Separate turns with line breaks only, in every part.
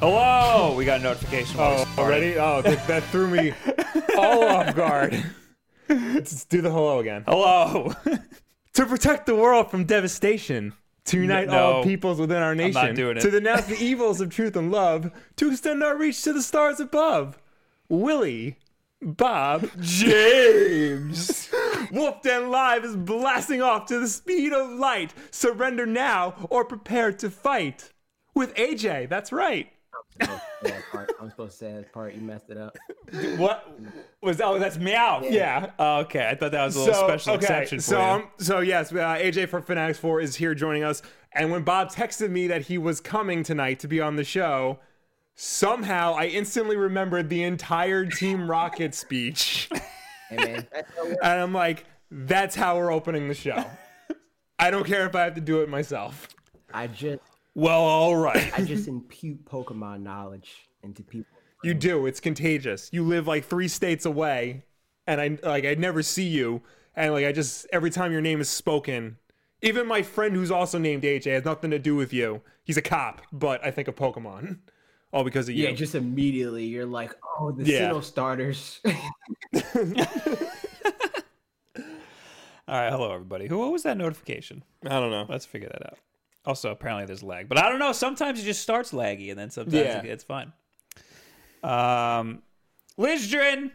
Hello! We got a notification. while we
Oh,
started.
already? Oh, that, that threw me all off guard. Let's do the hello again.
Hello!
To protect the world from devastation, to unite
no.
all peoples within our nation,
doing it.
to denounce the evils of truth and love, to extend our reach to the stars above. Willie, Bob, James. Wolf Den Live is blasting off to the speed of light. Surrender now or prepare to fight. With AJ, that's right.
Oh, that part. I'm supposed to say that part. You messed it up.
what was? Oh, that's meow.
Yeah.
Oh, okay, I thought that was a little special exception for
so,
you.
um, so yes, uh, AJ from Fanatics Four is here joining us. And when Bob texted me that he was coming tonight to be on the show, somehow I instantly remembered the entire Team Rocket speech,
Hey man, that's how it
and I'm like, that's how we're opening the show. I don't care if I have to do it myself.
I just
well, all right.
I just impute Pokemon knowledge into people.
You do. It's contagious. You live like three states away, and I like I never see you, and like I just every time your name is spoken. Even my friend who's also named AJ has nothing to do with you. He's a cop, but I think of Pokemon, all because of you.
Yeah, just immediately you're like, oh, the
Yeah.
Sinnoh starters.
All right, hello everybody. Who? What was that notification?
I don't know.
Let's figure that out. Also, apparently there's lag, but I don't know. Sometimes it just starts laggy, and then sometimes
Yeah.
it, it's fine. Um, Lizdrin,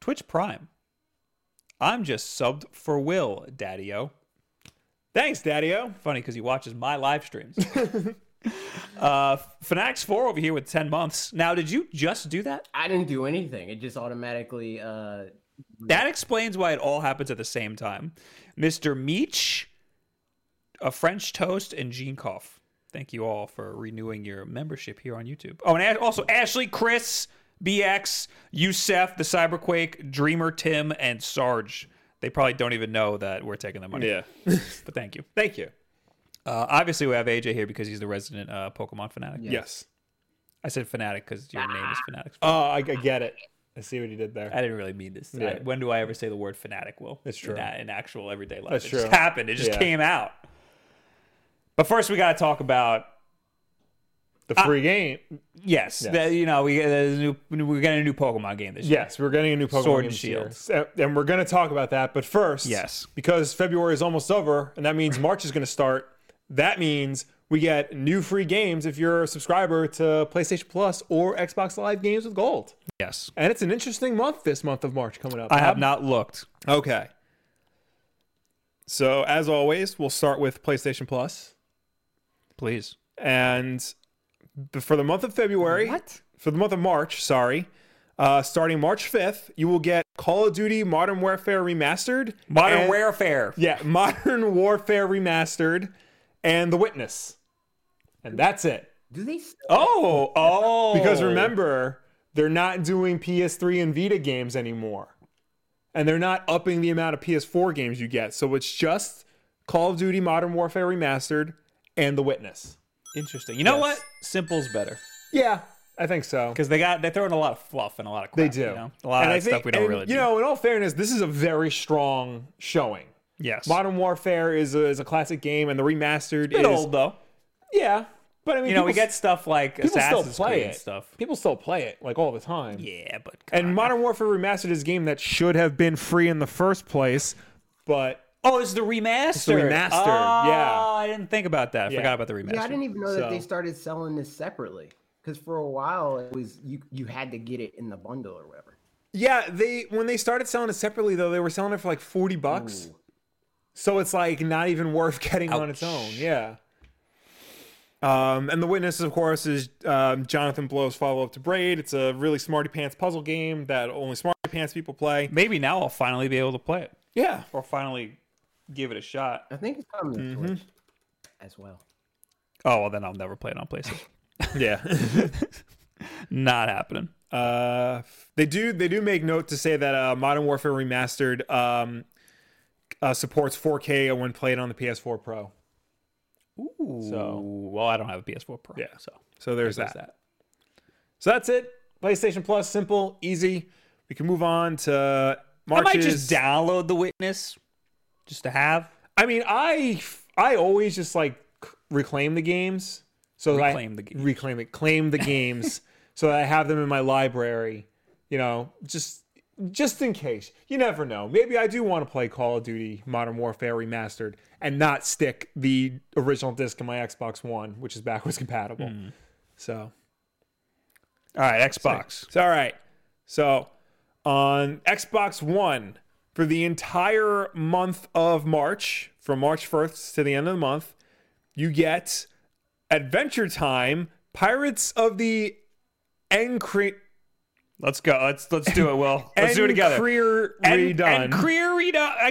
Twitch Prime. I'm just subbed for Will, Daddy-O.
Thanks, Daddy-O.
Funny because he watches my live streams. uh, Fnax Four over here with ten months. Now, did you just do that?
I didn't do anything. It just automatically. uh
That explains why it all happens at the same time. Mr. Meech, a French toast, and Gene Koff. Thank you all for renewing your membership here on YouTube. Oh, and a- also Ashley, Chris, BX, Youssef, the Cyberquake, Dreamer, Tim, and Sarge. They probably don't even know that we're taking their money. But thank you.
Thank you.
Uh, obviously, we have AJ here because he's the resident uh, Pokemon fanatic.
Yes.
I said fanatic because your name is fanatics.
Oh, I, I get it. I see what you did
Uh,
there.
I didn't really mean this. I-
Yeah.
when do I ever say the word fanatic, Will?
It's true.
In, a- in actual everyday life.
That's
it
true.
just happened. It just
Yeah.
came out. But first, we got to talk about
The free game.
yes,
Yes.
that- you know we uh, there's a new we got a new Pokemon game this year.
Yes, we're getting a new Pokemon
Sword and
game this year.
Shield.
So- and we're going to talk about that. But first,
Yes.
because February is almost over, and that means March is going to start. That means we get new free games if you're a subscriber to PlayStation Plus or Xbox Live Games with Gold.
Yes,
And it's an interesting month this month of March coming up.
I have not looked.
Okay. So as always, we'll start with PlayStation Plus,
Please,
and for the month of February,
What?
for the month of March, sorry. Uh, starting March 5th, you will get Call of Duty Modern Warfare Remastered.
Modern
and-
Warfare.
Yeah, Modern Warfare Remastered and The Witness. And that's it.
Do they? Still,
Oh, oh,
Because remember, they're not doing PS3 and Vita games anymore. And they're not upping the amount of PS4 games you get. So it's just Call of Duty Modern Warfare Remastered and The Witness.
interesting. You know
Yes.
what? Simple's better
Yeah, I think so.
because they got they throw in a lot of fluff and a lot of crap,
They do.
you know? a lot
And
of
I
that stuff
think-
we don't
and,
really
You
do.
know, in all fairness, this is a very strong showing.
yes,
Modern Warfare is a, is a classic game, and the remastered
bit
is
old though.
yeah. But I mean,
You know, we
people
get stuff like
s- people
Assassin's
still play
Creed
it.
stuff.
People still play it like all the time.
Yeah, but come
And
on.
Modern Warfare Remastered is a game that should have been free in the first place, but
Oh, it's the remaster. It's
the remastered,
Oh,
yeah.
I didn't think about that. I
Yeah.
forgot about the remaster.
yeah, I didn't even know that they
So-
started selling this separately. Because for a while it was you you had to get it in the bundle or whatever.
yeah, they when they started selling it separately though, they were selling it for like forty bucks.
Ooh.
So it's like not even worth getting on its own. Yeah. Um, and the witness, of course, is um, Jonathan Blow's follow-up to Braid. It's a really smarty pants puzzle game that only smarty pants people play.
Maybe now I'll finally be able to play it.
Yeah,
Or finally give it a shot.
I think it's on the
Mm-hmm.
Switch as well.
Oh, well, then I'll never play it on PlayStation.
yeah.
Not happening.
uh, they do. They do make note to say that uh, Modern Warfare Remastered um, uh, supports 4K when played on the PS4 Pro.
Ooh. So, well, I don't have a PS4 Pro.
Yeah.
So,
So there's
there's
that.
that.
So that's it. PlayStation Plus, simple, easy. We can move on to
I
March's.
might just download The Witness just to have.
I mean, I I always just like c- reclaim the games. So that
Reclaim
I
the games.
reclaim it, claim the games, so that I have them in my library. You know, just just in case. You never know. Maybe I do want to play Call of Duty Modern Warfare Remastered and not stick the original disc in my Xbox One, which is backwards compatible.
Hmm.
So
All right, Xbox.
so, all right. So, on Xbox One, for the entire month of March, from March 1st to the end of the month, you get Adventure Time Pirates of the Encre-
Let's go. Let's let's do it. Will let's do it together.
Encreer
And
redone.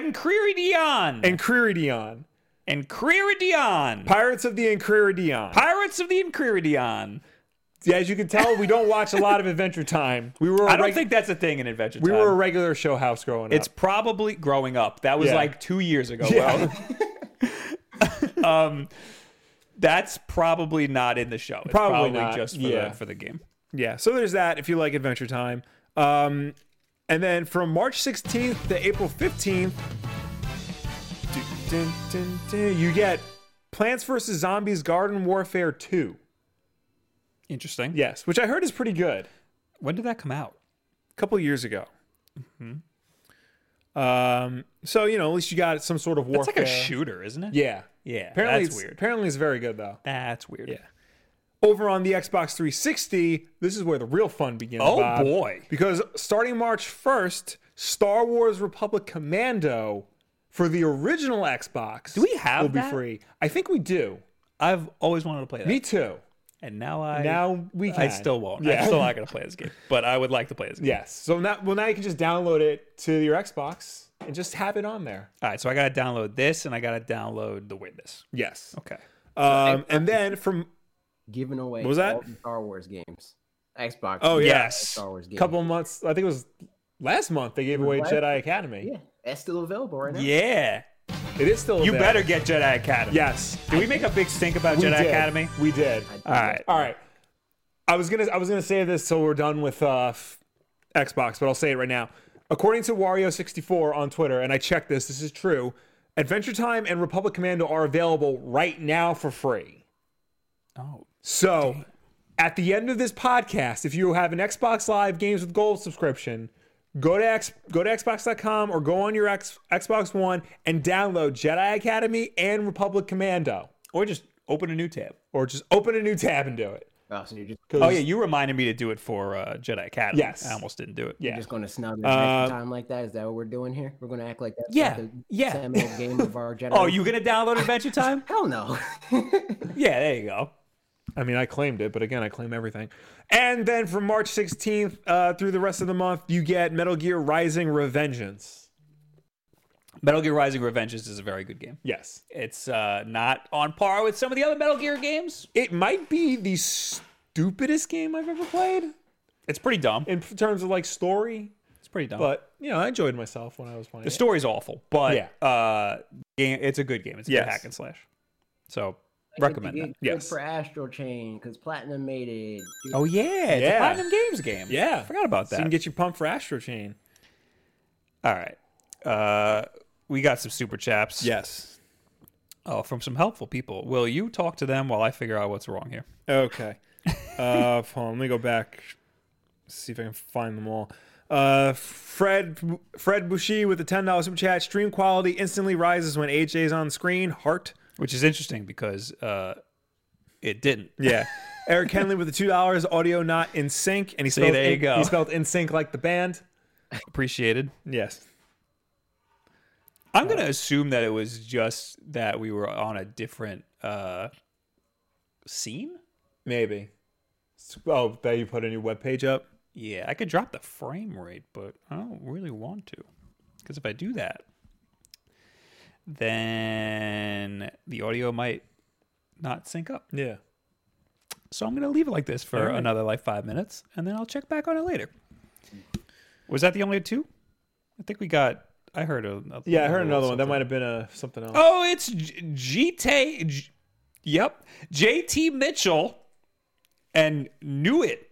Encriridion.
Encriridion.
Encriridion.
Pirates of the Encriridion.
Pirates of the Encriridion.
As you can tell, we don't watch a lot of Adventure Time. We were a
I don't
reg-
think that's a thing in Adventure
we
Time.
were a regular show house growing
It's
up.
probably growing up. That was
Yeah.
like two years ago.
Yeah.
Will. um, that's probably not in the show. It's probably,
Probably not,
just for,
yeah.
the, for the game.
Yeah, so there's that if you like Adventure Time. Um, and then from March 16th to April 15th, du- dun- dun- dun, you get Plants vs. Zombies Garden Warfare 2.
Interesting.
Yes, which I heard is pretty good.
When did that come out?
A couple of years ago. Um, so, you know, at least you got some sort of
It's
warfare.
like a shooter, isn't it?
Yeah.
Yeah.
Apparently
that's
it's-
weird.
Apparently it's very good, though.
That's weird.
Yeah. Over on the Xbox 360, this is where the real fun begins.
Oh,
Bob.
boy.
Because starting March 1st, Star Wars Republic Commando for the original Xbox do
we have
will
that?
be free. I think we do.
I've always wanted to play that.
Me too.
and now I
Now we can.
I still won't.
Yeah.
I'm still not gonna play this game. But I would like to play this game.
Yes. So now, well, now you can just download it to your Xbox and just have it on there.
All right, so I gotta download this and I gotta download the witness.
Yes.
Okay.
Um, and then from
Giving away
was that?
all the Star Wars games. Xbox.
oh
yeah,
Yes.
Star Wars
a
games.
couple months, I think it was last month they gave away
last-
Jedi Academy.
Yeah, that's still available right now.
Yeah.
It is still
You
available.
better get Jedi Academy.
Yes.
Did we make a big stink about
We
Jedi
did.
Academy?
We did.
All right.
All right. I was gonna I was gonna say this so we're done with uh, f- Xbox, but I'll say it right now. According to Wario64 on Twitter, and I checked this, this is true. Adventure Time and Republic Commando are available right now for free.
Oh.
So, at the end of this podcast, if you have an Xbox Live Games with Gold subscription, go to X, go to Xbox.com or go on your X, Xbox One and download Jedi Academy and Republic Commando,
Or just open a new tab.
or just open a new tab and do it.
Oh, so you're just,
'Cause-
Oh yeah, you reminded me to do it for uh, Jedi Academy.
Yes.
I almost didn't do it.
Yeah.
you're just going to snub it
Uh,
time like that? Is that what we're doing here? We're going to act like that's
Yeah,
Like the
yeah.
Same old game of our Jedi.
Oh, you gonna download Adventure Time?
Hell no.
yeah, there you go.
I mean, I claimed it, but again, I claim everything. And then from March 16th uh, through the rest of the month, you get Metal Gear Rising Revengeance.
Metal Gear Rising: Revengeance is a very good game.
Yes.
It's uh, not on par with some of the other Metal Gear games.
It might be the stupidest game I've ever played
It's pretty dumb.
in f- terms of like story,
It's pretty dumb.
but you know, I enjoyed myself when I was playing
the
it.
story's awful, but
Yeah.
uh, game, it's a good game. It's a
Yes.
good hack and slash. So recommend
Good
that.
Yes.
for Astral Chain because Platinum made it. Dude,
Oh yeah, it's
Yeah.
a Platinum Games game.
Yeah.
forgot about
So
that.
you can get you pumped for Astro Chain.
All right, uh, we got some super chaps.
Yes.
Oh, from some helpful people. Will you talk to them while I figure out what's wrong here?
Okay. Uh, hold on, let me go back. See if I can find them all. Uh, Fred Fred Bushi with the ten dollars super chat. Stream quality instantly rises when AJ's on screen. Heart.
Which is interesting because uh, it didn't.
Yeah. Eric Henley with the two dollars. Audio not in sync, and he
See,
spelled
there you
in,
go.
he spelled in sync like the band.
Appreciated.
Yes.
I'm gonna assume that it was just that we were on a different uh, scene.
Maybe. Oh, that you put a new webpage up.
Yeah, I could drop the frame rate, but I don't really want to. Because if I do that, then the audio might not sync up.
Yeah.
So I'm going to leave it like this for
right.
another like five minutes, and then I'll check back on it later. Was that the only two? I think we got. I heard a. a
Yeah, I
little
heard another one. That
something.
might have been a something else.
Oh, it's G- GT. J- yep, JT Mitchell and knew it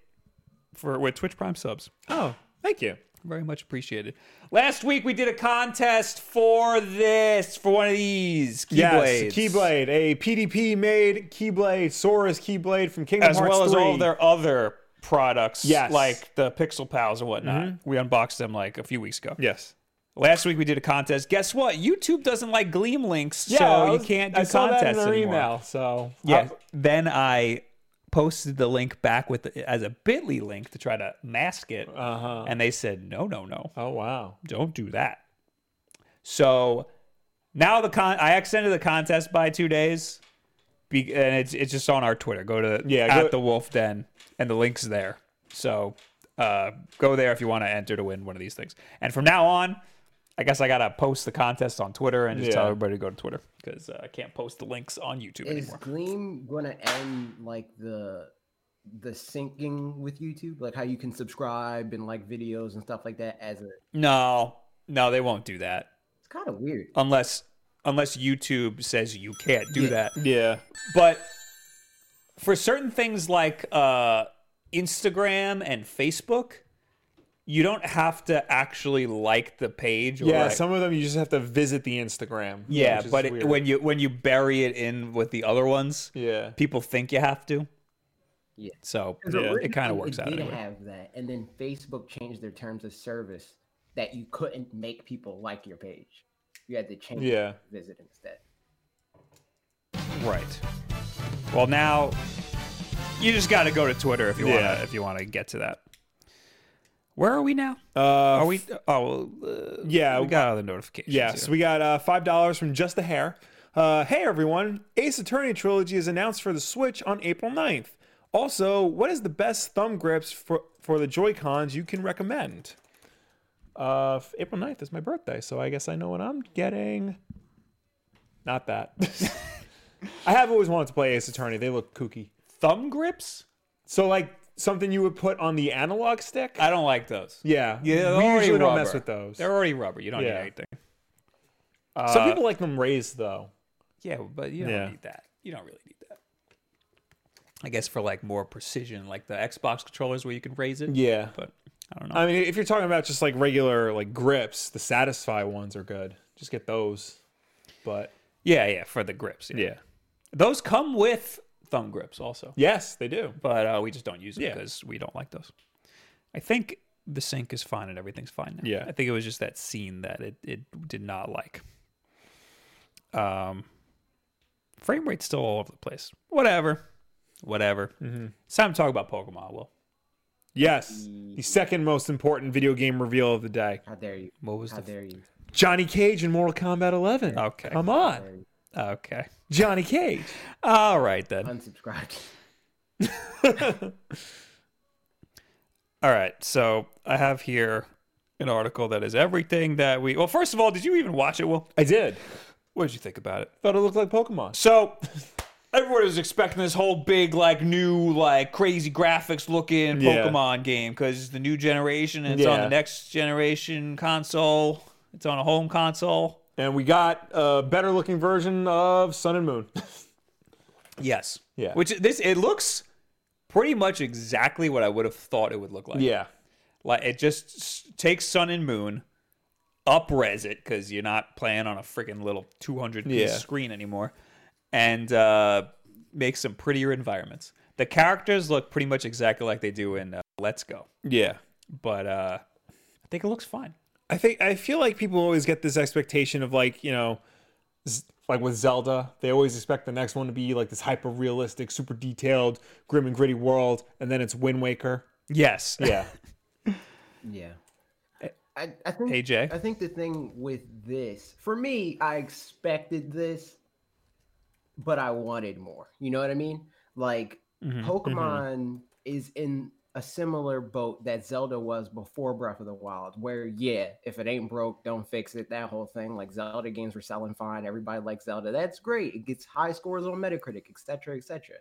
for with Twitch Prime subs.
Oh, thank you.
Very much appreciated. Last week we did a contest for this, for one of these keyblades.
Yes, Keyblade, a PDP made Keyblade, Sora's Keyblade from Kingdom
as
Hearts
well as all
3.
of their other products,
Yes. Mm-hmm.
like the Pixel Pals and whatnot. We unboxed them like a few weeks ago.
Yes.
Last week we did a contest. Guess what? YouTube doesn't like Gleam links,
Yeah, I
so
was-
you can't do
I saw that in
contests
their
anymore.
email. Uh, So
Yeah. then I posted the link back with as a Bitly link to try to mask it,
Uh-huh.
and they said no, no, no.
Oh wow.
don't do that. So now the con I extended the contest by two days, be- and it's it's just on our Twitter. Go to
Yeah,
at
go-
the Wolf Den, and the link's there. So uh, go there if you want to enter to win one of these things. And from now on, I guess I gotta post the contest on Twitter and just tell
Yeah.
everybody to go to Twitter because uh, I can't post the links on YouTube
Is
anymore.
Gleam gonna end like the the syncing with YouTube, like how you can subscribe and like videos and stuff like that? As a
No, no, they won't do that
it's kind of weird.
unless unless YouTube says you can't do that.
Yeah.
but for certain things like uh, Instagram and Facebook, you don't have to actually like the page. Or
Yeah.
like-
Some of them you just have to visit the Instagram.
yeah,
which is
but it,
weird.
when you when you bury it in with the other ones,
yeah.
people think you have to.
Yeah.
So
'Cause
Yeah.
it kind of
originally
works out
did
anyway.
have that, and then Facebook changed their terms of service that you couldn't make people like your page. You had to change it
Yeah.
to visit instead.
Right. Well, now you just got to go to Twitter if you
Yeah.
wanna if you want to get to that. Where are we now?
Uh,
Are we? Oh, well, uh,
Yeah.
We got all the notifications.
Yes,
here.
we got uh, five dollars from Just a Hair. Uh, hey everyone, Ace Attorney trilogy is announced for the Switch on April 9th. Also, what is the best thumb grips for for the Joy Cons you can recommend? Uh, f- April 9th is my birthday, so I guess I know what I'm getting. Not that. I have always wanted to play Ace Attorney. They look kooky.
thumb grips.
So like something you would put on the analog stick.
I don't like those.
yeah,
Yeah, they're
we
already
usually don't
rubber.
mess with those.
They're uh, already rubber. You don't
Yeah.
need anything.
Some people like them raised though.
Yeah, but you don't
Yeah.
need that. You don't really need that. I guess for like more precision, like the Xbox controllers where you can raise it.
Yeah,
But I don't know.
I mean, if you're talking about just like regular like grips, the Satisfy ones are good. Just get those. But
yeah, yeah, for the grips. Yeah. Those come with thumb grips also.
yes, they do.
But uh, we just don't use them
Yeah.
because we don't like those. I think the sync is fine and everything's fine now.
Yeah.
I think it was just that scene that it, it did not like. Um, frame rate's still all over the place. Whatever. Whatever.
Mm-hmm.
It's time to talk about Pokemon, Will.
Yes, the second most important video game reveal of the day:
How dare you?
What was
How
the.
dare you?
Johnny Cage in Mortal Kombat 11.
Okay.
come on,
Okay.
Johnny Cage.
All right, then.
Unsubscribed.
All right. So I have here an article that is everything that we. Well, first of all, did you even watch it, Will?
I did.
What did you think about it?
Thought it looked like Pokemon.
So everybody was expecting this whole big, like, new, like, crazy graphics looking
Yeah.
Pokemon game because it's the new generation and it's on
Yeah.
the next generation console. It's on a home console.
And we got a better looking version of Sun and Moon.
Yes.
Yeah.
Which this it looks pretty much exactly what I would have thought it would look like.
yeah,
Like it just s- takes Sun and Moon, upres it because you're not playing on a freaking little 200 piece
Yeah.
screen anymore, and uh, makes some prettier environments. The characters look pretty much exactly like they do in uh, Let's Go,
yeah.
but uh, I think it looks fine.
I think I feel like people always get this expectation of like you know, z- like with Zelda, they always expect the next one to be like this hyper realistic, super detailed, grim and gritty world, and then it's Wind Waker.
Yes.
Yeah,
Yeah.
Eh,
I, I think
AJ?
I think the thing with this, for me, I expected this, but I wanted more. You know what I mean? Like Pokemon is in a similar boat that Zelda was before Breath of the Wild, where yeah, if it ain't broke, don't fix it. That whole thing. Like Zelda games were selling fine. Everybody likes Zelda. That's great. It gets high scores on Metacritic, etc., cetera, etc. Cetera.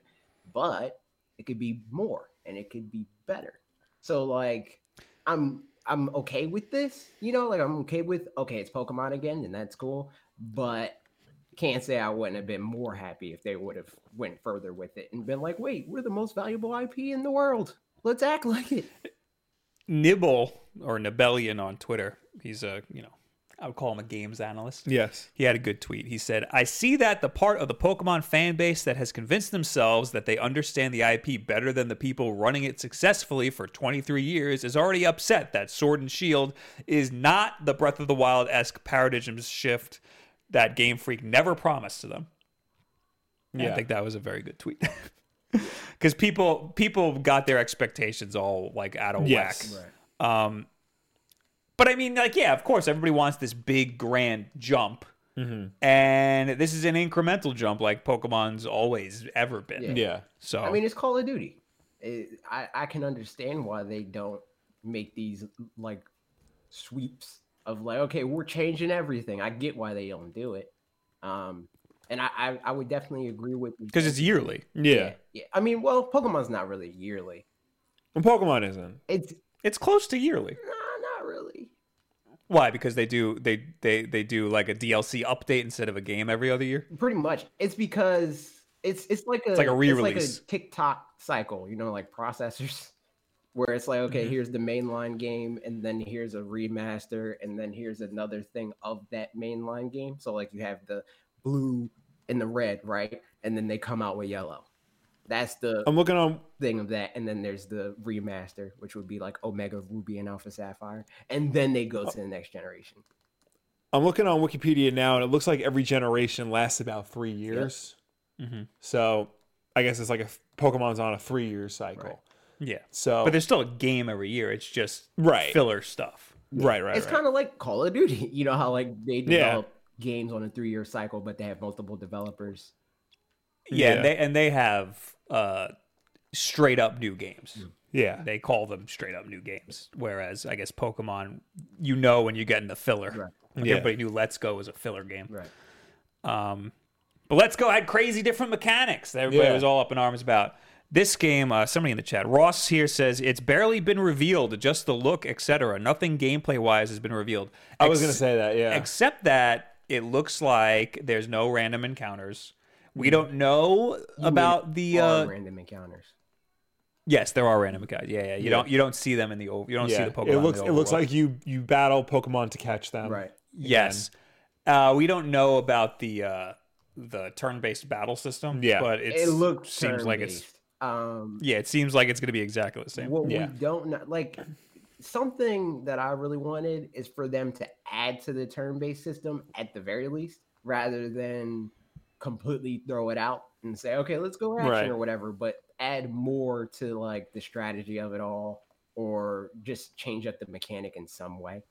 But it could be more and it could be better. So like I'm I'm okay with this, you know, like I'm okay with okay, it's Pokemon again, and that's cool. But can't say I wouldn't have been more happy if they would have went further with it and been like, wait, we're the most valuable IP in the world. Let's act like it.
Nibble or Nibelian on Twitter. He's a you know I would call him a games analyst.
Yes.
He had a good tweet. He said, I see that the part of the Pokemon fan base that has convinced themselves that they understand the IP better than the people running it successfully for 23 years is already upset that Sword and Shield is not the Breath of the Wild esque paradigm shift that Game Freak never promised to them. Yeah. I think that was a very good tweet. Because people people got their expectations all like out of
Yes.
whack.
Right.
Um, but I mean, like, yeah, of course, everybody wants this big grand jump,
Mm-hmm.
and this is an incremental jump, like Pokemon's always ever been.
Yeah.
Yeah.
So
I mean, it's Call of Duty. It, I I can understand why they don't make these like sweeps of like, okay, we're changing everything. I get why they don't do it. Um, and I I, I would definitely agree with you.
because it's yearly,
Yeah.
yeah. I mean, well, Pokemon's not really yearly.
And Pokemon isn't.
It's
it's close to yearly.
nah, not really.
Why? Because they do they they they do like a DLC update instead of a game every other year.
Pretty much. It's because it's it's like a
like a
It's
re-release.
like a TikTok cycle, you know, like processors where it's like,
Mm-hmm.
okay, here's the mainline game, and then here's a remaster, and then here's another thing of that mainline game. So like you have the blue and the red, right? And then they come out with yellow. That's the
I'm looking on.
thing of that, and then there's the remaster, which would be like Omega Ruby and Alpha Sapphire, and then they
Oh.
go to the next generation.
I'm looking on Wikipedia now, and it looks like every generation lasts about three years. Mm-hmm.
Mhm.
So I guess it's like a Pokemon's on a three year cycle.
Right.
Yeah,
So
but there's still a game every year. It's just
right,
filler stuff.
right, right.
it's
right.
kind of like Call of Duty. You know how like they
Yeah.
develop games on a three-year cycle, but they have multiple developers.
Yeah,
Yeah.
And, they, and they have uh straight up new games.
Hmm.
yeah,
They call them straight up new games, whereas I guess Pokemon, you know, when you get in the filler,
Right.
Like,
Yeah.
everybody knew Let's Go was a filler game.
Right.
Um, but Let's Go had crazy different mechanics that everybody
Yeah.
was all up in arms about. This game, uh, somebody in the chat, Ross here says it's barely been revealed, just the look, etc. Nothing gameplay wise has been revealed.
I was gonna say that. Yeah,
except that it looks like there's no random encounters.
Mm.
We don't know about the
All
uh,
random encounters.
yes, there are random encounters. Yeah, yeah. You
Yeah.
don't you don't see them in the ov- you don't
yeah.
see the Pokemon.
it
in the
looks it looks
overworld.
like you you battle Pokemon to catch
Um,
them.
Right.
Yes. Uh, we don't know about the uh, the turn-based battle system.
Yeah.
but it's,
it looks
seems like it's
turn-based. um
yeah, it seems like it's going to be exactly the same.
what
Yeah.
we don't know like something that I really wanted is for them to add to the turn-based system at the very least, rather than completely throw it out and say, okay, let's go action
Right.
or whatever, but add more to like the strategy of it all or just change up the mechanic in some way.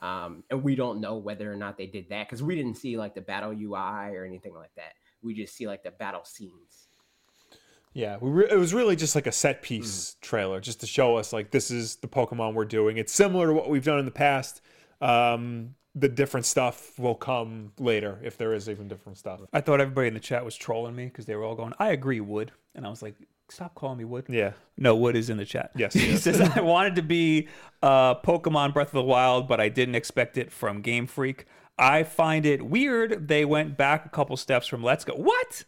Um, and we don't know whether or not they did that because we didn't see like the battle UI or anything like that. We just see like the battle scenes.
Yeah, we re- it was really just like a set piece trailer, just to show us like this is the Pokemon we're doing. It's similar to what we've done in the past. Um, the different stuff will come later if there is even different stuff.
I thought everybody in the chat was trolling me because they were all going, "I agree, Wood," and I was like, "Stop calling me Wood."
Yeah,
No, Wood is in the chat.
Yes,
he
he is.
says I wanted to be uh, Pokemon Breath of the Wild, but I didn't expect it from Game Freak. I find it weird they went back a couple steps from Let's Go. What?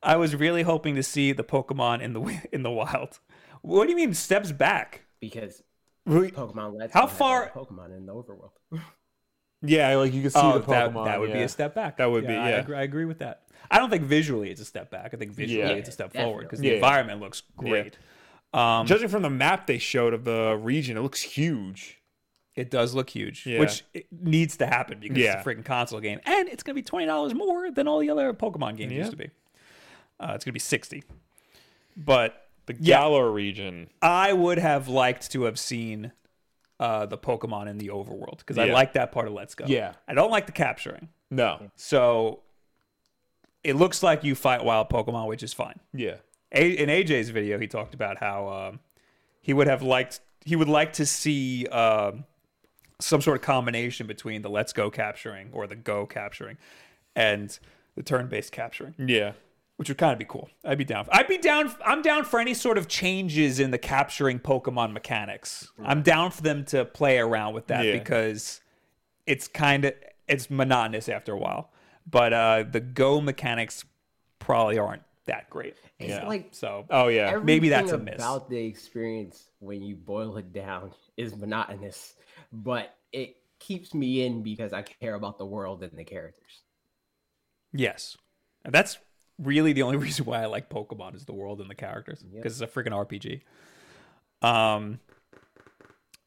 I was really hoping to see the Pokemon in the wi- in the wild. What do you mean steps back?
Because
We-
Pokemon Let's
How
Go has all the
far-
Pokemon in the overworld.
yeah, like you can see
Oh,
the
that,
Pokemon.
that would be
yeah.
a step back.
That would be,
I
yeah.
agree, I agree with that. I don't think visually it's a step back. I think visually
Yeah.
it's a step forward because the
Yeah.
environment looks great.
Judging from the map they showed of the region, it looks huge.
It does look huge,
Yeah.
which it needs to happen because
Yeah.
it's a freaking console game, and it's going to be twenty dollars more than all the other Pokemon games
Yeah.
used to be. Uh, it's going to be sixty. But
The
Yeah.
Galar region.
I would have liked to have seen uh, the Pokemon in the overworld because I
Yeah.
like that part of Let's Go.
Yeah.
I don't like the capturing.
No.
So it looks like you fight wild Pokemon, which is fine.
Yeah.
A- in AJ's video, he talked about how um, he would have liked he would like to see um, some sort of combination between the let's go capturing or the go capturing and the turn based capturing,
Yeah.
which would kind of be cool. I'd be down. I'd be down. I'm down for any sort of changes in the capturing Pokemon mechanics. I'm down for them to play around with that
Yeah.
because it's kind of it's monotonous after a while. But uh, the go mechanics probably aren't that great.
It's
yeah.
like
so.
Oh yeah.
Maybe that's
Everything
a miss.
About the experience when you boil it down is monotonous, but it keeps me in because I care about the world and the characters.
Yes. And that's really the only reason why I like Pokemon is the world and the characters because
Yep.
it's a freaking RPG. Um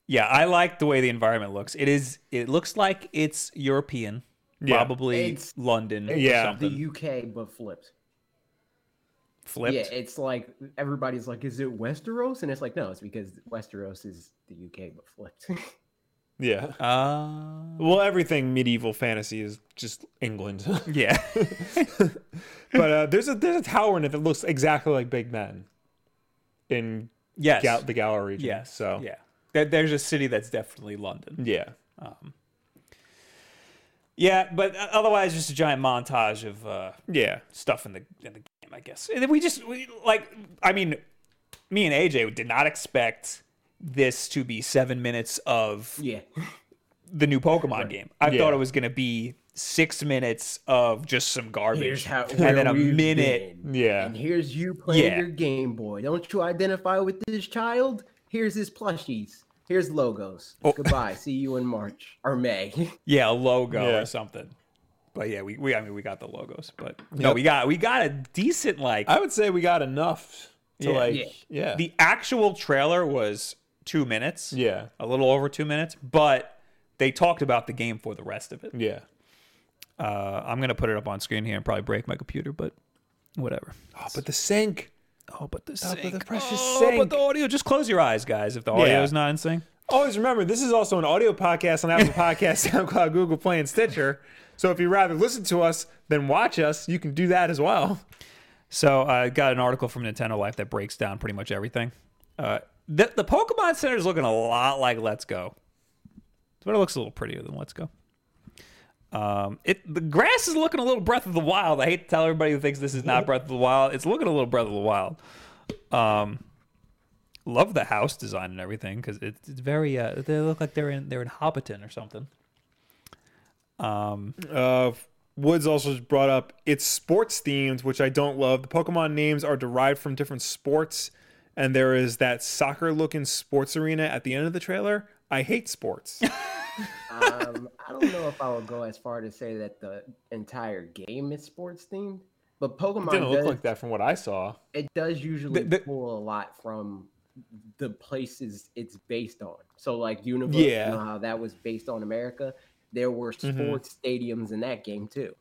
Yeah, I like the way the environment looks. It is it looks like it's European,
Yeah.
probably
It's-
London or
Yeah.
something.
The UK, but flipped.
Flipped.
Yeah, it's like everybody's like, "Is it Westeros?" And it's like, no, it's because Westeros is the UK, but flipped.
Yeah.
Uh,
Well, everything medieval fantasy is just England.
yeah.
but uh, there's a there's a tower in it that looks exactly like Big Ben in
yes.
Gal- the Galar region.
yes.
So
yeah. There- There's a city that's definitely London.
Yeah.
Yeah, but uh, otherwise, just a giant montage of uh,
Yeah.
stuff in the in the game, I guess. And then we just we, like I mean, me and AJ did not expect this to be seven minutes of
yeah,
the new Pokemon game. I
Yeah.
thought it was gonna be six minutes of just some garbage,
here's how. where
and then a
we've
minute.
been.
Yeah.
And here's you playing
Yeah.
your Game Boy. Don't you identify with this child? Here's his plushies. Here's logos.
Oh.
Goodbye. See you in March or May.
Yeah, a logo
Yeah.
or something. But yeah, we, we I mean we got the logos, but no, we got we got a decent like
I would say we got enough to
Yeah.
like
Yeah.
Oh, yeah.
the actual trailer was two minutes,
yeah.
a little over two minutes, but they talked about the game for the rest of it.
Yeah.
Uh, I'm gonna put it up on screen here and probably break my computer, but whatever.
Oh, but the sink.
Oh, but the
but
sync.
the precious
oh,
sync.
but the audio. Just close your eyes, guys. If the audio
Yeah.
is not in sync,
Always remember, this is also an audio podcast on Apple Podcasts, SoundCloud, Google Play, and Stitcher. So if you rather listen to us than watch us, you can do that as well.
so uh, I got an article from Nintendo Life that breaks down pretty much everything. Uh, the the Pokemon Center is looking a lot like Let's Go, but it looks a little prettier than Let's Go. Um, it the grass is looking a little Breath of the Wild. I hate to tell everybody who thinks this is not Breath of the Wild. It's looking a little Breath of the Wild. Um, love the house design and everything because it, it's very. Uh, they look like they're in they're in Hobbiton or something. Um,
Uh, Woods also just brought up it's sports themed, which I don't love. The Pokemon names are derived from different sports, and there is that soccer looking sports arena at the end of the trailer. I hate sports.
um, I don't know if I would go as far to say that the entire game is sports themed, but Pokemon
didn't look
does,
like that from what I saw.
it does usually
The- the-
pull a lot from the places it's based on. So like Universe,
Yeah.
you know how that was based on America. There were
Mm-hmm.
sports stadiums in that game too,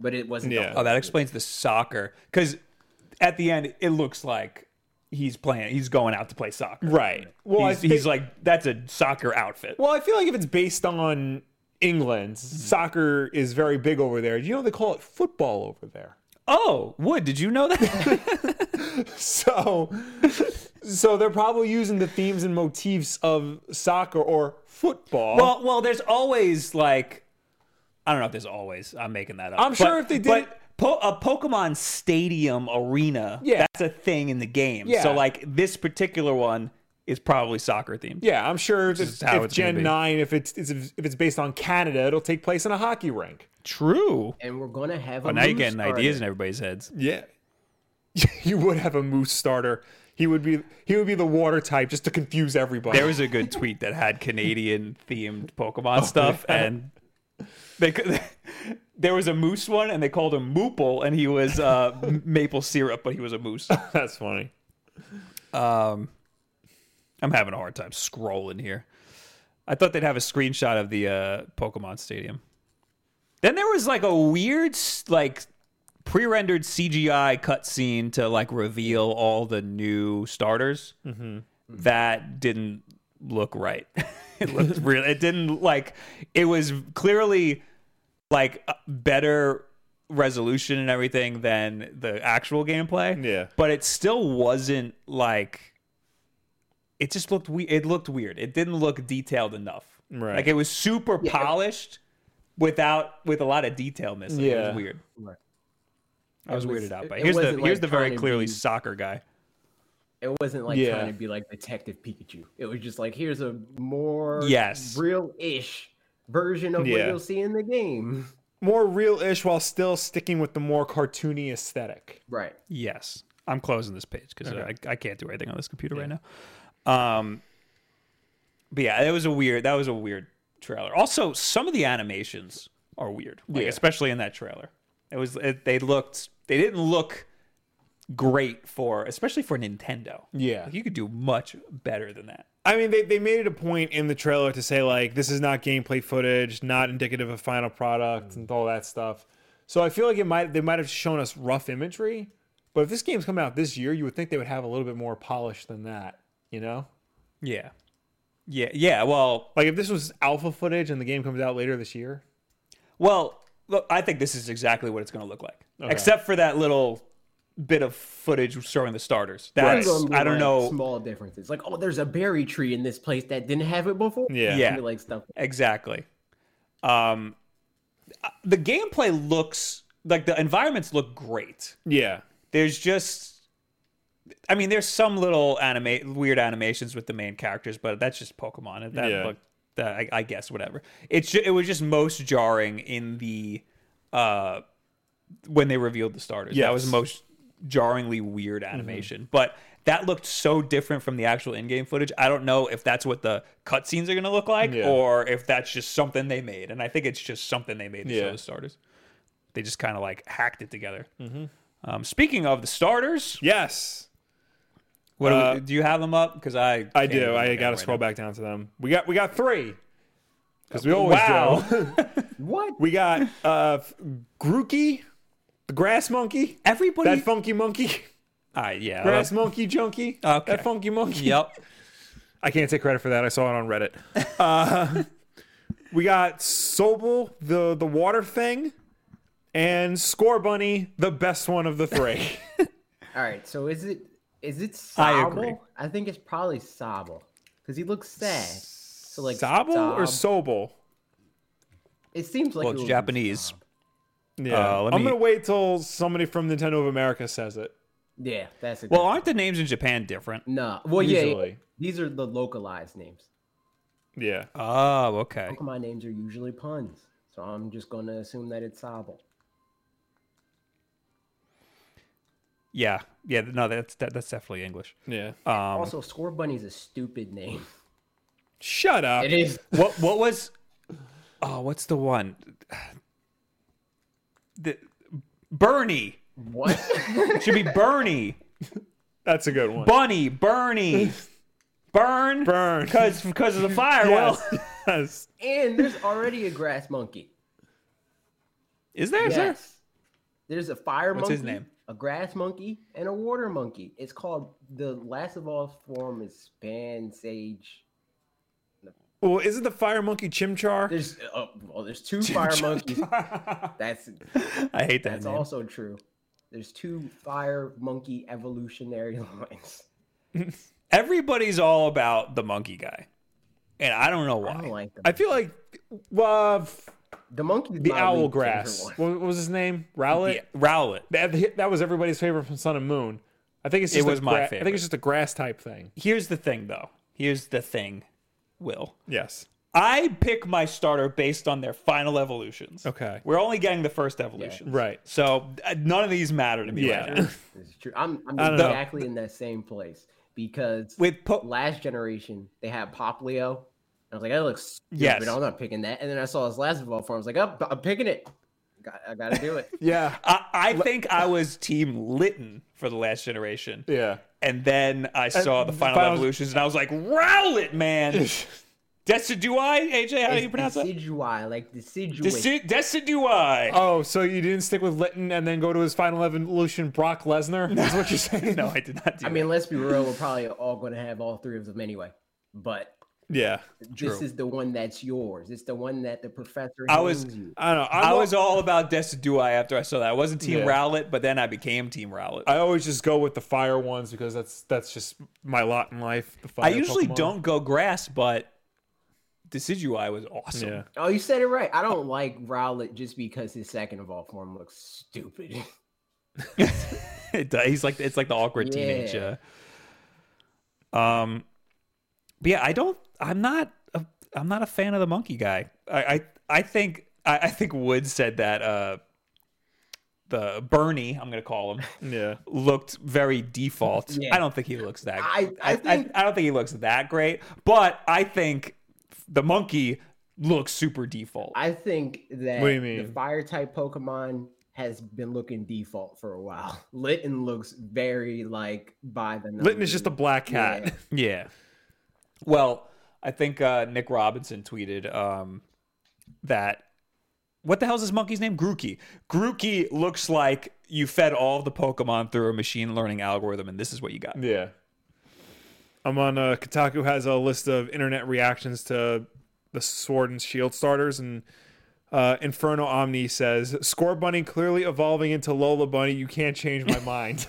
but it wasn't. the
Yeah.
oh,
whole
that
game.
explains the soccer because at the end it looks like he's playing. He's going out to play soccer.
Right. Well,
he's,
I think,
he's like that's a soccer outfit.
well, I feel like if it's based on England, soccer is very big over there. You know they call it football over there.
Oh, Wood, did you know that?
So, so they're probably using the themes and motifs of soccer or football.
well, well, there's always like I don't know if there's always. I'm making that up.
I'm
But-
sure if they did
but
it-
po- a Pokemon Stadium arena,
Yeah.
that's a thing in the game.
Yeah.
So like this particular one is probably soccer themed.
Yeah, I'm sure if,
is how
if
it's gonna
Gen
be.
Nine, if it's, it's if it's based on Canada, it'll take place in a hockey rink.
True.
and we're gonna have.
But
a
now you're
moose
getting
starter.
ideas in everybody's heads.
Yeah, you would have a moose starter. He would be he would be the water type just to confuse everybody.
There was a good tweet that had Canadian themed Pokemon stuff, and they could. There was a moose one, and they called him Moople, and he was uh, m- maple syrup, but he was a moose.
That's funny.
I'm having a hard time scrolling here. I thought they'd have a screenshot of the uh, Pokemon Stadium. Then there was like a weird, s- like pre-rendered CGI cutscene to like reveal all the new starters. That didn't look right. it looked real. It didn't like. It was clearly like a better resolution and everything than the actual gameplay.
Yeah.
but it still wasn't like it just looked we it looked weird. It didn't look detailed enough.
Right.
Like it was super polished without with a lot of detail missing. It
Yeah.
was weird.
Right.
I was,
It was-
weirded out by. it.
it- it
Here's the
wasn't, like,
here's the very
trying to
clearly
be-
soccer guy.
It wasn't like
Yeah.
trying to be like Detective Pikachu. It was just like here's a more
Yes.
real ish version of what
Yeah.
you'll see in the game.
more real-ish while still sticking with the more cartoony aesthetic.
Right.
Yes. I'm closing this page because I, I can't do anything on this computer right now. Um, but yeah, that was a weird. That was a weird trailer. Also, some of the animations are weird, like,
Yeah.
especially in that trailer. It was it, they looked. They didn't look great for, especially for Nintendo.
Yeah.
like, you could do much better than that.
I mean, they, they made it a point in the trailer to say like this is not gameplay footage, not indicative of final product, and all that stuff. So I feel like it might they might have shown us rough imagery, but if this game's coming out this year, you would think they would have a little bit more polish than that. You know,
Yeah, yeah, yeah. Well,
like if this was alpha footage and the game comes out later this year.
Well, look, I think this is exactly what it's going to look like, except for that little bit of footage showing the starters. That's
There's gonna be,
I don't
like,
know
Small differences. Like, oh, there's a berry tree in this place that didn't have it before.
Yeah.
Yeah.
Be Like stuff.
exactly. Um, uh, the gameplay looks like the environments look great.
Yeah,
There's just, I mean, there's some little anime weird animations with the main characters, but that's just Pokemon. That
Yeah.
looked, that I, I guess whatever. It's ju- it was just most jarring in the uh when they revealed the starters. That was
Yes. Mm-hmm.
the most jarringly weird animation. But that looked so different from the actual in-game footage. I don't know if that's what the cutscenes are going to look like,
Yeah.
or if that's just something they made. And I think it's just something they made to
Yeah.
show the starters. They just kind of like hacked it together.
Mm-hmm.
Um, speaking of the starters,
yes,
what do we-
Uh,
do you have them up? Because I
I
can't even
do.
look at
I
'em
got to
right
scroll
now.
back down to them. We got we got three because we always
Wow.
do.
What?
We got uh, Grookey, the grass monkey,
Everybody,
that funky monkey.
Ah, yeah,
Grass monkey junkie.
Okay.
That funky monkey.
yep,
I can't take credit for that. I saw it on Reddit. Uh, we got Sobel, the the water thing, and Score Bunny, the best one of the three.
All right. So is it is it
I
Sobble?
agree.
I think it's probably Sobble because he looks sad. So like
Sobel or
Sob-
Sobel?
It seems like
well,
it
it's
would be
Japanese.
Sob.
Yeah.
Uh, let
I'm
me-
gonna wait till somebody from Nintendo of America says it.
Yeah, that's it.
Well, aren't the names in Japan different?
no. Well, yeah, yeah,
Usually.
these are the localized names.
Yeah.
Oh, okay.
Pokemon names are usually puns, so I'm just gonna assume that it's Sobble.
Yeah, yeah. No, that's that, that's definitely English.
Yeah.
also, Score Bunny's a stupid name.
Shut up.
It is.
What what was? Oh, what's the one? The Bernie
What?
it should be Bernie,
That's a good one.
Bunny, Bernie, Burn,
Burn.
because because of the fire.
Yes.
Well,
yes.
and there's already a grass monkey.
is there? is there?
Yes. There's a fire
What's
monkey,
his name?
a grass monkey, and a water monkey. It's called the last of all form is span sage.
Well, isn't the fire monkey Chimchar?
There's uh, well, there's two fire monkeys. That's
I hate that
that's
name.
also true. There's two fire monkey evolutionary lines.
Everybody's all about the monkey guy, and I don't know why.
I don't like them.
I feel like uh,
the monkey.
the owl grass. What, what was his name? Rowlett.
yeah, Rowlett.
That, that was everybody's favorite from Sun and Moon. I think it's just
It was
a
my
gra- I
favorite.
think it's just a grass type thing.
Here's the thing, though. Here's the thing, Will.
Yes.
I pick my starter based on their final evolutions.
Okay.
We're only getting the first evolution.
Right.
So uh, none of these matter to me right
Yeah.
now.
This is true. I'm, I'm
don't know.
exactly in that same place because
With po-
last generation they had Poplio. I was like, that looks stupid.
Yes.
I'm not picking that. And then I saw his last of all forms. Like, oh, I'm picking it. Got, I gotta do it.
Yeah.
I, I think I was Team Litton for the last generation.
Yeah.
And then I saw the
the
final
final-
evolutions and I was like, Rowlet, man. Decidueye, AJ, how do you pronounce that?
Decidueye, like deciduous.
Deci- Decidueye.
Oh, so you didn't stick with Litton and then go to his final evolution, Brock Lesnar? That's what you're saying?
no, I did not do
I mean, let's be real. We're probably all gonna have all three of them anyway. But
Yeah.
True.
this is the one that's yours. It's the one that the professor
I was-
hands you.
I don't know. I'm
I was all about Decidueye after I saw that. I wasn't Team
Yeah.
Rowlet, but then I became Team Rowlet.
I always just go with the fire ones because that's that's just my lot in life. The fire
I usually
Pokemon.
don't go grass, but Decidueye was awesome.
Yeah.
Oh, you said it right. I don't like Rowlet just because his second of all form looks stupid.
it does. He's like it's like the awkward teenage.
Yeah.
uh, um, but yeah, I don't. I'm not. A, I'm not a fan of the monkey guy. I I, I think I, I think Wood said that uh, the Bernie, I'm gonna call him,
Yeah.
looked very default.
Yeah.
I don't think he looks that.
I- I think-
I, don't think he looks that great. But I think the monkey looks super default.
I think that
What do you
the
mean?
fire type Pokemon has been looking default for a while. Litten looks very like by the numbers. Oh
Litten is just a black cat.
Yeah.
yeah. Well, I think uh, Nick Robinson tweeted um, that. What the hell's this monkey's name? Grookey. Grookey looks like you fed all of the Pokemon through a machine learning algorithm, and this is what you got.
Yeah. I'm on uh, Kotaku has a list of internet reactions to the Sword and Shield starters, and uh, Inferno Omni says, "Score Bunny clearly evolving into Lola Bunny. You can't change my mind."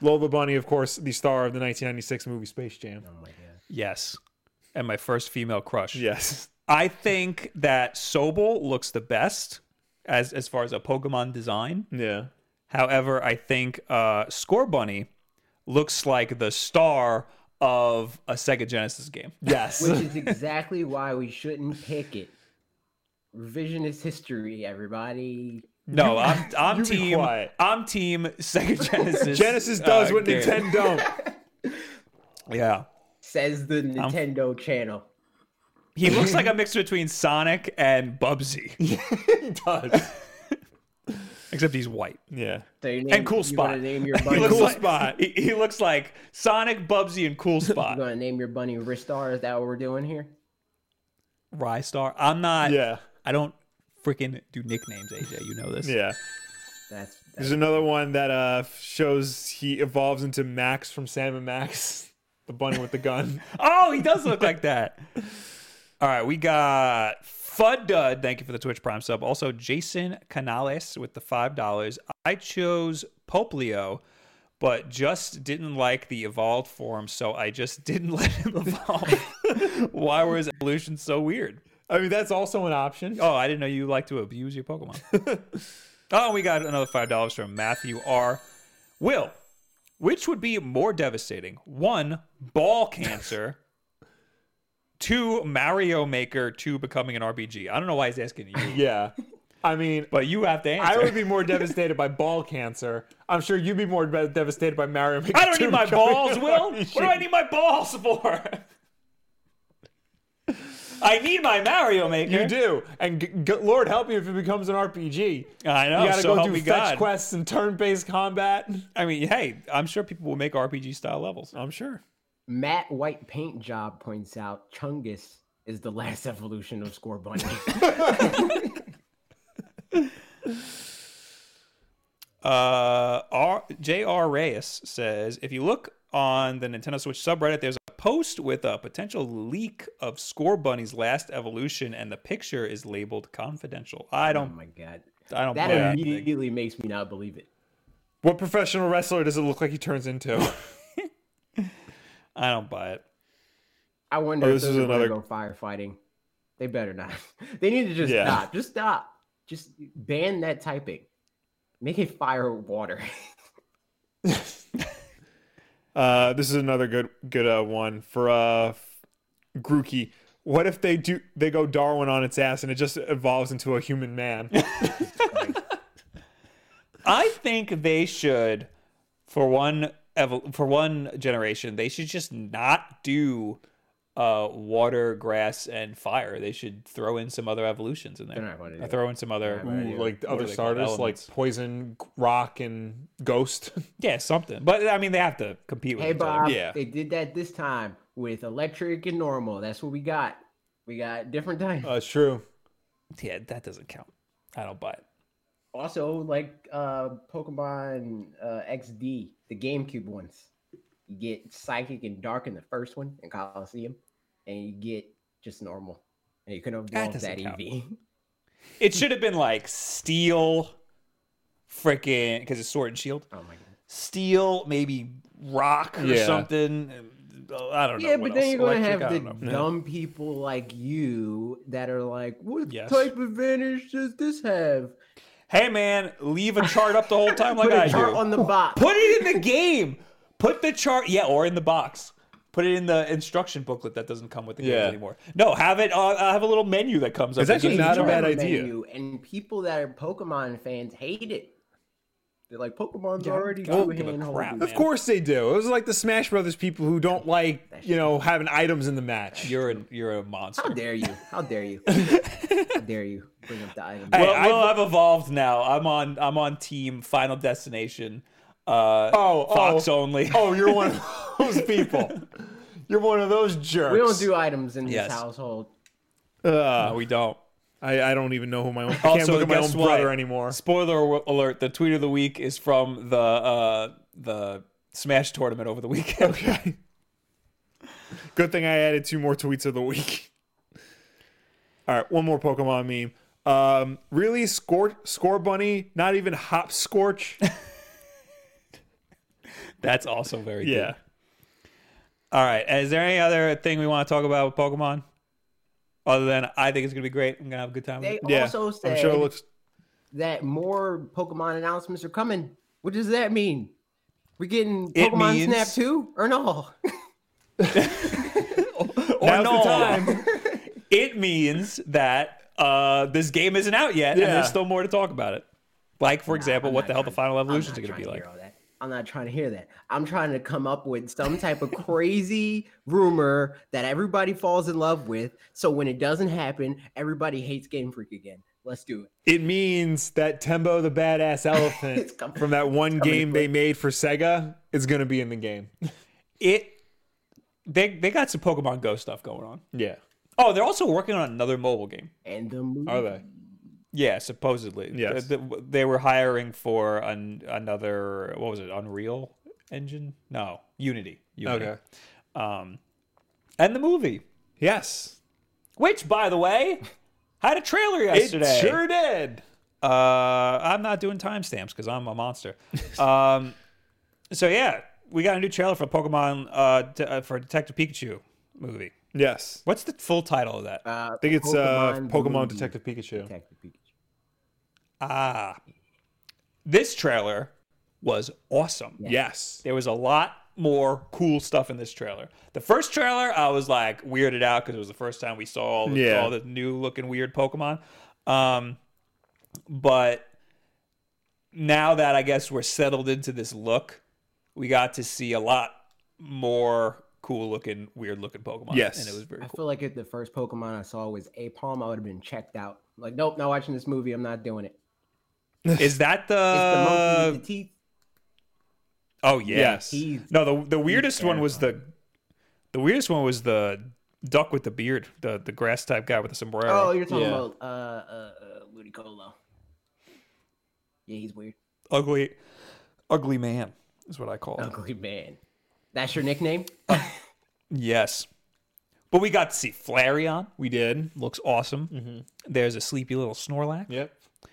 Lola Bunny, of course, the star of the 1996 movie Space Jam.
Oh my God.
Yes. And my first female crush.
Yes.
I think that Sobel looks the best as as far as a Pokemon design.
Yeah.
However, I think uh, Score Bunny looks like the star of a Sega Genesis game.
Yes.
Which is exactly why we shouldn't pick it. Revisionist history, everybody.
No, I'm I'm
you be
team
quiet.
I'm team Sega Genesis.
Genesis does
uh,
what
game.
Nintendo don't.
Yeah.
Says the Nintendo channel.
He looks like a mix between Sonic and Bubsy,
he does.
except he's white.
Yeah.
So you name,
And Cool
you wanna
Spot.
Name your
He
bunny,
looks
Cool
like-
Spot.
He, he looks like Sonic, Bubsy, and Cool
You
Spot.
gonna name your bunny Ristar? Is that what we're doing here?
Rystar. I'm not.
Yeah.
I don't freaking do nicknames, AJ. You know this.
Yeah.
That's, that's
There's another one that uh, shows he evolves into Max from Sam and Max, the bunny with the gun.
Oh, he does look like that. All right, we got Fud Dud. Thank you for the Twitch Prime sub. Also, Jason Canales with the five dollars. I chose Poplio, but just didn't like the evolved form, so I just didn't let him evolve. Why were his evolutions so weird?
I mean, that's also an option.
Oh, I didn't know you like to abuse your Pokemon. oh, we got another five dollars from Matthew R. Will, which would be more devastating? One, ball cancer. two, Mario Maker. Two, becoming an RPG. I don't know why he's asking you,
Yeah. I mean,
but you have to answer.
I would be more devastated by ball cancer. I'm sure you'd be more be- devastated by Mario. Maker
I don't
2
need my
becoming
balls,
a
Will.
RPG.
What do I need my balls for? I need my Mario Maker.
You do, and g- g- Lord help you if it becomes an RPG.
I know.
you gotta
so
go
help
do
me
fetch
God.
quests and turn-based combat.
I mean, hey, I'm sure people will make RPG style levels.
I'm sure.
Matt White Paint Job points out Chungus is the last evolution of Score Bunny.
Uh, R- J.R. Reyes says if you look on the Nintendo Switch subreddit, there's a post with a potential leak of Score Bunny's last evolution, and the picture is labeled confidential. I
oh
don't,
my god.
I don't.
That
believe that thing.
immediately makes me not believe it.
What professional wrestler does it look like he turns into?
I don't buy it.
I wonder
Oh,
if
this
this
is
is another
another-
go firefighting. They better not. they need to just
Yeah.
stop. Just stop. Just ban that typing. Make it fire water.
Uh, this is another good good uh, one for uh, Grookey. What if they do they go Darwin on its ass and it just evolves into a human man?
I think they should, for one ev- for one generation, they should just not do uh, water, grass, and fire. They should throw in some other evolutions in
They're
there.
not gonna do
Or
it.
throw in some other,
Ooh, like the
what
other
are they called?
starters, like
Elements. Uh,
poison, g- rock, and ghost.
yeah, something. But I mean, they have to compete with.
Hey
each other.
Bob,
Yeah.
they did that this time with electric and normal. That's what we got. We got different types.
That's true.
Yeah, that doesn't count. I don't buy it.
also like uh pokemon uh xd the gamecube ones you get psychic and dark in the first one in coliseum and you get just normal and you can evolve
doesn't
that, E
count.
ev
It should have been like steel, freaking because it's sword and shield.
oh my god
Steel, maybe rock or
Yeah.
something. I don't know.
yeah
what
but then
else.
you're gonna
Electric,
have
I
the
don't know.
dumb people like you that are like what
Yes.
type of advantage does this have
Hey man, leave a chart up the whole time like
put
I
a chart
do.
on the box
Put it in the game. Put the chart, yeah, or in the box. Put it in the instruction booklet that doesn't come with the games
Yeah.
anymore. No, have it. Uh, have a little menu that comes up.
It's
that
actually
gives you
not a
charts.
bad
Pokemon
idea.
menu, and people that are Pokemon fans hate it. They're like, Pokemon's
Yeah, I
already
don't
too
give a crap.
handholdy.
Of course they do. It was like the Smash Brothers people who don't like, you know, having items in the match.
You're a you're a monster.
How dare you? How dare you? How dare you bring up the item?
Well,
Hey,
well, I've evolved now. I'm on I'm on team Final Destination. Uh,
Oh, oh.
Fox only.
Oh, you're one of those people. You're one of those jerks.
we don't do items in
Yes.
this household.
No, we don't.
I, I don't even know who my own. I can't
Uh, Also,
look at my own
guess what?
brother anymore.
Spoiler wa- alert: the tweet of the week is from the uh, the Smash tournament over the weekend.
Okay. Good thing I added two more tweets of the week. All right, one more Pokemon meme. Um, really, score score bunny, not even hopscotch.
That's also very
Yeah.
good. All right. Is there any other thing we want to talk about with Pokemon? Other than I think it's gonna be great. I'm gonna have a good time. With
They
it.
Mm-hmm. Yeah,
also
I'm
said
sure it looks.
that more Pokemon announcements are coming. What does that mean? We're getting
It
Pokemon
means-
Snap 2 or no?
Or
Now's
no.
the time.
It means that uh, this game isn't out yet, and
Yeah.
there's still more to talk about it. Like, for example,
I'm
what
not
the hell the
trying-
final
I'm
evolutions are
not
gonna be
trying
like.
to hear all that. I'm not trying to hear that. I'm trying to come up with some type of crazy rumor that everybody falls in love with. So when it doesn't happen, everybody hates Game Freak again. Let's do it.
It means that Tembo the badass elephant
It's coming.
from that one game they made for Sega is going to be in the game.
It. They they got some Pokemon Go stuff going on.
Yeah,
Oh, they're also working on another mobile game.
And the movie.
are they?
Yeah, supposedly.
Yes.
Th- th- they were hiring for an, another, what was it, Unreal Engine? No, Unity. Unity.
Okay.
Um, and the movie,
Yes,
which, by the way, had a trailer yesterday.
it sure did.
Uh, I'm not doing timestamps because I'm a monster. um, so, yeah, we got a new trailer for Pokemon, uh, de- uh, for Detective Pikachu movie.
Yes,
What's the full title of that?
Uh,
I think it's uh,
the
Pokemon
movie.
Detective Pikachu.
Detective Pikachu.
ah. This trailer was awesome.
Yes,
There was a lot more cool stuff in this trailer. The first trailer, I was like weirded out because it was the first time we saw all the,
Yeah.
all the new looking weird Pokemon. Um, but now that I guess we're settled into this look, we got to see a lot more cool looking, weird looking Pokemon.
Yes.
and it was very
I
cool.
feel like if the first Pokemon I saw was a palm, I would have been checked out. Like, nope, not watching this movie. I'm not doing it.
Is that the?
It's the monkey with the teeth.
oh yeah.
Yes.
He's
No, the the weirdest one was the, the weirdest one was the duck with the beard, the the grass type guy with the sombrero.
Oh, you're talking
Yeah.
about uh, uh, uh, Ludicolo. Yeah, he's weird.
ugly ugly man is what i call him
Ugly man. That's your nickname?
yes but we got to see flareon
we did.
looks awesome there's a sleepy little snorlax
Yep.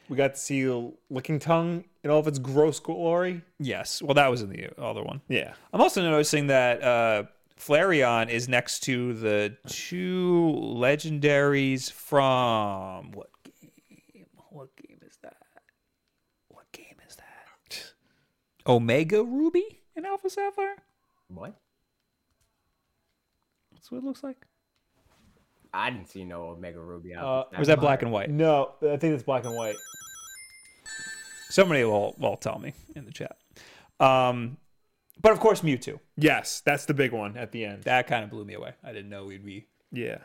We got to see Licking Tongue in all of its gross glory.
yes well that was in the other one
Yeah.
i'm also noticing that uh flareon is next to the two legendaries from what game what game is that what game is that omega ruby and alpha sapphire
What?
that's what it looks like
I didn't see no Omega Ruby.
Uh,
out.
or is that black and white
No, I think it's black and white.
Somebody will will tell me in the chat. Um, but of course, Mewtwo.
Yes, that's the big one at the end.
That kind of blew me away. I didn't know we'd be
yeah.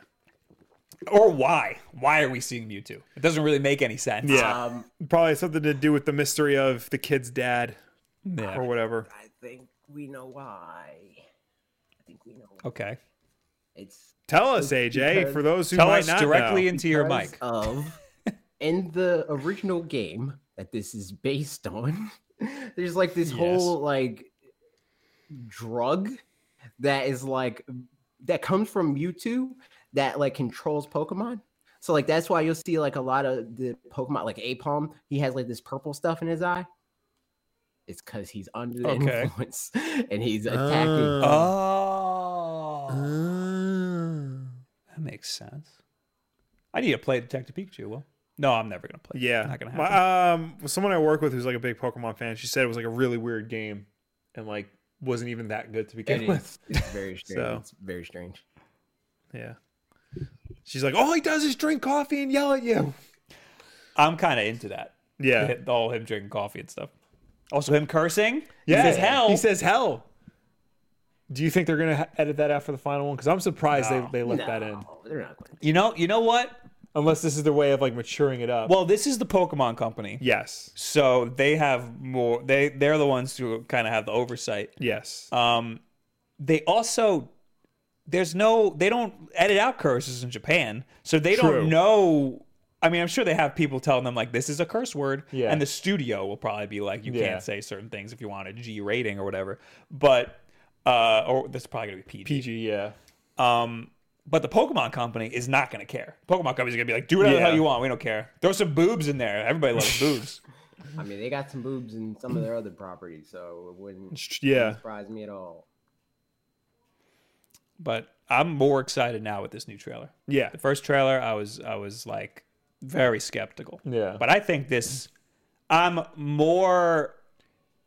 or why. Why are we seeing Mewtwo? It doesn't really make any sense.
Yeah.
Um,
Probably something to do with the mystery of the kid's dad
Yeah.
or whatever.
I think we know why. I think we know. Why.
Okay.
It's
Tell us, AJ,
Because-
for those who
Tell
might
us
not
directly
know.
into your
because
mic.
of in the original game that this is based on there's like this whole like drug that is like that comes from mewtwo that like controls pokemon so like that's why you'll see like a lot of the pokemon like apom he has like this purple stuff in his eye it's because he's under the
Okay. Uh,
influence and he's attacking
Oh, Uh. that makes sense. I need to play Detective Pikachu. Well, no, I'm never gonna play. it.
yeah.
not gonna
My-
happen.
um, someone I work with who's like a big Pokemon fan, she said it was like a really weird game, and like wasn't even that good to
It
begin with.
is. It's very strange.
So-
It's very strange.
Yeah.
She's like, all he does is drink coffee and yell at you.
I'm kind of into that.
Yeah.
Hit- All him drinking coffee and stuff. Also, him cursing.
Yeah.
He says hell.
He says hell. Do you think they're gonna ha- edit that out for the final one? Because I'm surprised
No.
they, they left
No,
that in.
they're not going.
you know, you know what?
Unless this is their way of like maturing it up.
Well, this is the Pokemon company.
yes,
So they have more. They they're the ones who kind of have the oversight.
yes.
Um, they also there's no they don't edit out curses in Japan, so they
True.
don't know. I mean, I'm sure they have people telling them like this is a curse word,
Yeah.
and the studio will probably be like, you
Yeah.
can't say certain things if you want a G rating or whatever. But uh, or this is probably gonna be PG.
PG, yeah,
Um, but the Pokemon company is not going to care. Pokemon company is going to be like, do whatever the
Yeah.
hell you want. We don't care. Throw some boobs in there. Everybody loves boobs.
I mean, they got some boobs in some of their other properties, so it wouldn't
yeah.
surprise me at all.
But I'm more excited now with this new trailer.
Yeah.
The first trailer, I was I was like very skeptical.
Yeah.
But I think this, I'm more,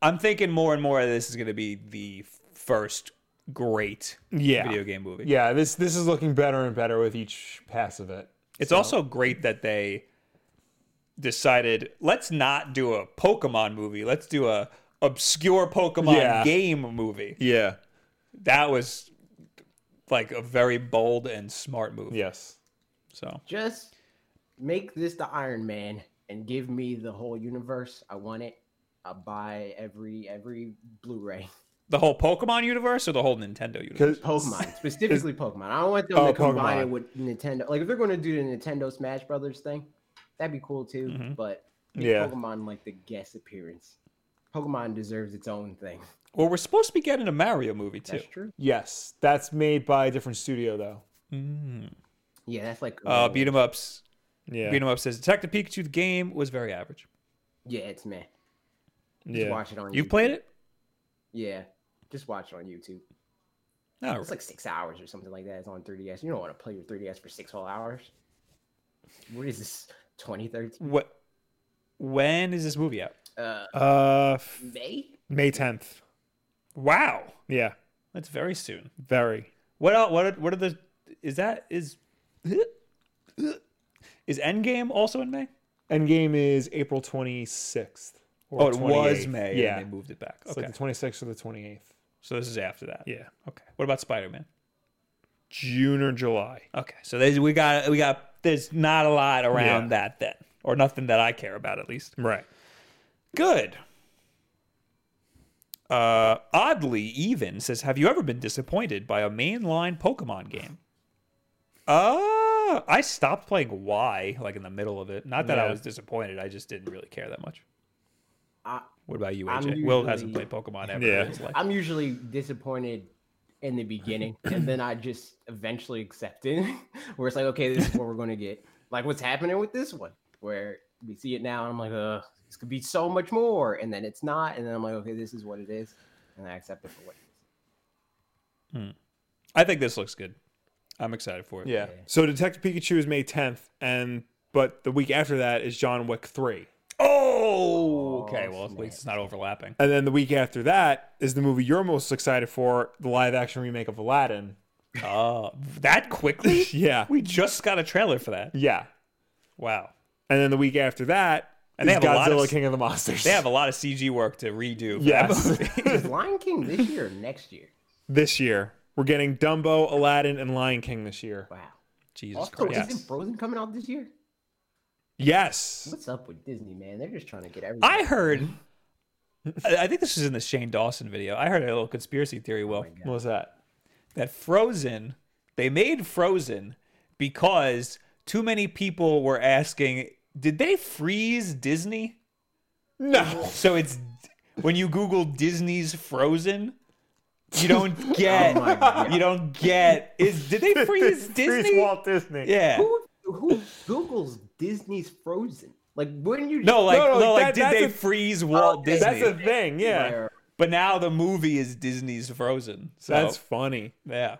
I'm thinking more and more that this is going to be the first great
Yeah.
video game movie.
Yeah, this this is looking better and better with each pass of it.
It's also great that they decided let's not do a Pokemon movie. Let's do a obscure Pokemon
Yeah.
game movie.
Yeah.
That was like a very bold and smart move.
Yes.
So
Just make this the Iron Man and give me the whole universe. I want it. I buy every every Blu-ray.
the whole Pokemon universe or the whole Nintendo universe?
Because
Pokemon, specifically Pokemon. I don't want them
Oh,
to combine
Pokemon.
it with Nintendo. Like if they're going to do the Nintendo Smash Brothers thing, that'd be cool too. But make
Yeah.
Pokemon like the guest appearance. Pokemon deserves its own thing.
Well, we're supposed to be getting a Mario movie too.
That's true.
yes, that's made by a different studio though.
Yeah, that's like
Uh, beat 'em ups.
Yeah.
Beat 'em up says Detective Pikachu the game was very average.
yeah, it's meh. Just
yeah.
watch it on.
You
YouTube.
played it?
Yeah, just watch it on YouTube.
No.
It's like six hours or something like that. It's on 3DS. You don't want to play your 3DS for six whole hours. What is this? 2013?
What? When is this movie out?
Uh,
Uh, f-
May?
May tenth.
Wow,
Yeah.
that's very soon.
Very.
What else? What? Are, what are the? Is that is? Is Endgame also in May?
Endgame is April twenty sixth.
Oh, it was May. and
Yeah.
they moved it back.
It's
Okay,
like the twenty sixth or the twenty eighth.
so this is after that.
Yeah.
Okay. What about Spider Man?
June or July.
Okay, so there's, we got we got there's not a lot around
Yeah.
that then, or nothing that I care about at least.
Right.
Good. Uh, oddly, even says, "Have you ever been disappointed by a mainline Pokemon game?" Uh, I stopped playing Y like in the middle of it. Not that I
Yeah.
was disappointed; I just didn't really care that much.
I,
What about you, AJ?
I'm
Will hasn't
usually-
played Pokemon ever.
Yeah.
in his life.
I'm usually disappointed in the beginning, and then I just eventually accept it, where it's like, okay, this is what we're going to get. Like, what's happening with this one? Where we see it now, and I'm like, uh, this could be so much more, and then it's not, and then I'm like, okay, this is what it is, and I accept it for what it is.
I think this looks good. I'm excited for it.
Yeah. So Detective Pikachu is May tenth, and but the week after that is John Wick three,
Oh. Okay.
Oh,
Well, at least it's not overlapping.
and then the week after that is the movie you're most excited for, the live action remake of Aladdin.
Uh, that quickly?
Yeah.
We just got a trailer for that.
Yeah.
Wow.
And then the week after that, and
they
is
have a lot
Godzilla
of-
King of the Monsters.
They have a lot of CG work to redo. for that
yes.
movie.
Is Lion King this year or next year?
this year we're getting Dumbo, Aladdin, and Lion King this year.
Wow.
Jesus
Also,
Christ.
Yes.
isn't Frozen coming out this year?
Yes.
What's up with Disney, man? They're just trying to get everything.
I heard. I I think this was in the Shane Dawson video. I heard a little conspiracy theory, Will,
What was that?
that Frozen, they made Frozen because too many people were asking, did they freeze Disney?
No.
So it's when you Google Disney's Frozen, you don't get
my God.
you don't get is did they freeze Disney?
Freeze Walt Disney.
yeah.
who who Google's Disney's Frozen? Like, wouldn't you?
No, like
No,
no,
no,
like
that-
did
that's
they
a- Oh,
freeze Walt
okay.
Disney?
That's a thing. Yeah.
Where-
but now the movie is Disney's Frozen. So
That's funny.
yeah.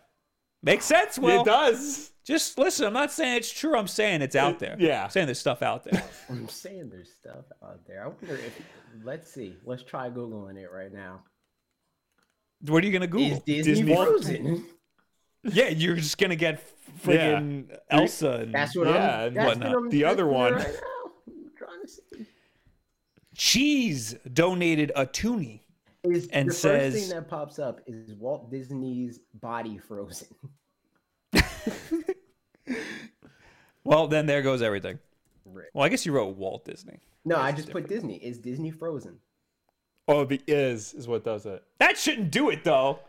Makes sense, Will.
it does.
Just listen, I'm not saying it's true, I'm saying it's out there.
yeah.
I'm saying there's stuff out there.
I'm saying there's stuff out there. I wonder if. Let's see. Let's try googling it right now.
What are you gonna Google?
Is Disney, Frozen?
Yeah, you're just gonna get friggin' Elsa. And
That's what
Yeah,
I'm.
and
That's
whatnot.
what I'm
The other
looking at
one.
Right now. I'm trying to see.
Cheese donated a toonie.
Is
And
the
says-
first thing that pops up is Walt Disney's body frozen.
Well, then there goes everything.
Right.
Well, I guess you wrote Walt Disney.
No, I just put Disney. Is Disney frozen?
Oh, the is is what does it.
That shouldn't do it though.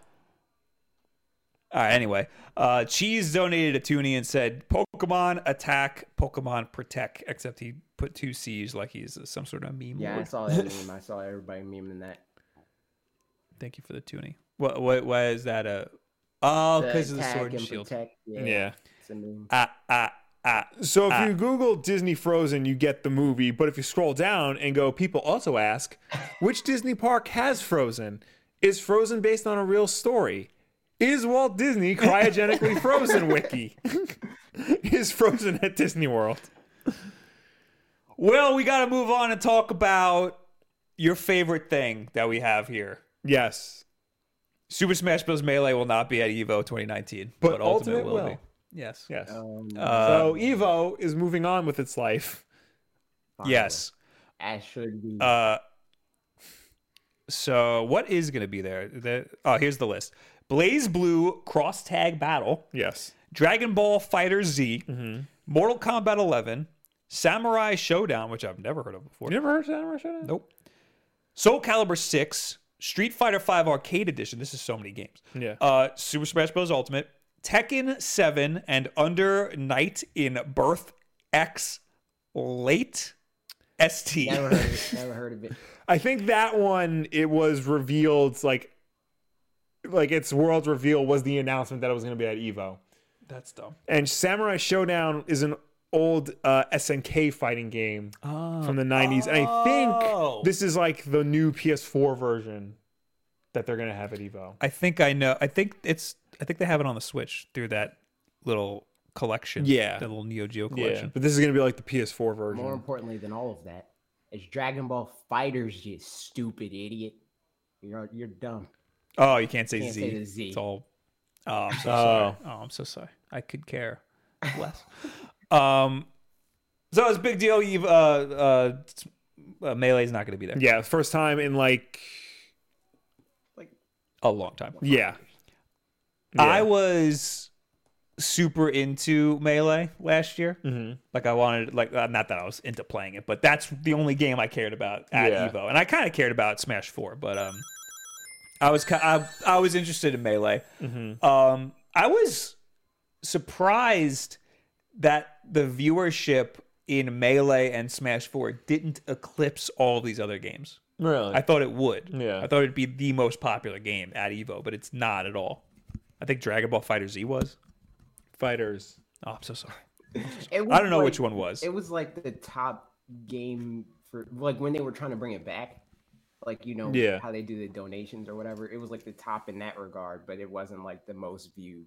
All right. Anyway, uh, Cheese donated a toonie and said, "Pokemon attack, Pokemon protect." Except he put two C's, like he's some sort of meme.
Yeah, I
lord.
saw that meme. I saw everybody memeing that.
Thank you for the toonie. What? What? Why is that a? Oh,
The
because of the
attack
sword and
and
shield.
protect, Yeah. It's a meme.
Ah, ah, ah.
So if you Google Disney Frozen, you get the movie. But if you scroll down and go, people also ask, which Disney park has Frozen? Is Frozen based on a real story? Is Walt Disney cryogenically frozen? Wiki. is Frozen at Disney World?
Well, we got to move on and talk about your favorite thing that we have here.
Yes.
Super Smash Bros. Melee will not be at EVO 2019,
But
but, Ultimate,
Ultimate
will,
will.
be. Yes.
Yes.
Um,
Uh,
so Evo is moving on with its life.
finally.
yes.
As should be.
Uh, so what is going to be there? The, oh, here's the list: Blaze Blue Cross Tag Battle,
Yes.
Dragon Ball Fighter Z, Mortal Kombat 11, Samurai Showdown, which I've never heard of before.
You never heard of that? Russian?
Nope. Soul Calibur 6, Street Fighter 5 Arcade Edition. This is so many games.
Yeah.
Uh, Super Smash Bros. Ultimate, Tekken 7, and Under Night in Birth X Late ST.
Never heard of it. Never heard of it.
I think that one it was revealed like like its world reveal was the announcement that it was going to be at Evo.
That's dumb.
And Samurai Showdown is an old uh, SNK fighting game
Ah.
from the 90s. And I
Oh.
think this is like the new PS4 version that they're going to have at Evo.
I think I know. I think it's. I think they have it on the Switch through that little collection.
Yeah.
That little Neo Geo collection.
But this is going to be like the PS4 version.
More importantly than all of that is Dragon Ball Fighters. You stupid idiot. You're you're dumb.
Oh, you can't say
Can't
Z.
say the Z.
It's all. Oh, I'm so sorry. Oh, I'm so sorry. I could care less. um, so it's a big deal. You've uh, uh, s- uh melee's not going to be there.
Yeah, first time in like
a long time.
yeah.
I was super into melee last year. Mm-hmm. Like I wanted, like uh, not that I was into playing it, but that's the only game I cared about at
Yeah.
Evo, and I kind of cared about Smash Four, but um, I was ki- I, I was interested in melee. Um, I was surprised that the viewership in melee and Smash Four didn't eclipse all these other games.
Really?
I thought it would.
Yeah.
I thought it'd be the most popular game at Evo, but it's not at all. I think Dragon Ball Fighter Z was.
fighters.
Oh, I'm so sorry.
It was
I don't know
like-
which one was.
It was like the top game for like when they were trying to bring it back. Like you know
Yeah.
how they do the donations or whatever. It was like the top in that regard, but it wasn't like the most viewed.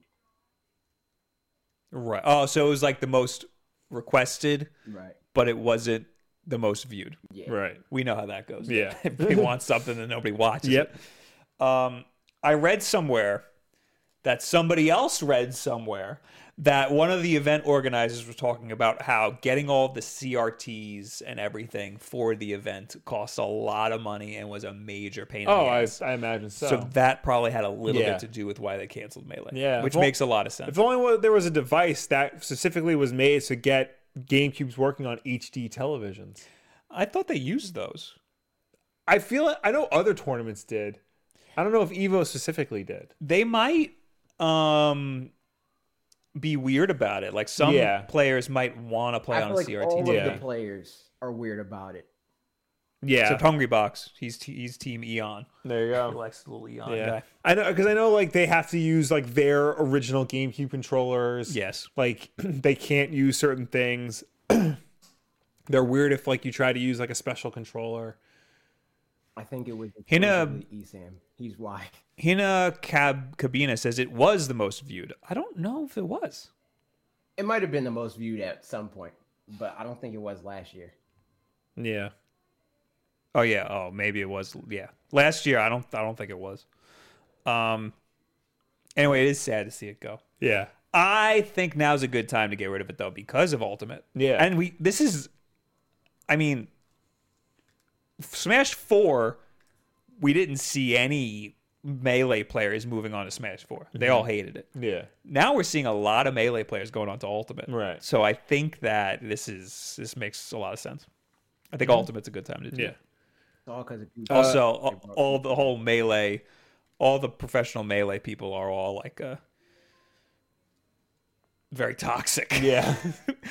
Right. Oh, so it was like the most requested,
Right.
but it wasn't the most viewed.
Right.
We know how that goes.
Yeah.
if they want something that nobody watches. it.
Yep.
Um, I read somewhere that somebody else read somewhere that one of the event organizers was talking about how getting all the CRTs and everything for the event cost a lot of money and was a major pain. in
Oh,
the
I,
ass.
I imagine so.
so that probably had a little
Yeah.
bit to do with why they canceled Melee.
Yeah.
which
Well,
makes a lot of sense.
If only wa- there was a device that specifically was made to get GameCubes working on HD televisions.
I thought they used those.
I feel it. I know other tournaments did. I don't know if Evo specifically did.
They might um be weird about it. Like some
Yeah.
players might want to play
I
on
feel
a
like
CRT.
all of
Yeah.
the players are weird about it.
Yeah,
Except Hungry Box. He's t- he's Team Eon.
there you
He
go.
likes the little Eon
Yeah,
guy.
I know because I know like they have to use like their original GameCube controllers.
Yes.
like they can't use certain things. They're weird if like you try to use like a special controller.
I think it was
Hina-
exclusively Esam. He's why.
Hina Cab- Cabina says it was the most viewed. I don't know if it was.
It might have been the most viewed at some point, but I don't think it was last year.
Yeah,
Oh yeah. Oh, maybe it was. Yeah. Last year, I don't. I don't think it was. Um. Anyway, it is sad to see it go.
Yeah.
I think now's a good time to get rid of it though because of Ultimate.
Yeah.
And we this is I mean Smash 4 we didn't see any melee players moving on to Smash 4. They all hated it.
Yeah.
Now we're seeing a lot of melee players going on to Ultimate.
Right.
So I think that this is this makes a lot of sense. I think Ultimate's a good time to do.
Yeah.
it.
It's all because of Uh, you.
Also all, all the whole melee all the professional melee people are all like uh very toxic.
Yeah.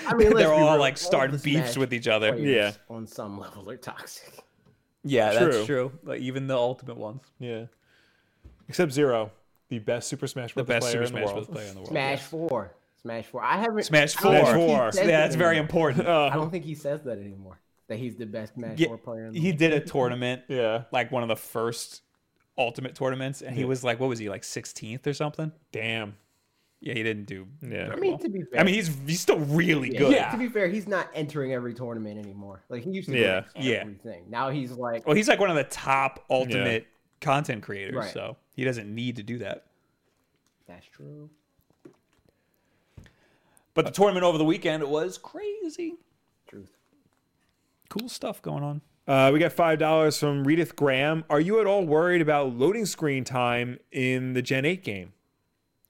I mean, let's
they're
be
all
real,
like
the
starting beefs
Smash
with each other.
players
Yeah.
on some level are toxic.
Yeah,
True.
that's true. Like even the ultimate ones,
yeah. Except Zero, the best Super Smash
the best
Bros. player
Super
in the
Smash Bros.
world.
player in the world.
Smash four, Smash four. I haven't
Smash
I don't
Four.
think he
Smash
says
Yeah, that's
that
very
anymore.
important.
I
Uh,
don't think he says that anymore. That he's the best Smash
Yeah,
four player. In the
he
world.
did a tournament,
yeah.
like one of the first ultimate tournaments, and he was like, what was he like, sixteenth or something?
Damn.
Yeah, he didn't do.
Yeah.
very
I
mean,
well.
to be
I
fair-
mean, he's he's still really good.
Yeah.
To be fair, he's not entering every tournament anymore. Like he used to.
Yeah.
Yeah.
Yeah.
Everything. Now he's like.
Well, he's like one of the top ultimate content creators,
Right.
so he doesn't need to do that.
That's true.
But the tournament over the weekend was crazy.
Truth.
Cool stuff going on.
Uh, we got five dollars from Redith Graham. Are you at all worried about loading screen time in the Gen Eight game?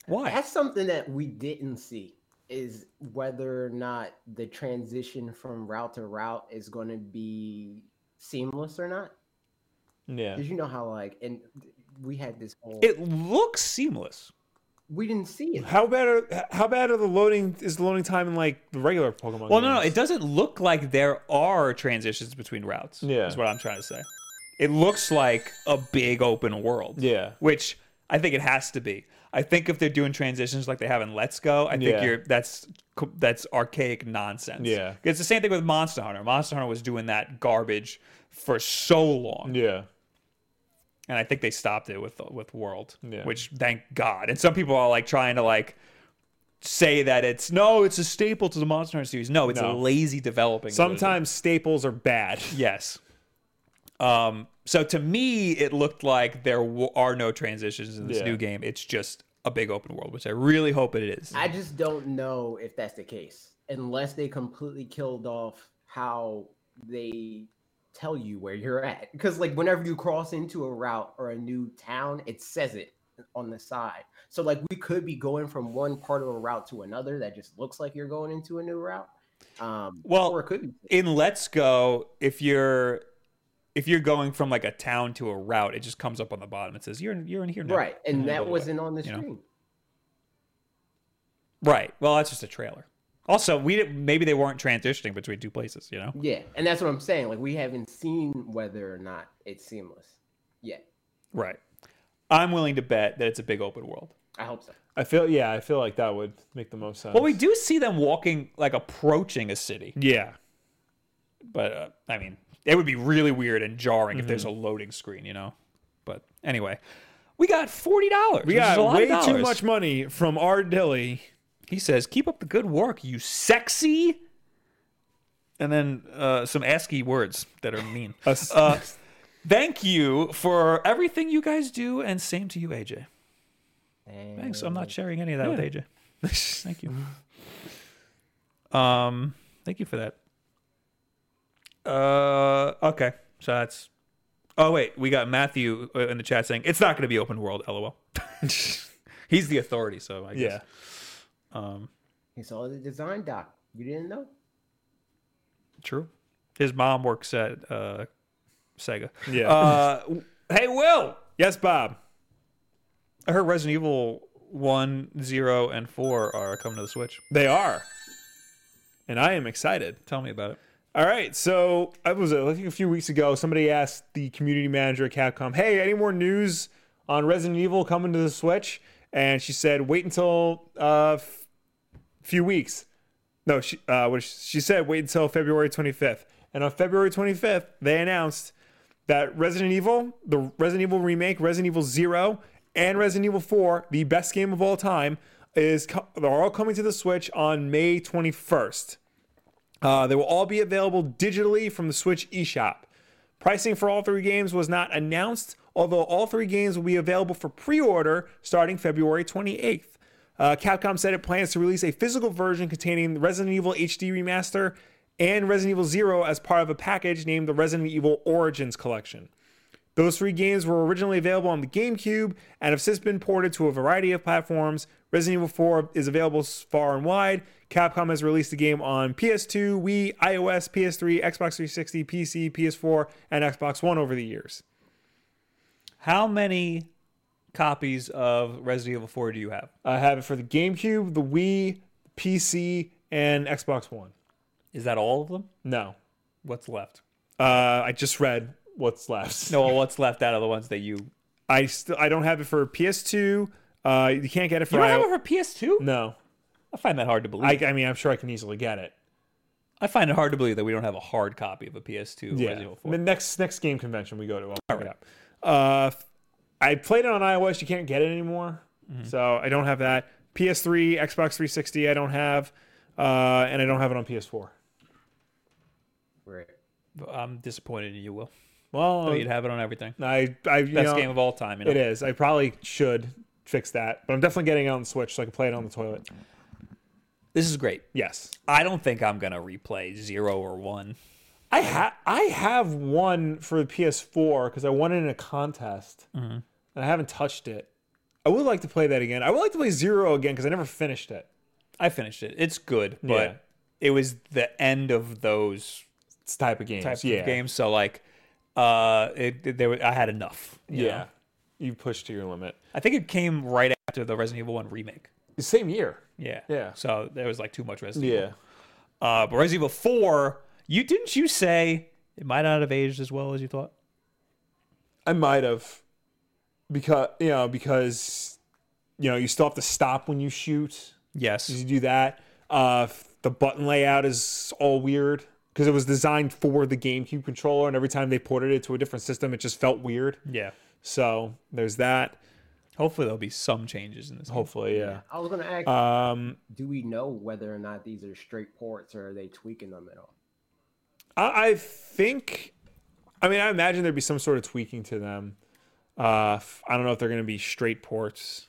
Why?
That's something that we didn't see is whether or not the transition from route to route is going to be seamless or not.
Yeah.
Because you know how like and we had this whole
It looks seamless.
we didn't see it.
How bad are how bad are the loading is the loading time in like the regular Pokemon?
Well, no, no, it
games?
doesn't look like there are transitions between routes.
Yeah.
is what I'm trying to say. It looks like a big open world.
Yeah.
which I think it has to be. I think if they're doing transitions like they have in Let's Go, I think
Yeah.
you're that's co- that's archaic nonsense.
Yeah.
it's the same thing with Monster Hunter. Monster Hunter was doing that garbage for so long,
Yeah.
and I think they stopped it with with World,
Yeah.
which thank God. And some people are like trying to like. Say that it's no, it's a staple to the Monster Hunter series. No, it's
No.
a lazy developing. of it.
Sometimes staples are bad.
Yes. Um, so to me, it looked like there w- are no transitions in this
Yeah.
new game. It's just a big open world, which I really hope it is.
I just don't know if that's the case unless they completely killed off how they tell you where you're at. Because like whenever you cross into a route or a new town, it says it on the side. So like we could be going from one part of a route to another that just looks like you're going into a new route. Um,
Well,
or it could be.
in Let's Go, if you're if you're going from like a town to a route, it just comes up on the bottom. It says you're in, you're in here now.
right, and
go
that
away,
wasn't on the
you know?
screen.
Right. Well, that's just a trailer. Also, we didn't, maybe they weren't transitioning between two places. You know.
Yeah, and that's what I'm saying. Like we haven't seen whether or not it's seamless yet.
Right. I'm willing to bet that it's a big open world.
I hope so.
I feel yeah, I feel like that would make the most sense.
Well, we do see them walking, like approaching a city.
Yeah.
but uh, I mean, it would be really weird and jarring if there's a loading screen, you know. But anyway, we got forty dollars.
We
a
got
lot
way
of
too
dollars.
much money from our dilly.
He says, "Keep up the good work, you sexy." And then uh, some ASCII words that are mean.
Us-
Uh, thank you for everything you guys do, and same to you, AJ. Thanks. I'm not sharing any of that with AJ. Thank you. Um, thank you for that. Uh, okay. So that's. Oh wait, we got Matthew uh, in the chat saying it's not going to be open world. LOL. He's the authority, so I
Yeah.
guess. Um,
He saw the design doc. You didn't know?
true. His mom works at uh, Sega.
Yeah.
Uh, w- hey, Will.
Yes, Bob.
I heard Resident Evil one, zero, and four are coming to the Switch.
They are. And I am excited.
Tell me about it.
All right, so I was uh, I think a few weeks ago. Somebody asked the community manager at Capcom, "Hey, any more news on Resident Evil coming to the Switch?" And she said, "Wait until a uh, f- few weeks." No, she uh, what is- she said, "Wait until February 25th." And on February 25th, they announced that Resident Evil, the Resident Evil remake, Resident Evil Zero, and Resident Evil Four, the best game of all time, is co- are all coming to the Switch on May 21st. Uh, they will all be available digitally from the Switch eShop. Pricing for all three games was not announced, although all three games will be available for pre order starting February 28th. Uh, Capcom said it plans to release a physical version containing the Resident Evil HD Remaster and Resident Evil Zero as part of a package named the Resident Evil Origins Collection. Those three games were originally available on the GameCube and have since been ported to a variety of platforms. Resident Evil 4 is available far and wide. Capcom has released the game on PS2, Wii, iOS, PS3, Xbox 360, PC, PS4, and Xbox One over the years.
How many copies of Resident Evil 4 do you have?
I have it for the GameCube, the Wii, PC, and Xbox One.
Is that all of them?
No.
What's left?
Uh, I just read what's left.
No, well, what's left out of the ones that you.
I still I don't have it for PS2. Uh, you can't get it for
You don't have
iOS.
it for PS2?
no.
I find that hard to believe.
I,
I,
I mean, I'm sure I can easily get it.
find it hard to believe that we don't have a hard copy of a PS2 Resident Evil 4.
The next next game convention we go to, I'll pick it up. Uh, f- I played it on iOS. You can't get it anymore, so I don't have that. PS3, Xbox 360, I don't have, uh, and I don't have it on PS4.
Right.
I'm disappointed in you, Will.
Well,
You'd have it on everything.
I, I, you
Best
know,
game of all time. You know?
Oh. it is. I probably should fix that, but I'm definitely getting it on the Switch so I can play it on the toilet.
This is great.
Yes,
I don't think I'm gonna replay zero or one.
I have. I have one for the PS4 because I won it in a contest, and I haven't touched it. I would like to play that again. I would like to play Zero again because I never finished it.
I finished it. It's good, but
Yeah.
it was the end of those
It's type of games.
types
yeah.
of games. So like, uh, it, it- there were- I had enough. you
Yeah.
know?
You push to your limit.
I think it came right after the Resident Evil One remake.
Same year.
Yeah,
Yeah.
So there was like too much Resident Evil. Uh, but Resident Evil Four, you didn't you say it might not have aged as well as you thought?
I might have because you know because you know you still have to stop when you shoot.
Yes.
You do that. Uh the button layout is all weird because it was designed for the GameCube controller and every time they ported it to a different system it just felt weird.
Yeah.
So, there's that.
Hopefully there'll be some changes in this. game.
Hopefully, yeah.
I was gonna ask,
Um
do we know whether or not these are straight ports or are they tweaking them at all?
I, I think, I mean, I imagine there'd be some sort of tweaking to them. Uh, f- I don't know if they're going to be straight ports.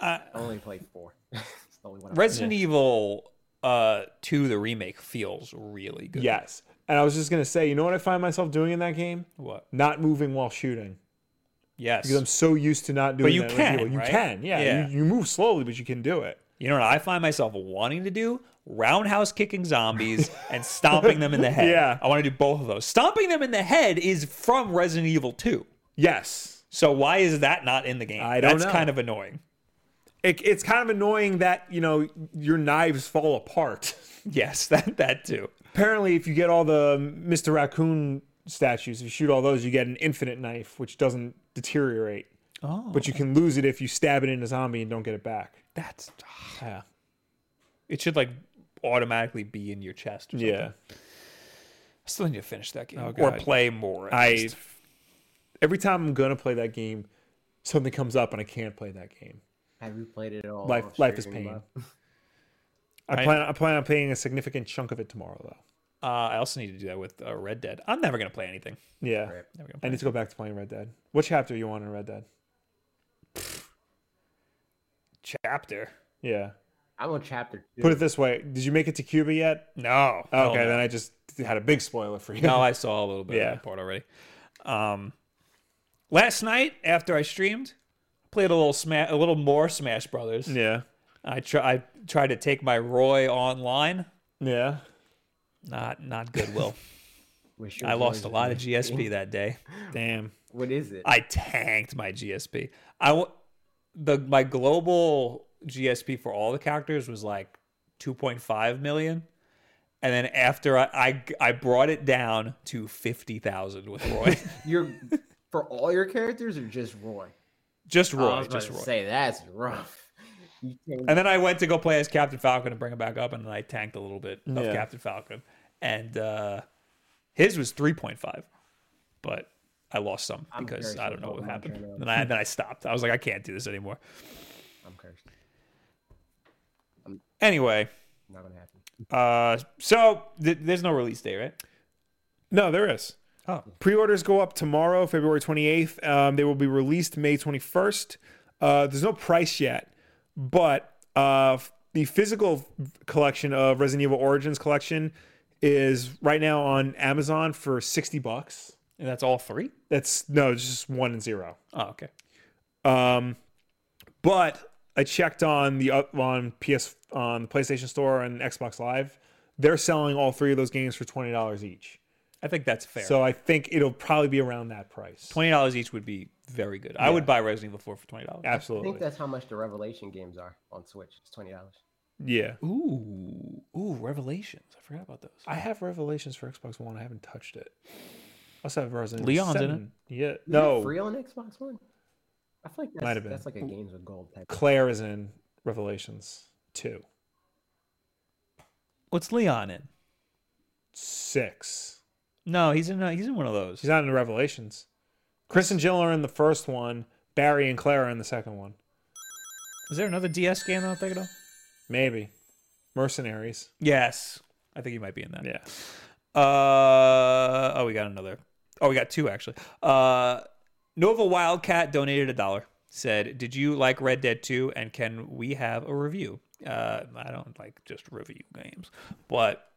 I only played four. it's the only one. I
Resident Evil uh, Two, the remake feels really good.
Yes. And I was just going to say, you know what I find myself doing in that game?
What?
Not moving while shooting.
Yes.
Because I'm so used to not doing
you
that in Resident
can,
Evil. You
right?
can, yeah.
Yeah.
You, you move slowly, but you can do it.
You know what I find myself wanting to do? Roundhouse kicking zombies and stomping them in the head.
Yeah.
I want to do both of those. Stomping them in the head is from Resident Evil 2.
Yes.
So why is that not in the game?
I don't
That's
know.
kind of annoying.
It, it's kind of annoying that, you know, your knives fall apart.
Yes, that that too.
Apparently, if you get all the Mr. Raccoon statues, if you shoot all those, you get an infinite knife, which doesn't deteriorate.
Oh.
but you can lose it if you stab it in a zombie and don't get it back.
That's
ah, Yeah.
it should like automatically be in your chest or something.
Yeah. Oh,
I still need to finish that game. or
God.
play more. at
I
least.
every time I'm gonna play that game, something comes up and I can't play that game.
Have Oh, you played it at all?
Life
off
life is
stream,
pain.
bub?
I plan I plan on playing a significant chunk of it tomorrow though.
uh, I also need to do that with uh, Red Dead. I'm never gonna play anything.
Yeah.
Right.
Never gonna
I
play.
need to go back to playing Red Dead. What chapter are you on in Red Dead?
Chapter.
Yeah.
I'm on chapter two.
Put it this way, did you make it to Cuba yet?
No. Hell
Okay,
Oh, no.
then I just had a big spoiler for you.
No, I saw a little bit
Yeah.
of that part already. Um, last night after I streamed, played a little sma- a little more Smash Brothers.
Yeah.
I try I tried to take my Roy online.
Yeah.
Not not good. Will
Wish you
I
was
lost a
yours.
lot of GSP that day.
Damn.
What is it?
I tanked my GSP. I w- the my global GSP for all the characters was like 2.5 million. And then after I, I, I brought it down to 50,000 with Roy.
You're for all your characters or just Roy?
just
I
Roy.
was about
Just
to
Roy.
say that's rough. You can't-
And then I went to go play as Captain Falcon and bring him back up, and then I tanked a little bit of
Yeah.
Captain Falcon, and uh, his was three point five, but I lost some
I'm
because
very
I don't know
sorry
what
about
happened.
Montreal.
Then I then I stopped. I was like, I can't do this anymore.
I'm cursed.
Anyway,
Not gonna happen.
uh, so th- there's no release date, right?
No, there is.
Oh,
Pre-orders go up tomorrow, February 28th. Um, they will be released May 21st. Uh, there's no price yet, but uh, f- the physical collection of Resident Evil Origins collection is right now on Amazon for 60 bucks.
and that's all three.
That's no, it's just one and zero.
Oh, okay.
Um, but I checked on the up on PS on the PlayStation Store and Xbox Live. They're selling all three of those games for twenty dollars each.
I think that's fair.
So I think it'll probably be around that price.
twenty dollars each would be very good. I would buy Resident Evil Four for twenty dollars.
I
Absolutely.
think that's how much the Revelation games are on Switch. It's twenty dollars.
yeah.
Ooh, ooh, Revelations! I forgot about those.
I have Revelations for Xbox One. I haven't touched it. I also have Resident
Leon's in
7. Yeah. No.
free on Xbox One. I feel like that's,
Might have been.
that's like a games with gold type.
Claire is in Revelations 2.
What's Leon in?
6.
No, he's in. A, he's in one of those.
She's not in Revelations. Chris and Jill are in the first one. Barry and Claire are in the second one.
Is there another DS game that I'm thinking of?
Maybe. Mercenaries.
Yes, I think he might be in that.
Yeah.
Uh, oh, we got another. Oh, we got two actually. Uh, Nova Wildcat donated a dollar. Said, "Did you like Red Dead 2? And can we have a review? Uh, I don't like just review games, but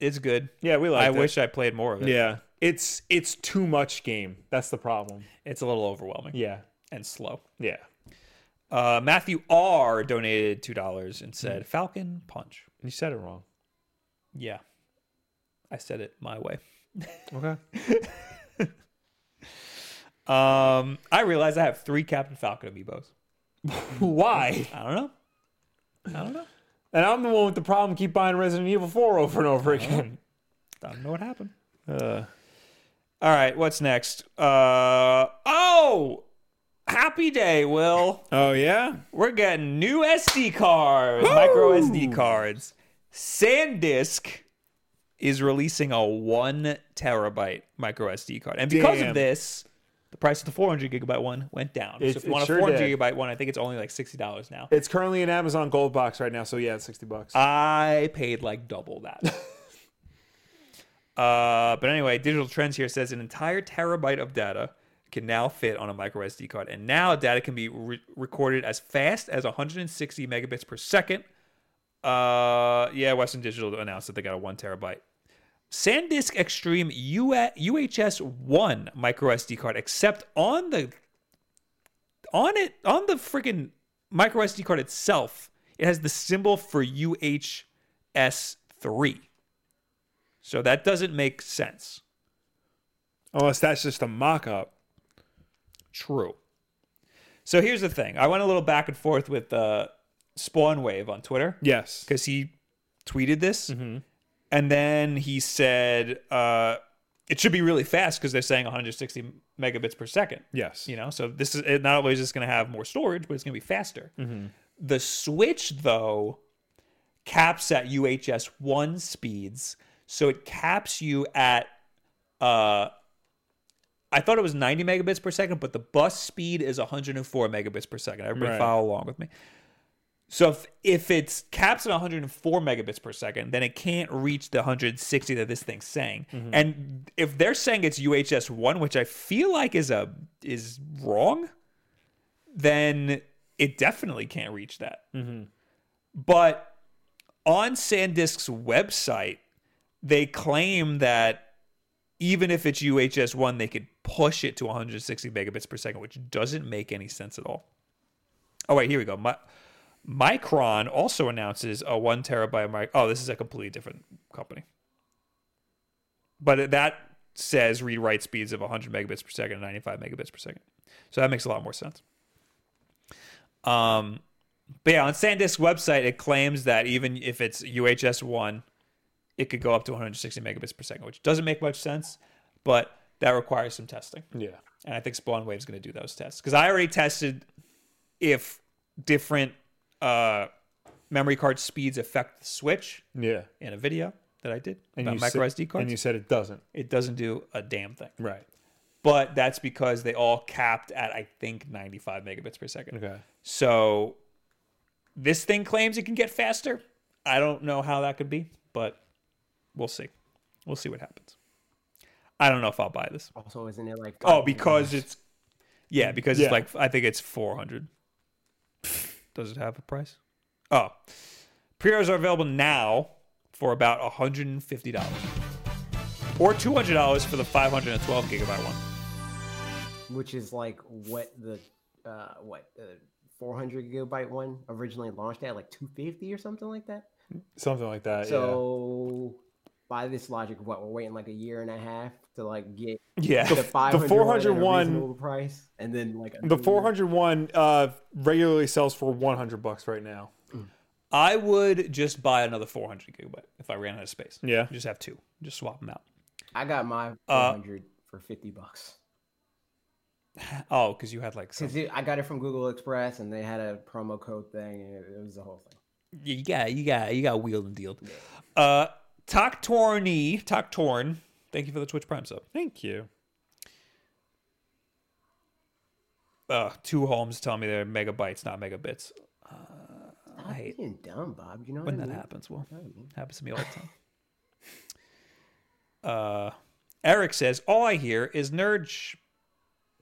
it's good.
Yeah, we
I
liked it.
wish I played more of it.
Yeah. It's it's too much game. That's the problem.
It's a little overwhelming
Yeah.
and slow."
Yeah.
Uh, Matthew R donated two dollars and
Hmm.
said, "Falcon Punch."
You said it wrong.
Yeah, I said it my way.
Okay.
Um, I realize I have three Captain Falcon amiibos.
Why?
I don't know. I don't know.
And I'm the one with the problem. Keep buying Resident Evil 4 over and over again.
I don't know what happened.
Uh-huh. Uh,
All right, what's next? Uh oh, happy day, Will.
oh yeah.
We're getting new SD cards, micro SD cards. SanDisk is releasing a one terabyte micro SD card, and because
Damn.
of this, the price of the 400 gigabyte one went down.
It-
so if
it
you want
sure
a 400
did.
gigabyte one, I think it's only like sixty dollars now.
It's currently an Amazon Gold box right now, so yeah, it's sixty bucks.
Uh, I paid like double that. uh, but anyway, Digital Trends here says an entire terabyte of data can now fit on a micro SD card, and now data can be re- recorded as fast as 160 megabits per second. Uh, yeah, Western Digital announced that they got a one terabyte. SanDisk Extreme U- UHS one micro SD card, except on the on it on the freaking micro SD card itself, it has the symbol for UHS3. So that doesn't make sense.
Unless Oh, that's just a mock-up.
True. So here's the thing. I went a little back and forth with uh, Spawn Wave on Twitter
Yes.
because he tweeted this, and then he said uh, it should be really fast because they're saying 160 megabits per second.
Yes.
you know so this is it not only is this going to have more storage but it's going to be faster the switch though caps at uhs 1 speeds so it caps you at uh i thought it was 90 megabits per second but the bus speed is 104 megabits per second everybody
Right.
follow along with me so if, if it's caps at 104 megabits per second, then it can't reach the 160 that this thing's saying. And if they're saying it's UHS one, which I feel like is a is wrong, then it definitely can't reach that. But on SanDisk's website, they claim that even if it's UHS one, they could push it to 160 megabits per second, which doesn't make any sense at all. Oh wait, here we go. My, Micron also announces a one terabyte mic. Oh, this is a completely different company. But that says read write speeds of 100 megabits per second and 95 megabits per second. So that makes a lot more sense. Um, but yeah, on SanDisk's website, it claims that even if it's UHS 1, it could go up to 160 megabits per second, which doesn't make much sense, but that requires some testing.
Yeah.
And I think Spawn Wave's going to do those tests because I already tested if different uh, memory card speeds affect the switch
Yeah.
in a video that I did about
you
micro
said-
SD cards.
And you said it doesn't.
it doesn't do a damn thing.
Right.
But that's because they all capped at I think 95 megabits per second.
Okay.
So this thing claims it can get faster. I don't know how that could be, but we'll see. We'll see what happens. I don't know if I'll buy this.
Also, isn't it like
Oh, because it's yeah, because
Yeah.
it's like I think it's four hundred. Does it have a price? Oh, pre-orders are available now for about one hundred and fifty dollars, or two hundred dollars for the five hundred and twelve gigabyte one.
which is like what the uh what the 400 gigabyte one originally launched at like 250 or something like that
Something like that.
so by this logic of what we're waiting like a year and a half to like get
Yeah,
the 500
401
one at a reasonable price and then like
yeah. The 401 uh, regularly sells for 100 bucks right now.
I would just buy another four hundred gigabyte if I ran out of space.
Yeah.
just have two. Just swap them out.
i got my 400 for 50 bucks
Oh, because you had like some,
because i got it from google express and they had a promo code thing and it, it was the whole thing
you got you got you got wheeled and dealed. Uh, Toktorni, Toktorn. Thank you for the Twitch Prime sub.
Thank you.
uh, two homes telling me they're megabytes, not megabits. Uh, I hate
being dumb bob you know
when
what I
that
mean?
happens. Well, happens to me all the time. uh, Eric says, "All I hear is nerd." Sh-.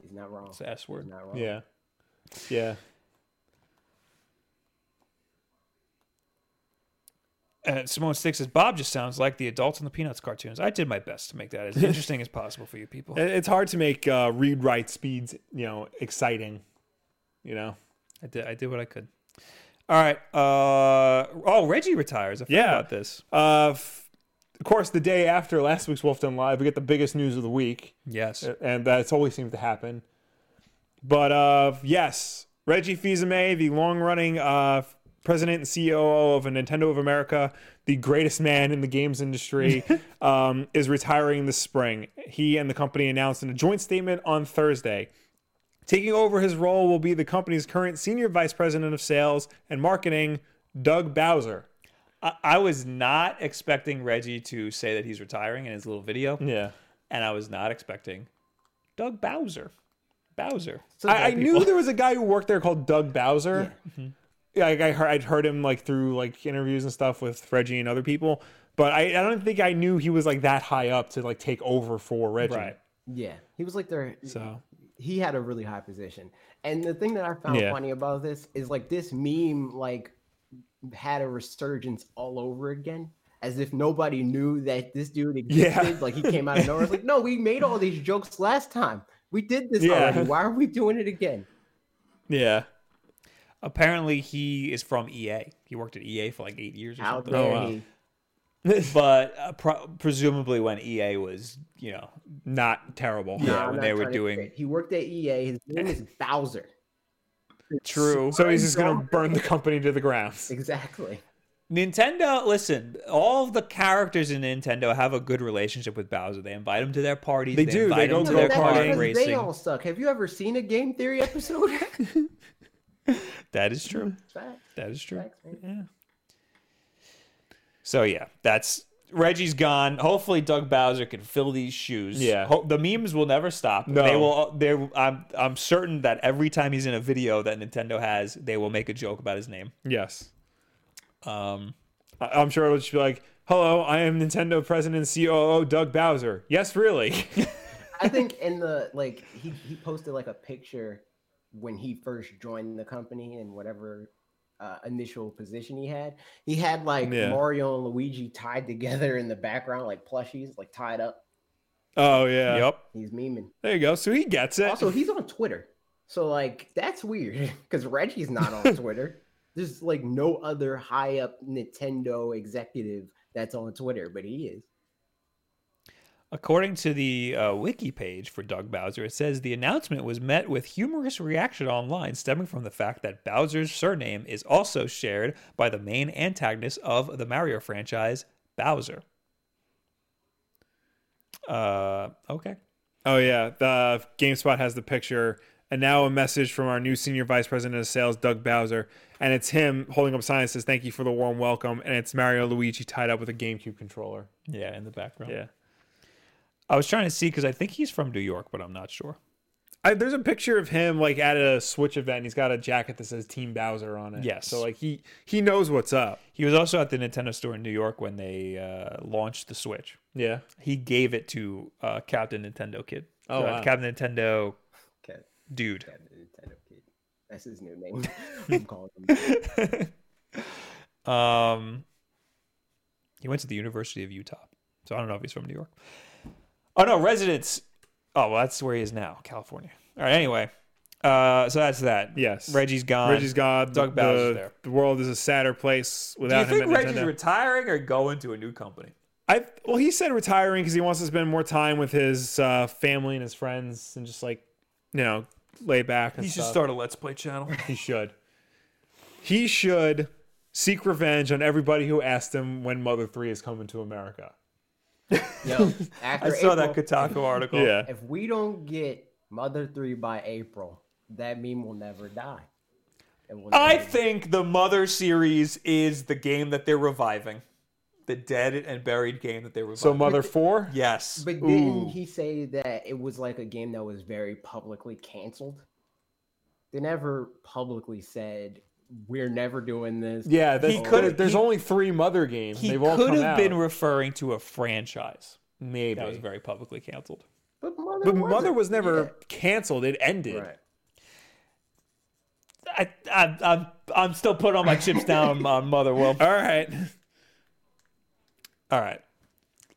he's not wrong
It's the S
he's
word.
not wrong
Yeah. Yeah.
Uh, Simone Sticks says, "Bob just sounds like the adults in the Peanuts cartoons." I did my best to make that as interesting as possible for you people.
It- It's hard to make uh, read write speeds, you know, exciting. You know?
I did. I did what I could. All right. Uh, oh, Reggie retires. I forgot
Yeah.
about this.
Uh, f- of course, the day after last week's Wolf Den Live, we get the biggest news of the week.
Yes.
and that's always seems to happen. But uh, yes, Reggie Fils-Aimé, the long-running uh, president and COO of Nintendo of America, the greatest man in the games industry, um, is retiring this spring. He and the company announced in a joint statement on Thursday. Taking over his role will be the company's current senior vice president of sales and marketing, Doug Bowser.
I, I was not expecting Reggie to say that he's retiring in his little video.
Yeah.
and I was not expecting Doug Bowser. Bowser.
so
I, I
dumb.
knew there was a guy who worked there called Doug Bowser.
Mm-hmm.
Yeah, Like I heard, I'd heard him like through like interviews and stuff with Reggie and other people, but I, I don't think I knew he was like that high up to like take over for Reggie.
Right.
yeah he was like their
So
he had a really high position. And the thing that I found
Yeah.
funny about this is like this meme like had a resurgence all over again. As if nobody knew that this dude
Yeah.
existed. Like he came out of nowhere. It's like, no, we made all these jokes last time. We did this
Yeah.
already. Why are we doing it again?
yeah,
Apparently, he is from EA. He worked at EA for like oh, eight years or
How
something.
dare
wow.
he?
But uh, pro- presumably, when EA was, you know,
not terrible.
Yeah.
I'm
when
not
they were
trying to
doing-
fit. He worked at EA. His name is Bowser.
true.
So he's just gonna burn the company to the ground.
Exactly.
Nintendo, listen, all of the characters in Nintendo have a good relationship with Bowser. They invite him to their parties.
They do.
Invite
They
him
go
to
go
their
that's
karting
because They
racing.
all suck. Have you ever seen a game theory episode?
That is true.
Facts,
That is true.
facts, man.
So yeah, that's Reggie's gone. Hopefully, Doug Bowser can fill these shoes.
Yeah.
Ho- the memes will never stop.
No.
they will. They. I'm. I'm certain that every time he's in a video that Nintendo has, they will make a joke about his name.
Yes,
Um,
I, I'm sure it'll just be like, "Hello, I am Nintendo President and COO Doug Bowser." Yes, really.
I think in the like he, he posted like a picture when he first joined the company and whatever uh, initial position he had. He had like
Yeah.
Mario and Luigi tied together in the background, like plushies, like tied up.
oh yeah.
Yep.
He's memeing.
There you go. So he gets it.
Also, he's on Twitter, so like that's weird because Reggie's not on Twitter. There's like no other high up Nintendo executive that's on Twitter, but he is.
According to the uh, wiki page for Doug Bowser, it says the announcement was met with humorous reaction online, stemming from the fact that Bowser's surname is also shared by the main antagonist of the Mario franchise, Bowser. Uh, okay.
Oh yeah, the GameSpot has the picture, and now a message from our new senior vice president of sales, Doug Bowser, and it's him holding up a sign that says "Thank you for the warm welcome," and it's Mario Luigi tied up with a GameCube controller.
Yeah, in the background.
Yeah,
I was trying to see because I think he's from New York, but I'm not sure.
I, there's a picture of him like at a Switch event. And he's got a jacket that says Team Bowser on it.
Yes.
so like he he knows what's up.
He was also at the Nintendo store in New York when they uh, launched the Switch.
Yeah.
He gave it to uh, Captain Nintendo Kid.
Oh,
Uh,
wow.
Captain Nintendo
Cap-
dude.
Captain Nintendo Kid. That's his new name. I'm calling him.
Um, he went to the University of Utah, so I don't know if he's from New York. Oh no, residence. Oh well, that's where he is now, California. All right. Anyway, uh, so that's that.
Yes.
Reggie's gone.
Reggie's gone.
Uh, Doug
the,
Bowser's there.
The world is a sadder place
Do you
without
think
him at
Reggie's
Nintendo.
retiring or going to a new company?
I well, he said retiring because he wants to spend more time with his uh, family and his friends and just like you know lay back and
He should
stuff.
start a Let's Play channel.
he should. He should seek revenge on everybody who asked him when Mother Three is coming to America.
Yo,
I
after
saw that
April,
Kotaku article.
if we don't get Mother 3 by April, that meme will never die. It will
I
never-
think the Mother series is the game that they're reviving, the dead and buried game that they're reviving.
So Mother Four.
yes,
But didn't he say that it was like a game that was very publicly canceled? They never publicly said we're never doing this.
Yeah, that's,
He could've-
there's
he-
only three Mother games.
he
They've all
could
come
have
out.
been referring to a franchise
maybe.
that was very publicly canceled.
But mother,
but
wasn't.
Mother was never canceled. It ended.
Yeah. right.
I, I, I'm, I'm still putting all my chips down on my mother. Well,
All right.
all right,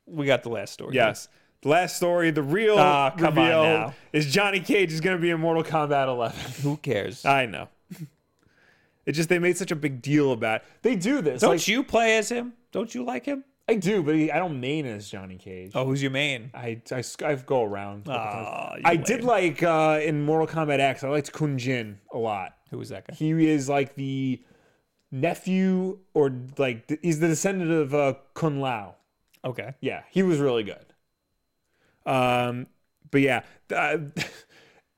we got the last story.
Yes. The last story, the real
Ah, come on
reveal
now.
is Johnny Cage is going to be in Mortal Kombat 11.
who cares?
I know. It just they made such a big deal about. They do this.
Don't
like,
you play as him? Don't you like him?
I do, but he, I don't main as Johnny Cage.
Oh, who's your main?
I, I, sc- I go around.
Aw, you
I
lame.
did like uh, in Mortal Kombat X. I liked Kun Jin a lot.
Who was that guy?
He is like the nephew or like th- he's the descendant of uh, Kun Lao.
Okay,
Yeah, he was really good. Um, but yeah, uh,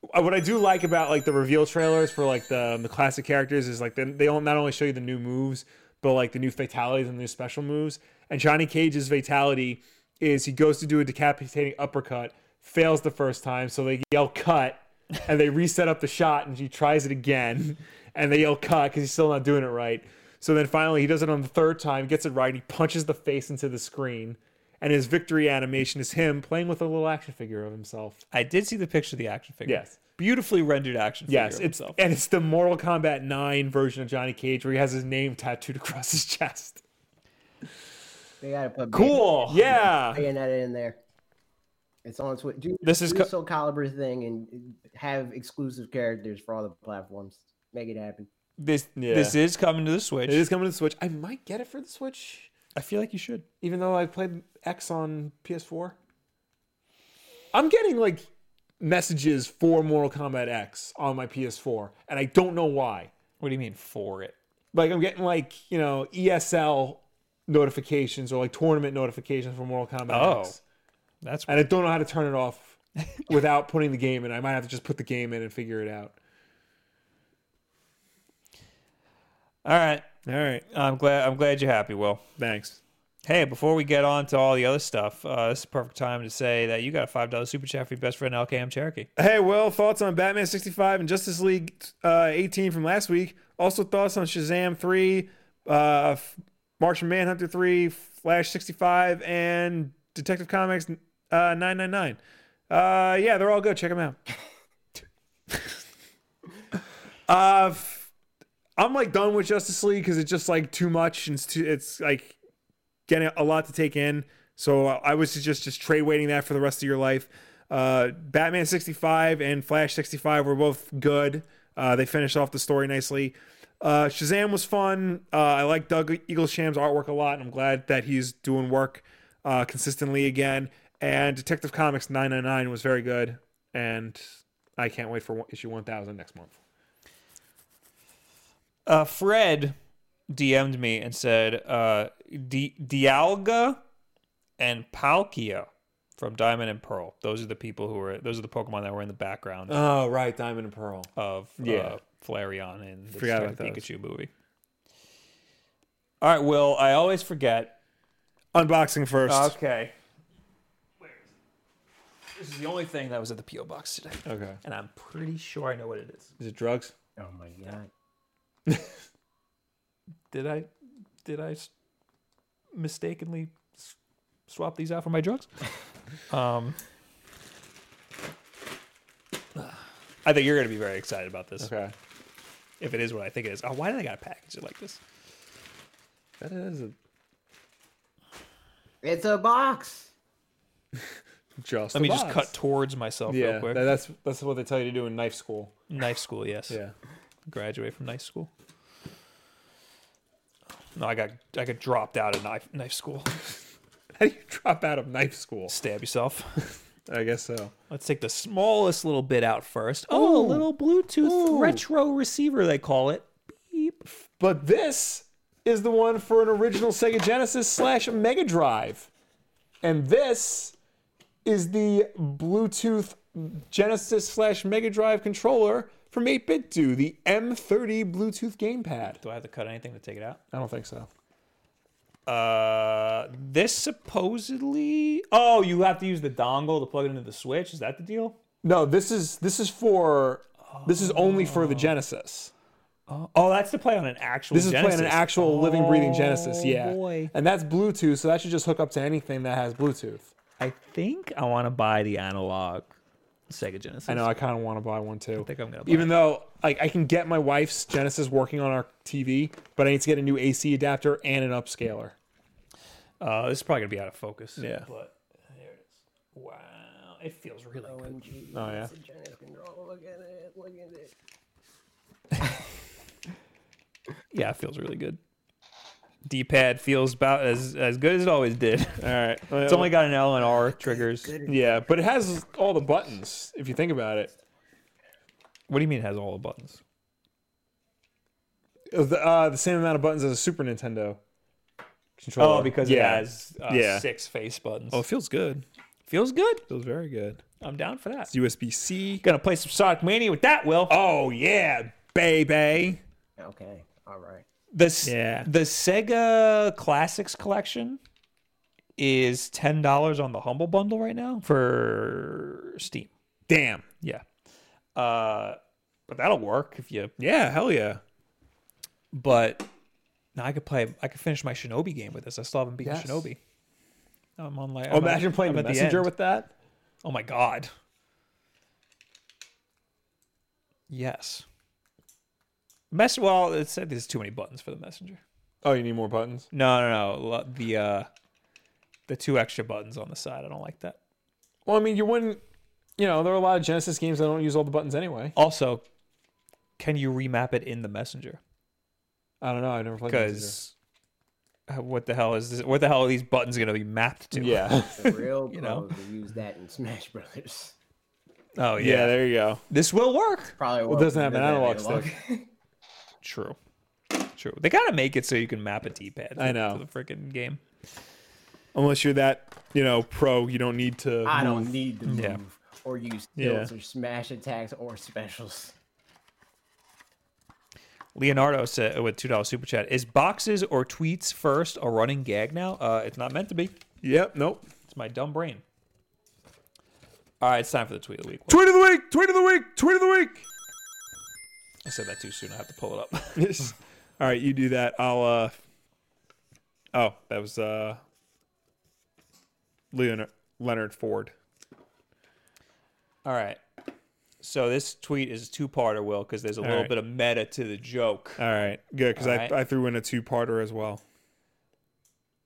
what I do like about like the reveal trailers for like the the classic characters is like they they all not only show you the new moves, but like the new fatalities and the new special moves. And Johnny Cage's fatality is he goes to do a decapitating uppercut, fails the first time, so they yell cut, and they reset up the shot, and he tries it again, and they yell cut because he's still not doing it right. So then finally he does it on the third time, gets it right, and he punches the face into the screen. And his victory animation is him playing with a little action figure of himself.
I did see the picture of the action figure.
Yes.
beautifully rendered action. Figure
Yes,
of
it's
himself.
and it's the Mortal Kombat 9 version of Johnny Cage where he has his name tattooed across his chest.
They gotta put
cool.
Oh, Yeah.
Bayonetta in there. It's on Switch. Do
This is
do
co-
the Soul Calibur thing and have exclusive characters for all the platforms. Make it happen.
This
Yeah.
this is coming to the Switch.
It is coming to the Switch. I might get it for the Switch,
I feel like you should.
even though I played X on PS4. I'm getting like messages for Mortal Kombat X on my PS4, and I don't know why.
What do you mean for it?
like I'm getting like you know ESL notifications or like tournament notifications for Mortal Kombat.
Oh.
X.
That's
and I don't know how to turn it off without putting the game in. I might have to just put the game in and figure it out.
all right.
All right,
I'm glad. I'm glad you're happy. Will.
thanks.
Hey, before we get on to all the other stuff, uh, this is a perfect time to say that you got a five dollars super chat for your best friend LKM Cherokee.
Hey, well, thoughts on Batman 65 and Justice League uh, 18 from last week. Also, thoughts on Shazam 3, uh, F- Martian Manhunter 3, Flash 65, and Detective Comics uh, 999. Uh, yeah, they're all good. Check them out. uh, f- I'm like done with Justice League because it's just like too much and it's, too, it's like getting a lot to take in. So uh, I would suggest just trade waiting that for the rest of your life. Uh, Batman 65 and Flash 65 were both good. Uh, they finished off the story nicely. Uh, Shazam was fun. Uh, I like Doug Eaglesham's artwork a lot, and I'm glad that he's doing work uh, consistently again. And Detective Comics 999 was very good, and I can't wait for one- issue 1000 next month.
Uh, Fred DM'd me and said uh, Di- Dialga and Palkia from Diamond and Pearl. Those are the people who were. Those are the Pokemon that were in the background
Oh, right, Diamond and Pearl.
of
Yeah.
uh, Flareon in the
Forgot
Detective
about those.
Pikachu movie. All right, Will. I always forget.
Unboxing first.
Okay. This is the only thing that was at the PO box today,
okay.
and I'm pretty sure I know what it is.
Is it drugs?
Oh my god.
Did I? Did I s- mistakenly s- swap these out for my drugs. Um, I think you're going to be very excited about this
Okay.
if it is what I think it is. Oh, why did I got to package it like this?
That is a
It's a box.
just.
Let
a
me just
box.
cut towards myself
Yeah,
real quick.
that- that's that's what they tell you to do in knife school.
knife school, yes.
Yeah.
Graduate from knife school. No, I got I got dropped out of knife knife school.
How do you drop out of knife school?
Stab yourself.
I guess so.
Let's take the smallest little bit out first. Oh, a
Ooh.
little Bluetooth
Ooh.
retro receiver, they call it. Beep.
But this is the one for an original Sega Genesis slash Mega Drive, and this is the Bluetooth Genesis slash Mega Drive controller from 8-bit do the M30 Bluetooth gamepad.
Do I have to cut anything to take it out?
I don't think so.
Uh, this supposedly. Oh, you have to use the dongle to plug it into the Switch. Is that the deal?
No, this is this is for this is only for the Genesis.
Oh, that's to play on an actual.
This is
Genesis.
playing an actual living, breathing
Oh,
Genesis, yeah.
boy.
And that's Bluetooth, so that should just hook up to anything that has Bluetooth.
I think I want to buy the analog Sega Genesis.
I know, I kind of want to buy one too. I
think I'm gonna buy
Even though, like, I can get my wife's Genesis working on our TV, but I need to get a new AC adapter and an upscaler.
Uh, this is probably gonna be out of focus.
Yeah.
But there it is. Wow, it feels really good.
OMG.
Oh, yeah.
It's a Genesis controller. Oh, Look at it. Look at it.
Yeah, it feels really good. D-pad feels about as as good as it always did.
All right.
It's only got an L and R triggers.
yeah, but it has all the buttons if you think about it.
What do you mean it has all the buttons?
Uh, The, uh, the same amount of buttons as a Super Nintendo controller.
Oh, because
yeah.
it has uh,
Yeah.
six face buttons.
Oh, it feels good.
feels good.
feels very good.
I'm down for that.
USB C.
Gonna play some Sonic Mania with that, Will.
Oh yeah, baby.
Okay. All right.
The s-
Yeah.
the Sega Classics collection is ten dollars on the Humble Bundle right now for Steam.
Damn.
Yeah, uh, but that'll work if you.
Yeah, hell yeah.
But now I could play. I could finish my Shinobi game with this. I still haven't beaten
Yes.
Shinobi. I'm on like.
Oh, imagine playing
i
the messenger with that.
Oh my god. Yes. Mess. Well, it said there's too many buttons for the messenger.
Oh, you need more buttons.
No, no, no. lo- The uh, the two extra buttons on the side. I don't like that.
Well, I mean, you wouldn't. You know, there are a lot of Genesis games that don't use all the buttons anyway.
Also, can you remap it in the messenger?
I don't know. I've never played Messenger.
Because what the hell is this? What the hell are these buttons going to be mapped to?
Yeah.
The real
You
pros
know.
will use that in Smash Brothers.
Oh yeah.
yeah. There you go.
this will work.
Probably
Well, it doesn't have an analog
True. True. They gotta make it so you can map a D-pad. to-
I know.
to the freaking game.
Unless you're that, you know, pro, you don't need to.
I don't need to move
Mm. Yeah.
or use
Yeah.
tilts or smash attacks or specials.
Leonardo said uh, with two dollars super chat: Is boxes or tweets first a running gag now? Uh, it's not meant to be.
Yep. Nope.
It's my dumb brain. All right, it's time for the tweet of the week.
Tweet of the week. Tweet of the week. Tweet of the week.
I said that too soon. I have to pull it up.
Yes. All right, you do that. I'll. uh Oh, that was uh Leonard Leonard Ford.
All right. So this tweet is a two-parter, Will, because there's a little
right.
bit of meta to the joke.
All right, good because
All
I,
right.
I threw in a two parter as well.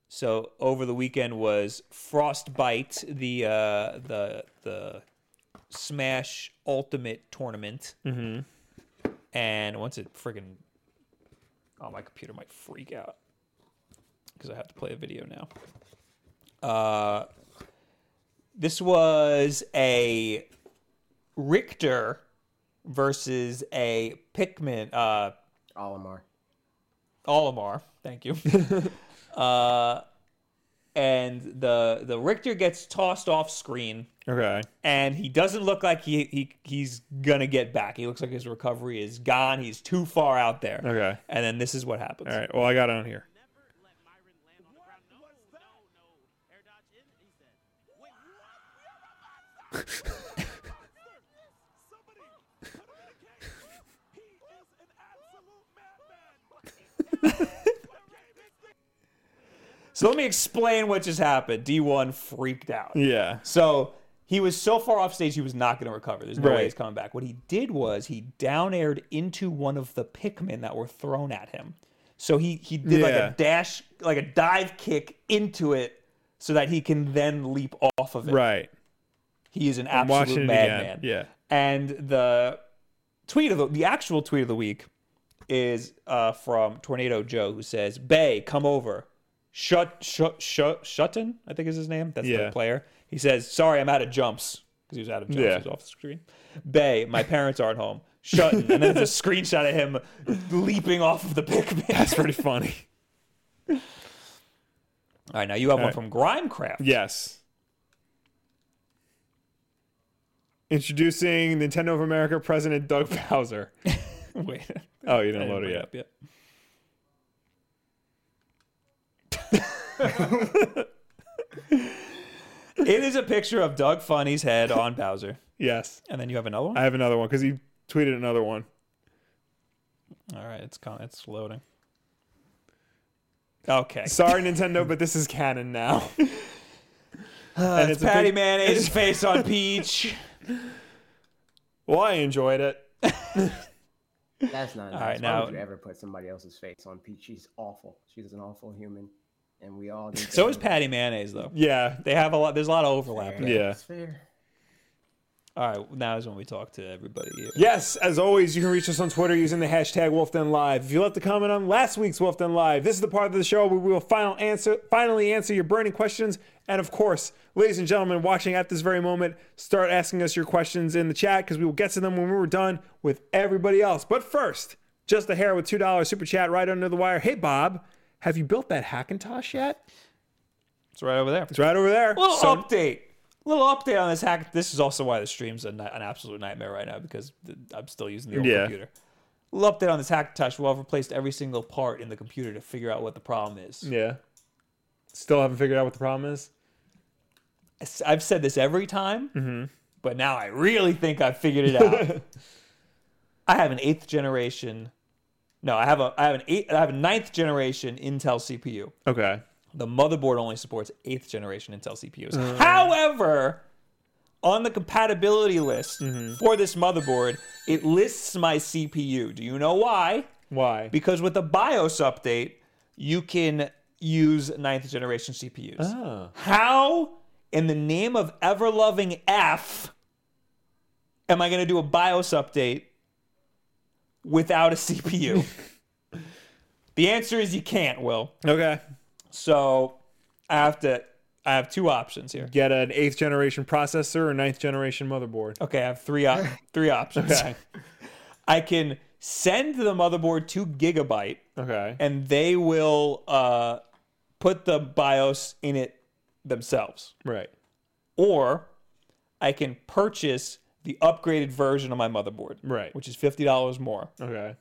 So over the weekend was Frostbite, the uh, the the Smash Ultimate tournament, mm-hmm. and once it friggin' oh my computer might freak out because I have to play a video now. Uh, this was a Richter versus a Pikmin uh,
Olimar.
Olimar. Thank you. uh, and the the Richter gets tossed off screen,
Okay.
and he doesn't look like he, he he's gonna get back. He looks like his recovery is gone. He's too far out there.
Okay.
And then this is what happens.
All right. Well, I got it on here.
So let me explain what just happened. D1 freaked out.
Yeah.
So he was so far off stage, he was not going to recover. There's no way
Right.
he's coming back. What he did was he down aired into one of the Pikmin that were thrown at him. So he he did like
Yeah.
a dash, like a dive kick into it, so that he can then leap off of it.
Right.
He is an
watching
absolute
it again.
madman.
Yeah.
And the tweet of the, the actual tweet of the week is uh, from Tornado Joe, who says, "Bay, come over." Shut, shut, shut, Shutton, I think is his name. That's
Yeah.
the player. He says, "Sorry, I'm out of jumps." Because he was out of jumps,
Yeah.
he was off the screen. Bay, my parents aren't home. Shutton, and then there's a screenshot of him leaping off of the Pikmin.
It's pretty funny.
All right, now you have one
right.
from Grimecraft.
Yes. Introducing Nintendo of America President Doug Bowser.
Wait,
Oh, you didn't
I didn't
load
bring
it
it
yet.
up yet. it is a picture of Doug Funny's head on Bowser.
Yes.
And then you have another one?
I have another one because he tweeted another one.
All right, it's con- it's loading. Okay.
Sorry, Nintendo, but this is canon now. and
it's
a
Patty
pic-
Mayonnaise's face on Peach.
Well, I enjoyed it.
That's not
right,
nice. Why
now-
would you ever put somebody else's face on Pete? She's awful. She's an awful human, and we all. Need to
So is
know
Patty Mayonnaise, though.
Yeah.
They have a lot, there's a lot of
that.
overlap.
Fair.
there.
Yeah.
It's fair.
All right, now is when we talk to everybody here.
Yes, as always, you can reach us on Twitter using the hashtag WolfDenLive. If you left a comment on last week's WolfDen Live, this is the part of the show where we will final answer, finally answer your burning questions. And of course, ladies and gentlemen watching at this very moment, start asking us your questions in the chat because we will get to them when we are done with everybody else. But first, just a hair with $2 super chat right under the wire. Hey, Bob, have you built that Hackintosh yet?
It's right over there.
It's right over there.
little
So-
update. Little update on this hack. This is also why the stream's a ni- an absolute nightmare right now because th- I'm still using the old
Yeah.
computer. Little update on this hack touch. Well, I've replaced every single part in the computer to figure out what the problem is.
yeah. Still haven't figured out what the problem is?
I s- I've said this every time,
Mm-hmm.
but now I really think I've figured it out. I have an eighth generation. No, I have a I have an eight I have a ninth generation Intel CPU.
Okay.
the motherboard only supports eighth generation Intel CPUs. However, on the compatibility list for this motherboard, it lists my CPU. Do you know why?
Why?
Because with the BIOS update, you can use ninth generation CPUs.
Oh.
How in the name of ever loving F am I going to do a BIOS update without a CPU? the answer is you can't, Will.
Okay.
So I have to. I have two options here.
get an eighth generation processor or ninth generation motherboard.
Okay, I have three op- three options. I can send the motherboard to Gigabyte,
Okay.
and they will uh, put the BIOS in it themselves.
Right.
Or I can purchase the upgraded version of my motherboard,
Right.
which is fifty dollars more.
Okay.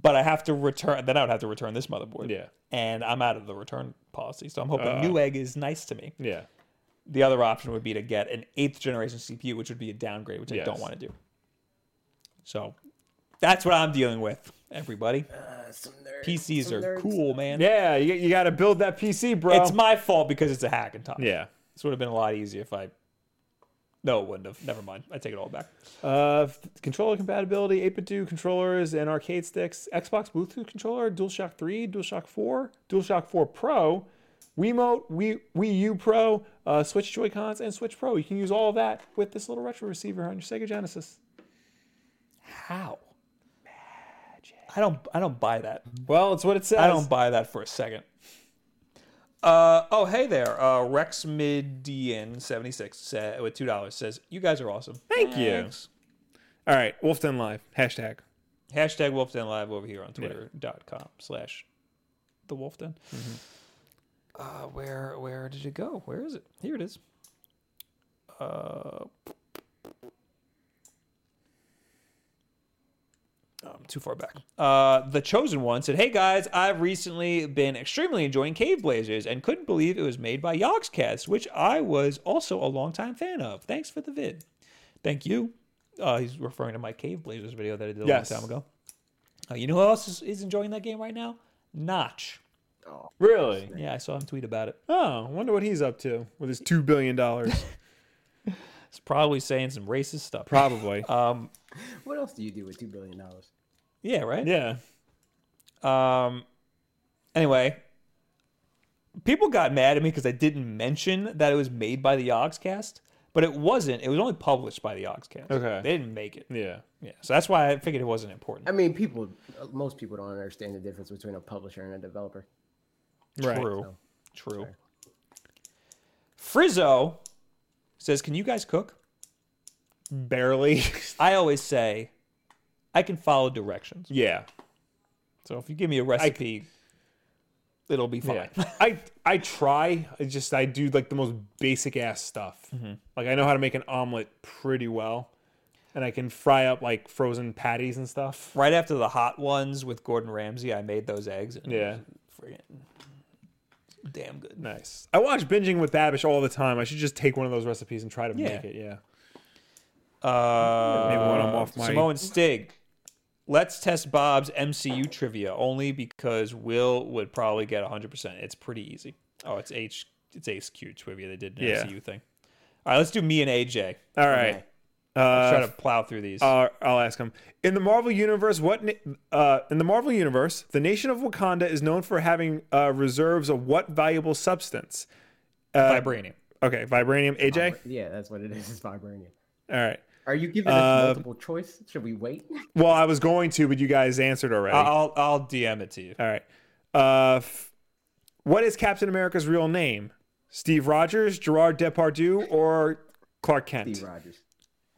But I have to return. Then I would have to return this motherboard.
Yeah. Uh.
And I'm out of the return policy, so I'm hoping Newegg is nice to me.
Yeah.
The other option would be to get an eighth generation CPU, which would be a downgrade, which I
Yes.
don't want to do. So that's what I'm dealing with, everybody.
Uh, some nerd,
PCs
some
are
nerd
cool, man.
Yeah. You, you got to build that PC, bro.
It's my fault because it's a Hackintosh.
yeah.
This would have been a lot easier if I. No, it wouldn't have. Never mind. I take it all back.
Uh, f- controller compatibility: 8-bit do controllers and arcade sticks, Xbox Bluetooth controller, DualShock 3, DualShock 4, DualShock 4 Pro, Wiimote, Wii, Wii U Pro, uh, Switch Joy Cons, and Switch Pro. You can use all of that with this little retro receiver on your Sega Genesis.
How? I don't. I don't buy that.
Well, it's what it says.
I don't buy that for a second. Uh, oh, hey there. Uh, Rex Midian seventy six sa with two dollars says you guys are awesome.
Thank you. All right. Wolf Den Live hashtag.
Hashtag Wolfden Live over here on twitter.com slash the Wolfden. Mm-hmm. Uh, where where did it go? Where is it? Here it is. Uh, I'm too far back. Uh, the Chosen One said, Hey guys, I've recently been extremely enjoying Cave Blazers and couldn't believe it was made by Yogscast, which I was also a longtime fan of. Thanks for the vid. Thank you. Uh, he's referring to my Cave Blazers video that I did a
Yes.
long time ago. Uh, you know who else is, is enjoying that game right now? Notch.
stuff. all.
Really?
Yeah, I saw him tweet about it.
Oh, I wonder what he's up to with his two billion dollars.
It's probably saying some racist stuff.
Probably.
Um,
What else do you do with two billion dollars?
yeah, right.
yeah.
Um, anyway, people got mad at me because I didn't mention that it was made by the Oxcast, but it wasn't. It was only published by the Oxcast.
Okay.
They didn't make it.
Yeah.
Yeah. So that's why I figured it wasn't important.
I mean, people, uh, most people don't understand the difference between a publisher and a developer.
Right.
True. True. Frizzo says, Can you guys cook?
Barely.
I always say, I can follow directions.
yeah.
So if you give me a recipe, it'll be fine.
Yeah. I I try. I just I do like the most basic ass stuff.
Mm-hmm.
Like I know how to make an omelet pretty well, and I can fry up like frozen patties and stuff.
Right after the hot ones with Gordon Ramsay, I made those eggs. And
Yeah.
It was friggin' damn good.
Nice. I watch binging with Babish all the time. I should just take one of those recipes and try to
Yeah.
make it. Yeah.
Uh,
Maybe when I'm off my-
Samoan Stig. Let's test Bob's MCU trivia only because Will would probably get 100%. It's pretty easy. Oh, it's H it's HQ trivia. They did an
Yeah.
MCU thing. All right, let's do me and AJ.
All right. Uh,
Try to plow through these.
Uh, I'll ask him. In the Marvel universe, what na- uh, in the Marvel universe, the nation of Wakanda is known for having uh, reserves of what valuable substance?
Vibranium.
Okay, vibranium. AJ.
Yeah, that's what it is. It's vibranium.
All right.
Are you giving
Uh,
us multiple choice? Should we wait?
Well, I was going to, but you guys answered already.
I'll I'll DM it to you.
All right. Uh, f- what is Captain America's real name? Steve Rogers, Gerard Depardieu, or Clark Kent?
Steve Rogers.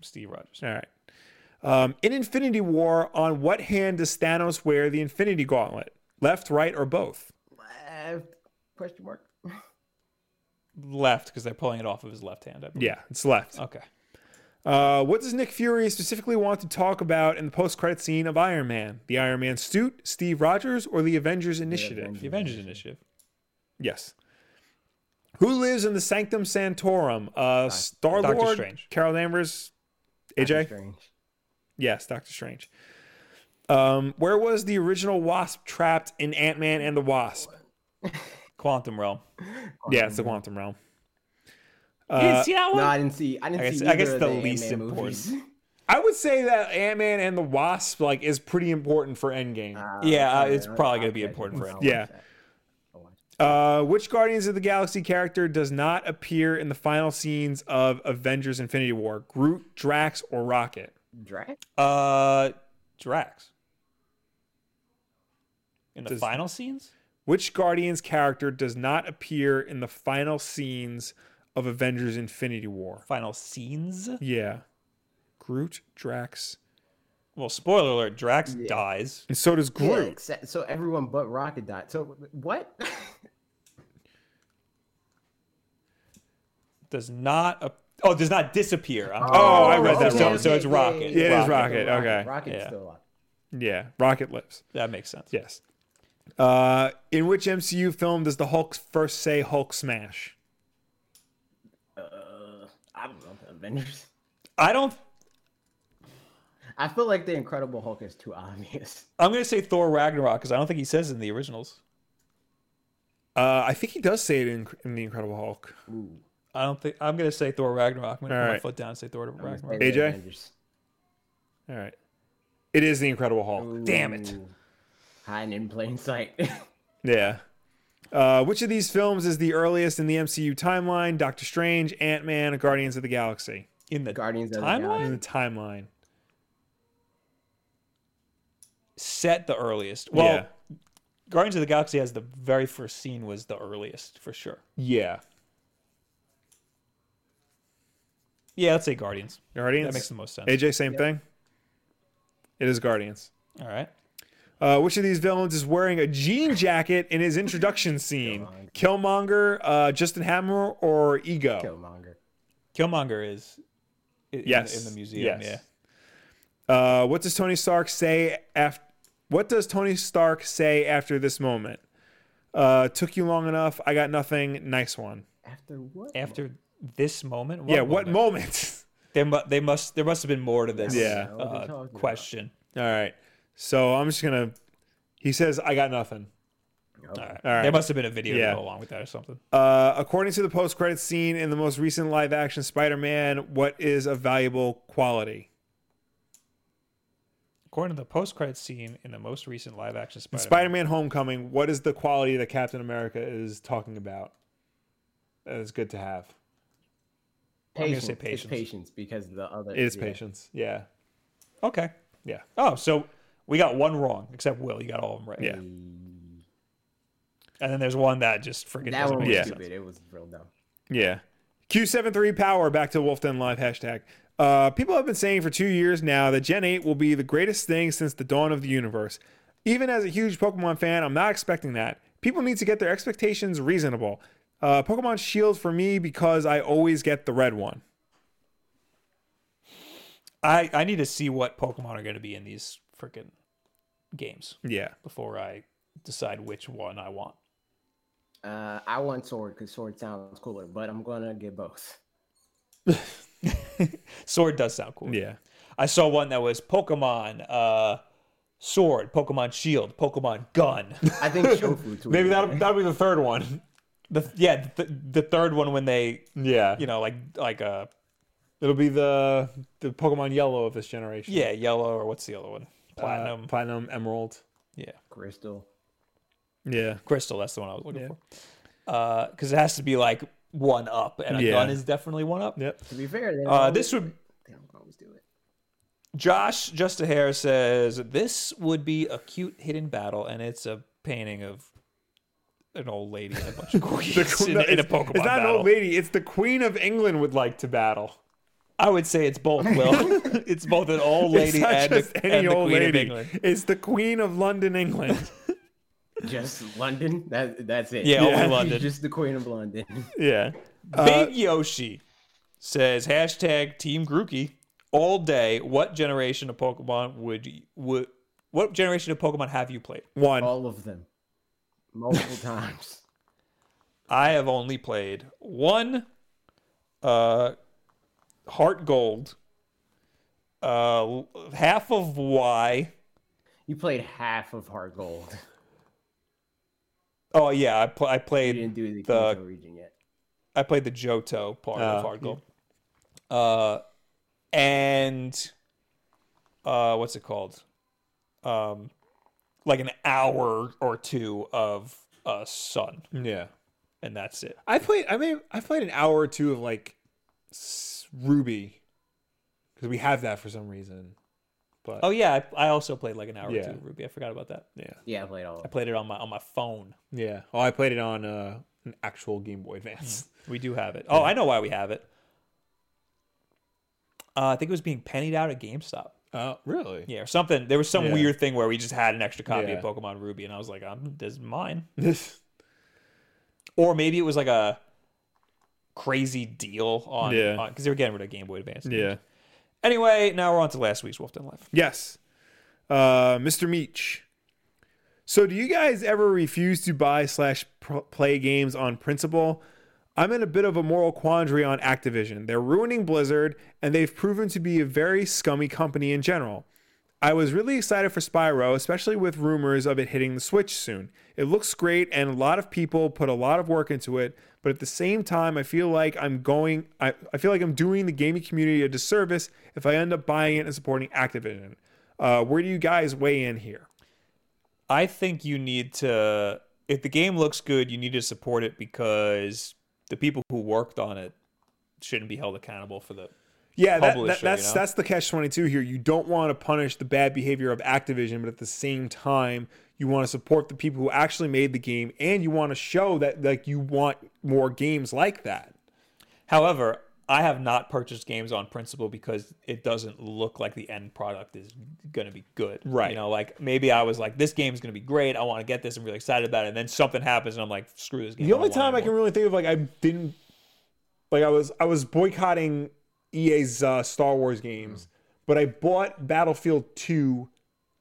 Steve Rogers.
All right. Um, in Infinity War, on what hand does Thanos wear the Infinity Gauntlet? Left, right, or both?
Uh, question mark.
Left because they're pulling it off of his left hand. I believe.
Yeah, it's left.
Okay.
Uh, what does Nick Fury specifically want to talk about in the post-credit scene of Iron Man? The Iron Man suit, Steve Rogers, or the Avengers Initiative?
The Avengers Initiative.
Yes. Who lives in the Sanctum Sanctorum? Uh, Star
Doctor
Lord,
Strange.
Carol Danvers,
Doctor
AJ.
Strange.
Yes, Doctor Strange. Um, where was the original Wasp trapped in Ant Man and the Wasp?
Quantum Realm.
Yeah, it's the Quantum Realm. Uh,
you didn't see that one?
No, I didn't see. I didn't
I guess-
see.
I guess
either of
the
Ant-Man
least important.
movies.
I would say that Ant Man and the Wasp like is pretty important for Endgame.
yeah, uh,
okay,
it's
I-
probably
I'll
going to be
check
important
it
for
out.
him.
Yeah. Uh, which Guardians of the Galaxy character does not appear in the final scenes of Avengers: Infinity War? Groot, Drax, or Rocket?
Drax.
Uh, Drax. In the
Does-
final scenes?
Which Guardian's character does not appear in the final scenes of Avengers Infinity War?
Final scenes?
Yeah. Groot, Drax.
Well, spoiler alert, Drax dies.
And so does
Yeah,
Groot.
except, so everyone but Rocket died. So what?
Does not ap- Oh, does not disappear. I'm-
Oh, I read that
So,
wrong.
so it's Rocket.
yeah, yeah. It is Rocket, okay.
Rocket's
Yeah.
still alive.
Yeah. Rocket lives.
That makes sense.
Yes. Uh, in which MCU film does the Hulk first say Hulk smash?
Uh, I don't know Avengers.
I don't
I feel like the Incredible Hulk is too obvious.
I'm going to say Thor Ragnarok because I don't think he says it in the originals.
Uh, I think he does say it in, in The Incredible Hulk.
Ooh.
I don't think I'm gonna say Thor Ragnarok. I'm gonna
All
put my
right.
foot down and say Thor
I'm gonna
Ragnarok.
say the
AJ?
Avengers.
All right. It is The Incredible Hulk.
Damn it.
Ooh. Hiding in plain sight.
Yeah. Uh, which of these films is the earliest in the MCU timeline? Doctor Strange, Ant Man, Guardians of the Galaxy?
In the
Guardians of the
timeline,
In the timeline.
set the earliest. Well,
Yeah.
Guardians of the Galaxy has the very first scene was the earliest for sure.
Yeah.
Yeah, let's say Guardians.
Guardians?
That makes the most sense.
AJ, same thing. It is Guardians.
All right.
Uh, which of these villains is wearing a jean jacket in his introduction scene? Killmonger, uh, Justin Hammer, or Ego?
Killmonger.
Killmonger is i- in,
Yes.
the, in the museum.
Yes. Uh, what does Tony Stark say after? What does Tony Stark say after this moment? Uh, took you long enough. I got nothing. Nice one.
After what?
Yeah. After this moment,
yeah. What
moment?
moment?
There, mu- they must. There must have been more to this.
Yeah.
What are we
Uh,
talking about?
question.
All right. So I'm just gonna. He says, "I got nothing."
All right.
right.
There must have been a video
Yeah.
to go along with that or something.
Uh, according to the post credit scene in the most recent live action Spider Man, what is a valuable quality?
According to the post credit scene in the most recent live action Spider Man.
Spider Man Homecoming, what is the quality that Captain America is talking about? That is good to have.
I'm gonna
Patience.
say
It's
patience.
patience because the other
It is
yeah.
patience. Yeah.
Okay.
Yeah.
Oh, so we got one wrong, except Will. You got all of them right.
Yeah.
And then there's one that just freaking
That
doesn't
one was
make
Yeah.
sense.
stupid. It was real dumb.
Yeah. Q73 power back to Wolf Den Live hashtag. Uh, people have been saying for two years now that Gen 8 will be the greatest thing since the dawn of the universe. Even as a huge Pokemon fan, I'm not expecting that. People need to get their expectations reasonable. Uh, Pokemon Shield for me because I always get the red one.
I, I need to see what Pokemon are going to be in these freaking games
Yeah.
before I decide which one I want.
Uh, I want sword because sword sounds cooler, but I'm gonna get both.
Sword does sound cool.
Yeah.
I saw one that was Pokemon uh, Sword, Pokemon Shield, Pokemon Gun.
I think Shofu tweeted.
Maybe that'll, that'll be the third one.
the, yeah, the, the third one when they,
Yeah.
you know, like like uh
It'll be the the Pokemon Yellow of this generation.
yeah, yellow or what's the other one? Platinum.
Platinum. Platinum Emerald.
yeah.
crystal.
Yeah.
Crystal. That's the one I was looking for. Because it has to be like one up, and a
Yeah.
gun is definitely one up.
Yep.
To be fair, they don't
Uh,
always-
this would.
they don't always do it.
Josh Just a Hair says this would be a cute hidden battle, and it's a painting of an old lady and a bunch of cookies in, in a Pokemon
It's not
battle.
an old lady. It's the Queen of England would like to battle.
I would say it's both. Will it's both an old lady
it's not
and,
just
the,
any
and the
old
Queen of
lady.
England.
It's the Queen of London, England.
Just London. That that's it.
Yeah,
Yeah.
only
She's
London.
Just the Queen of London.
yeah. Uh,
Big Yoshi says hashtag Team Grookey all day. What generation of Pokemon would y- would what generation of Pokemon have you played?
One.
All of them, multiple times.
I have only played one, uh, Heart Gold, uh, half of Y.
You played half of Heart Gold.
Oh yeah, I, pl- I
You
played
didn't do the,
the-
Kanto region yet.
I played the Johto part of
Oh.
Hard Gold. Uh, and uh, what's it called? Um, like an hour or two of uh, Sun,
Yeah.
and that's it.
I played. I mean, I played an hour or two of like s- Ruby because we have that for some reason. But
Oh yeah, I, I also played like an hour
Yeah.
or two of Ruby. I forgot about that.
yeah,
Yeah, I played all of
I
them.
played it on my on my phone.
yeah. Oh, I played it on uh, an actual Game Boy Advance.
We do have it. Oh, I know why we have it. Uh, I think it was being pennied out at GameStop.
Oh, really?
Yeah, or something. There was some
Yeah.
weird thing where we just had an extra copy of
Yeah.
Pokemon Ruby, and I was like, I'm, "This is mine."
This.
or maybe it was like a crazy deal on
Yeah.
because they were getting rid of Game Boy Advance. games. Anyway, now we're on to last week's Wolf Den Life.
Yes. Uh, Mr. Meach. So, do you guys ever refuse to buy slash pr- play games on principle? I'm in a bit of a moral quandary on Activision. They're ruining Blizzard, and they've proven to be a very scummy company in general. I was really excited for Spyro, especially with rumors of it hitting the Switch soon. It looks great, and a lot of people put a lot of work into it. But at the same time, I feel like I'm going. I, I feel like I'm doing the gaming community a disservice if I end up buying it and supporting Activision. Uh, where do you guys weigh in here?
I think you need to if the game looks good, you need to support it because the people who worked on it shouldn't be held accountable for the
Yeah, that,
Publisher,
that,
you
that's
know?
that's the catch twenty two here. You don't want to punish the bad behavior of Activision, but at the same time, you want to support the people who actually made the game, and you want to show that like you want more games like that.
However, I have not purchased games on principle because it doesn't look like the end product is going to be good.
Right.
You know, like maybe I was like, this game is going to be great. I want to get this. I'm really excited about it. And then something happens and I'm like, screw this game.
The
I
only
don't want
time I
it
can really think of like I didn't like I was I was boycotting EA's uh, Star Wars games, but I bought Battlefield 2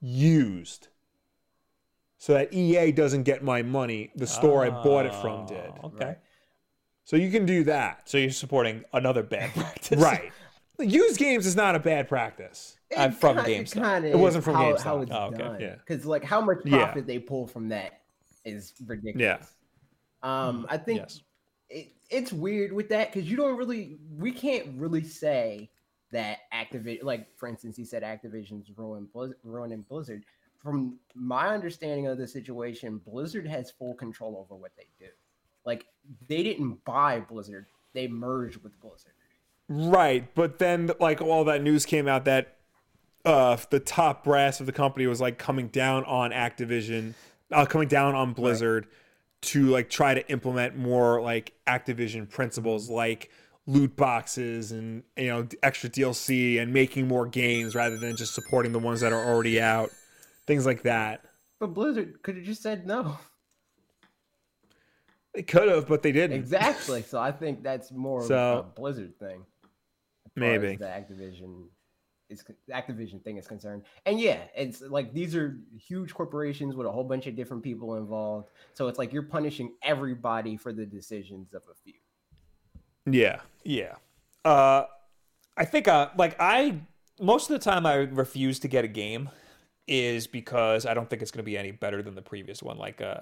used so that EA doesn't get my money. The store I bought it from did.
anymore. Oh, Okay.
So you can do that.
So you're supporting another bad practice.
Right. used games is not a bad practice.
I'm from
It
GameStop.
kinda
It wasn't
is
from
how,
GameStop.
How it's
Oh, okay.
Yeah.
Because like, how much
Yeah.
profit they pull from that? is ridiculous. Um, I think
Yes.
it, it's weird with that because you don't really, we can't really say that Activision, like for instance, he said Activision's ruined Blizz- ruining Blizzard. From my understanding of the situation, Blizzard has full control over what they do. Like they didn't buy Blizzard; they merged with Blizzard.
Right, but then like all that news came out that uh the top brass of the company was like coming down on Activision, uh, coming down on Blizzard to like try to implement more like Activision principles like loot boxes and you know extra DLC and making more games rather than just supporting the ones that are already out. Things like that.
But Blizzard could have just said no.
They could have, but they didn't.
Exactly. So I think that's more
So-
of a Blizzard thing. as far as
Maybe.
the Activision is the Activision thing is concerned. And yeah, it's like these are huge corporations with a whole bunch of different people involved. So it's like you're punishing everybody for the decisions of a few.
Yeah.
Yeah. Uh, I think uh, like I most of the time I refuse to get a game is because I don't think it's going to be any better than the previous one. Like uh,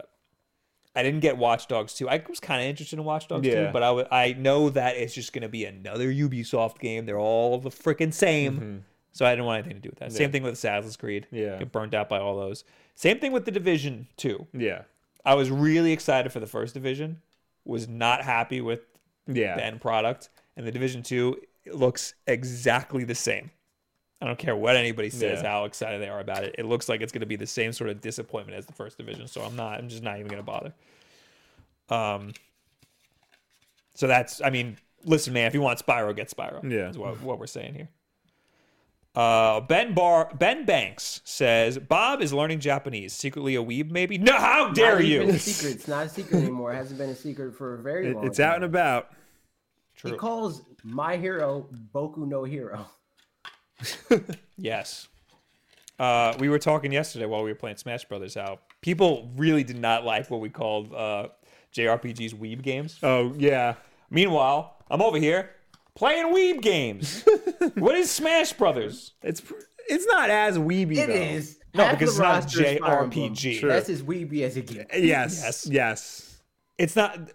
I didn't get Watch Dogs 2. I was kind of interested in Watch Dogs
Yeah.
2, but I would- I know that it's just going to be another Ubisoft game. They're all the freaking same. So I didn't want anything to do with that. Same thing with Assassin's Creed.
Mm-hmm. Yeah.
Get burned out by all those. Same thing with The Division 2.
Yeah.
I was really excited for the first Division. Was not happy with
Yeah.
the end product and the division two looks exactly the same i don't care what anybody says
Yeah.
how excited they are about it it looks like it's going to be the same sort of disappointment as the first division so i'm not i'm just not even going to bother um so that's i mean listen man if you want spyro get spyro
Yeah.
is what, what we're saying here uh, Ben Bar Ben Banks says Bob is learning Japanese secretly a weeb maybe no how
Not
dare
even
you
a secret. It's not a secret anymore. It hasn't been a secret for a very
It-
long
it's out
time.
and about.
True.
He calls my hero Boku no Hero.
Yes. Uh, we were talking yesterday while we were playing Smash Brothers how people really did not like what we called uh, JRPGs weeb games.
Oh, yeah.
Meanwhile, I'm over here playing weeb games. what is Smash Brothers?
It's pr- it's not as weeby
It
though.
is
No,
Half the
because it's not
roster is Fire Emblem.
JRPG.
True.
That's as weeby as it gets.
Yes.
Yes.
Yes.
It's not the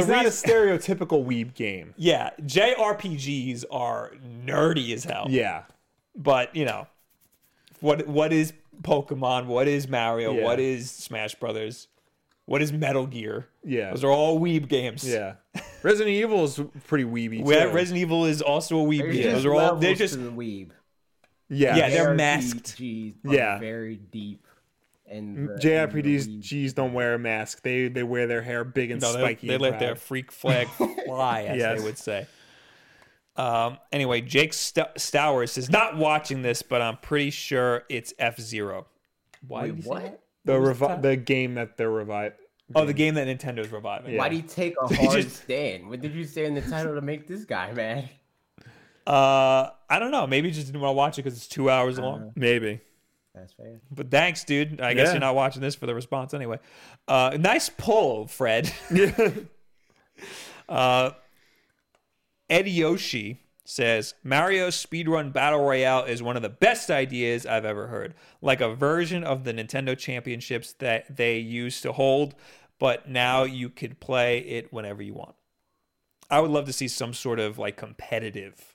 It's not a
reason.
stereotypical weeb game.
yeah, JRPGs are nerdy as hell.
Yeah.
but you know, what what is Pokemon? What is Mario?
Yeah.
What is Smash Brothers? What is Metal Gear?
Yeah.
those are all weeb games.
Yeah. Resident Evil is pretty weeby.
Where
too.
Resident Evil is also a weeb
There's
game.
just
Those are all they're
levels
just
to the weeb.
yeah.
yeah, they're masked.
JRPGs are
Yeah.
very deep. And the-
JRPGs
and the-
G's don't wear a mask. They they wear their hair big and
no, they,
spiky.
they
and
let their
proud.
freak flag fly, as
Yes.
they would say. Um. Anyway, Jake St- Stowers says not watching this, but I'm pretty sure it's F Zero. Why? did he
Wait,
say
what?
that?
the
was the
revi-
time?
the game that they're revived.
Oh, the game that Nintendo's reviving.
Why
Yeah.
do you take a hard
just-
stand? What did you say in the title to make this guy mad?
Uh, I don't know. Maybe he just didn't want to watch it because it's two hours long.
Uh.
Maybe.
That's fair.
But thanks, dude. I guess
Yeah.
you're not watching this for the response anyway. Uh, nice pull, Fred. uh, Eddie Yoshi says Mario Speedrun Battle Royale is one of the best ideas I've ever heard. Like a version of the Nintendo Championships that they used to hold, but now you could play it whenever you want. I would love to see some sort of like competitive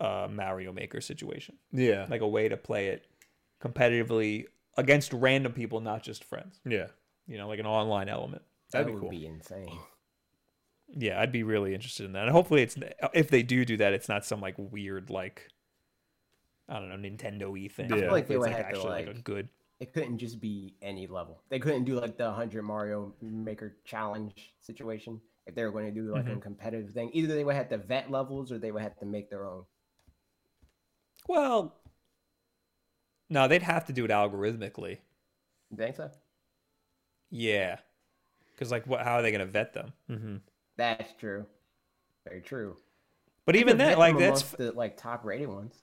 uh, Mario Maker situation
Yeah.
like a way to play it competitively against random people, not just friends.
yeah.
You know, like an online element.
That'd
That
be
would
cool.
be insane.
Yeah, I'd be really interested in that. And hopefully, it's if they do do that, it's not some like weird like I don't know Nintendo y thing.
I feel
Hopefully
like they
it's
would
like
have to,
actually like, a
like-
good.
It couldn't just be any level. They couldn't do like the 100 Mario Maker challenge situation. If they were going to do like
Mm-hmm.
a competitive thing, either they would have to vet levels or they would have to make their own.
Well, no, they'd have to do it algorithmically.
You think so?
Yeah, because like, what? How are they going to vet them?
Mm-hmm. That's true. Very true.
But even
Vet
then,
them
like that's
amongst the like top rated ones.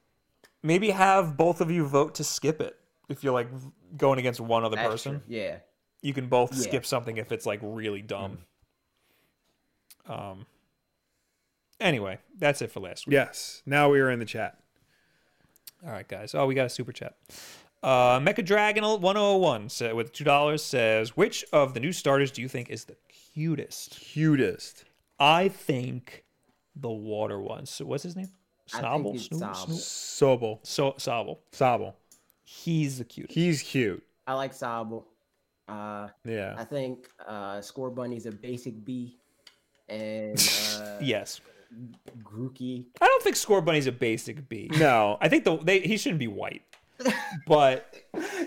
maybe have both of you vote to skip it if you're like going against one other
That's
person.
true. Yeah.
you can both
Yeah. Mm.
skip something if it's like really dumb. Um. Anyway, that's it for last week.
Yes. Now we are in the chat.
All right, guys. Oh, we got a super chat. Uh, Mecha Dragon 101 sa- with $2 says, Which of the new starters do you think is the cutest?
Cutest.
I think the water one. So, what's his name?
I think
Snobble?
it's
Snoo-
Sobble.
Snoo-
Sobel.
So, Sobble.
Sobel.
He's the cutest.
He's cute.
I like Sobble. Uh, I
Yeah.
think uh, Score Bunny's a basic B, and uh,
yes.
Grookey.
I don't think Score Bunny's a basic B.
No.
I think the they, he shouldn't be white. But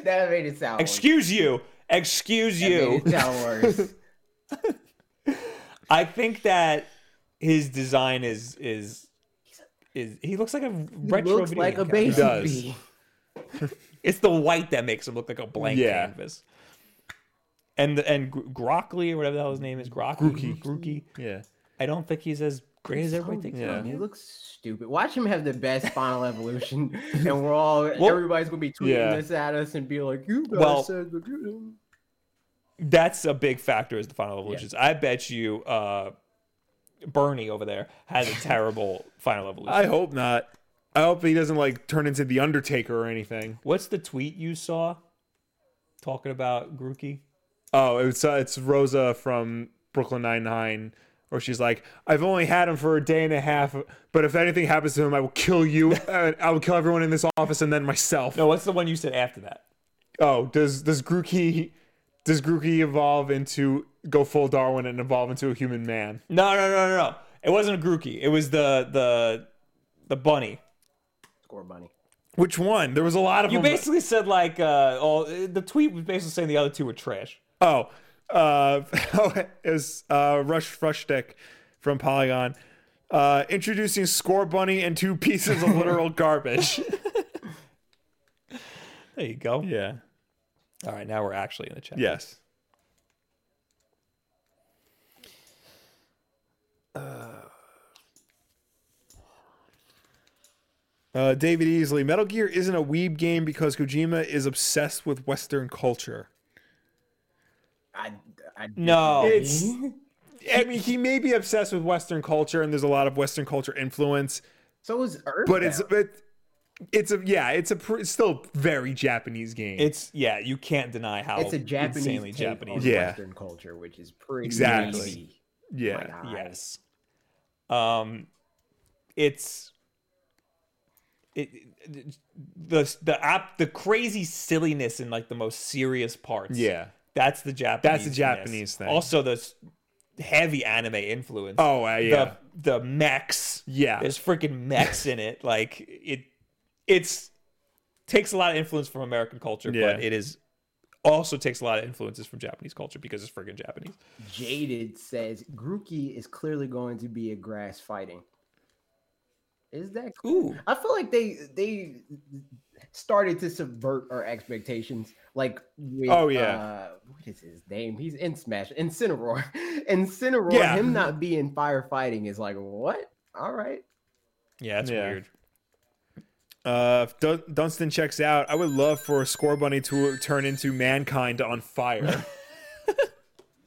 That made it sound. worse.
excuse you, excuse
That
you.
Made it sound worse.
I think that his design is is is he looks like a retro
Looks
video
like a
game character.
basic
does.
B.
It's the white that makes him look like a blank
Yeah.
canvas. And the, and Gr- Grockly or whatever the hell his name is, Grocky.
Grookey.
Grookey.
Yeah.
I don't think he's as great as everybody
so
thinks.
Yeah.
Yeah.
He looks stupid. Watch him have the best final evolution, and we're all everybody's gonna be tweeting
Yeah.
this at us and be like, "You guys
Well-
said the good."
That's a big factor is the final evolutions. I bet you uh, Bernie over there has a terrible final evolution.
I hope not. I hope he doesn't like turn into the Undertaker or anything.
What's the tweet you saw talking about Grookey?
Oh, it's uh, it's Rosa from Brooklyn Nine Nine, where she's like, "I've only had him for a day and a half, but if anything happens to him, I will kill you. uh, I will kill everyone in this office and then myself."
No, what's the one you said after that?
Oh, does does Grookey does Grookey evolve into go full Darwin and evolve into a human man?
No, no, no, no, no. It wasn't a Grookey. It was the the the bunny.
Score bunny.
Which one? There was a lot of
You
them.
basically said like uh, all the tweet was basically saying the other two were trash.
Oh, uh, it was uh, Rush Frushdeck from Polygon uh, introducing Score Bunny and two pieces of literal garbage.
There you go.
Yeah.
All right, now we're actually in the chat.
Yes. Uh, David Easley, Metal Gear isn't a weeb game because Kojima is obsessed with Western culture.
I, I
No.
It's, I mean, he may be obsessed with Western culture, and there's a lot of Western culture influence,
so is Earth.
but it's it, it's a yeah, it's a pr- it's still very Japanese game.
It's yeah. You can't deny how
it's a Japanese
insanely
take
Japanese.
on-
on
Yeah.
Western culture, which is pretty
Exactly.
easy.
yeah,
My God.
Yes. Um, it's it, it- the the app the crazy silliness in like the most serious parts.
yeah.
That's the Japanese.
Japanese thing.
Also, the s- heavy anime influence.
Oh uh, yeah,
The the mechs.
yeah.
There's freaking mechs in it. Like it, it's takes a lot of influence from American culture,
Yeah.
but it is also takes a lot of influences from Japanese culture because it's freaking Japanese.
Jaded says Grookey is clearly going to be a grass fighting. Is that cool?
Ooh,
I feel like they they started to subvert our expectations. Like with,
Oh, yeah.
uh, what is his name? He's in Smash Incineroar. Incineroar.
Yeah.
Him not being firefighting is like what? All right.
yeah, that's
Yeah.
weird.
Uh, if Dun- Dunstan checks out. I would love for a score bunny to turn into mankind on fire.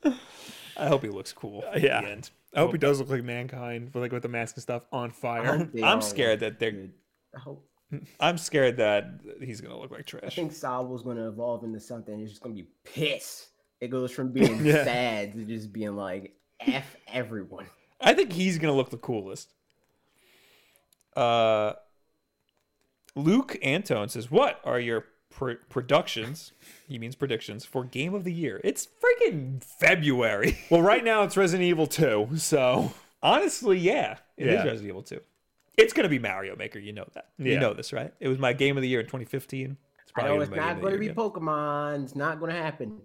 I hope he looks cool. at
yeah.
the end.
I hope he does look like mankind, but like with the mask and stuff on
I
fire.
hope they all
I'm scared that they're.
good. I hope.
I'm scared that he's gonna look like
I
trash.
think Sobel's going to evolve into something. It's just going to be piss. It goes from being
Yeah.
sad to just being like f everyone.
I think he's gonna look the coolest. Uh, Luke Antone says, "What are your pr- productions?" He means predictions for game of the year. It's freaking February.
Well, right now it's Resident Evil 2, so
Honestly, yeah, it is
Yeah.
Resident Evil 2. It's gonna be Mario Maker. You know that. You
Yeah.
know this, right? It was my game of the year in 2015. It's
I know oh,
gonna be
it's
my
not
game of
going to
the
be
year again.
Pokemon. It's not going to happen.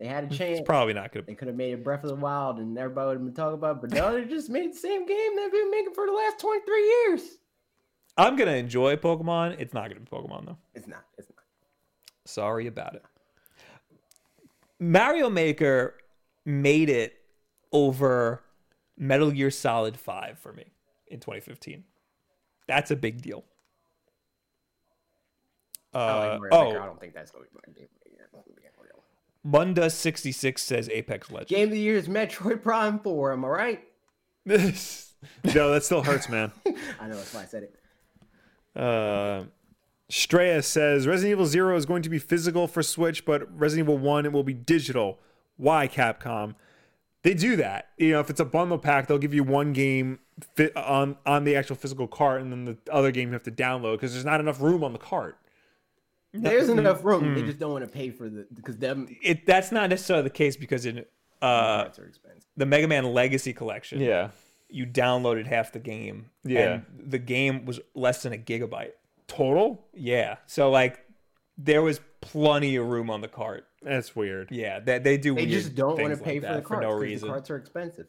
They had a chance.
It's probably not gonna.
They could have made it Breath of the Wild and everybody would have been talking about it, but no, they just made the same game they've been making for the last 23 years.
I'm gonna enjoy Pokemon. It's not gonna be Pokemon though.
It's not. It's not.
Sorry about it. Mario Maker made it over Metal Gear Solid 5 for me in 2015. That's a big deal. Uh,
I like Mario Maker. I
oh,
don't think that's going to be my game. Yeah, it's gonna be a real-
Munda66 says Apex Legends.
Game of the year is Metroid Prime 4. Am I right?
no, that still hurts, man.
I know that's why I said it.
Uh, Straya says Resident Evil 0 is going to be physical for Switch, but Resident Evil 1 it will be digital. Why Capcom? They do that. You know, if it's a bundle pack, they'll give you one game fit on on the actual physical cart and then the other game you have to download because there's not enough room on the cart.
There's enough room.
Hmm.
They just don't want to pay for the because them
It that's not necessarily the case because in uh,
cards are expensive.
the Mega Man Legacy Collection,
Yeah.
you downloaded half the game.
Yeah.
and the game was less than a gigabyte.
Total?
Yeah, so like there was plenty of room on the cart.
That's weird.
Yeah, that they do.
They
weird
just don't want
things
to pay
like
for
that
the cards
for no
'cause
reason.
The cards are expensive.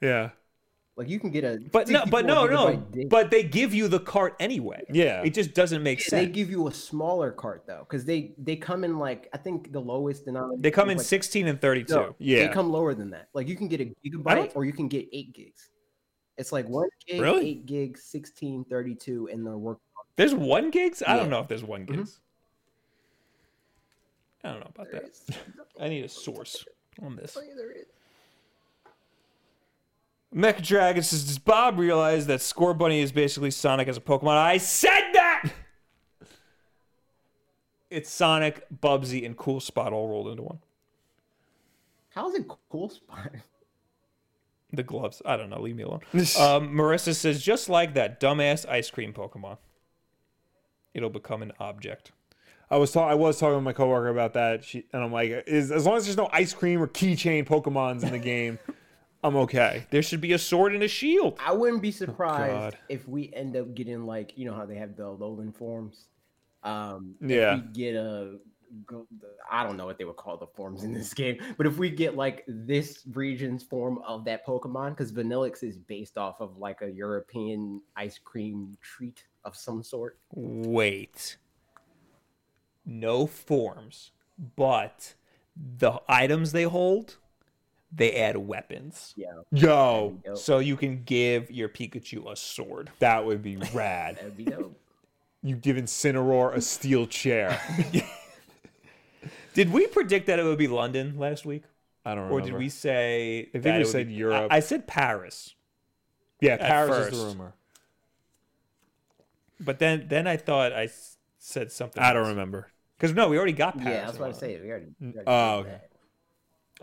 Yeah.
Like you can get a
But no, but no,
64
no.
gigabyte disc.
But they give you the cart anyway.
Yeah.
it just doesn't make
they
sense. They,
give you a smaller cart though because they they come in like I think the lowest denominator.
come
is,
in
like,
sixteen and thirty-two.
no,
Yeah.
they come lower than that. Like you can get a gigabyte or you can get eight gigs. It's like one gig,
Really?
eight gig, 16, 32, and they're working.
There's one gigs. I don't
Yeah.
know if there's one gigs.
Mm-hmm.
I don't know about
There
that.
is.
I need a source on this.
There is.
Mechadragon says, "Does Bob realize that Score Bunny is basically Sonic as a Pokemon?" I said that. it's Sonic, Bubsy, and Cool Spot all rolled into one.
How's it cool spot?
The gloves. I don't know. Leave me alone.
uh,
um, Marissa says, "Just like that dumbass ice cream Pokemon, it'll become an object."
I was talking. I was talking with my coworker about that. She and I'm like, is as long as there's no ice cream or keychain Pokemons in the game, I'm okay.
There should be a sword and a shield.
I wouldn't
Oh,
be surprised
God.
if we end up getting like you know how they have the Alolan forms. Um, if
Yeah.
we get a go- I don't know what they would call the forms in this game, but if we get like this region's form of that Pokemon, because Vanillix is based off of like a European ice cream treat of some sort.
Wait. No forms, but the items they hold, they add weapons.
Yeah,
Yo,
dope.
So you can give your Pikachu a sword.
that would be rad.
that'd be dope.
You give Incineroar a steel chair.
Did we predict that it would be London last week?
I don't
Or
remember.
did we say I
think we said Europe.
I, I said Paris.
Yeah, Paris is
first.
the rumor.
But then then I thought I s- said something.
I don't remember.
Because no, we already got Paris.
yeah, I was about
and
to say we already. we already
Oh,
did
okay.
that.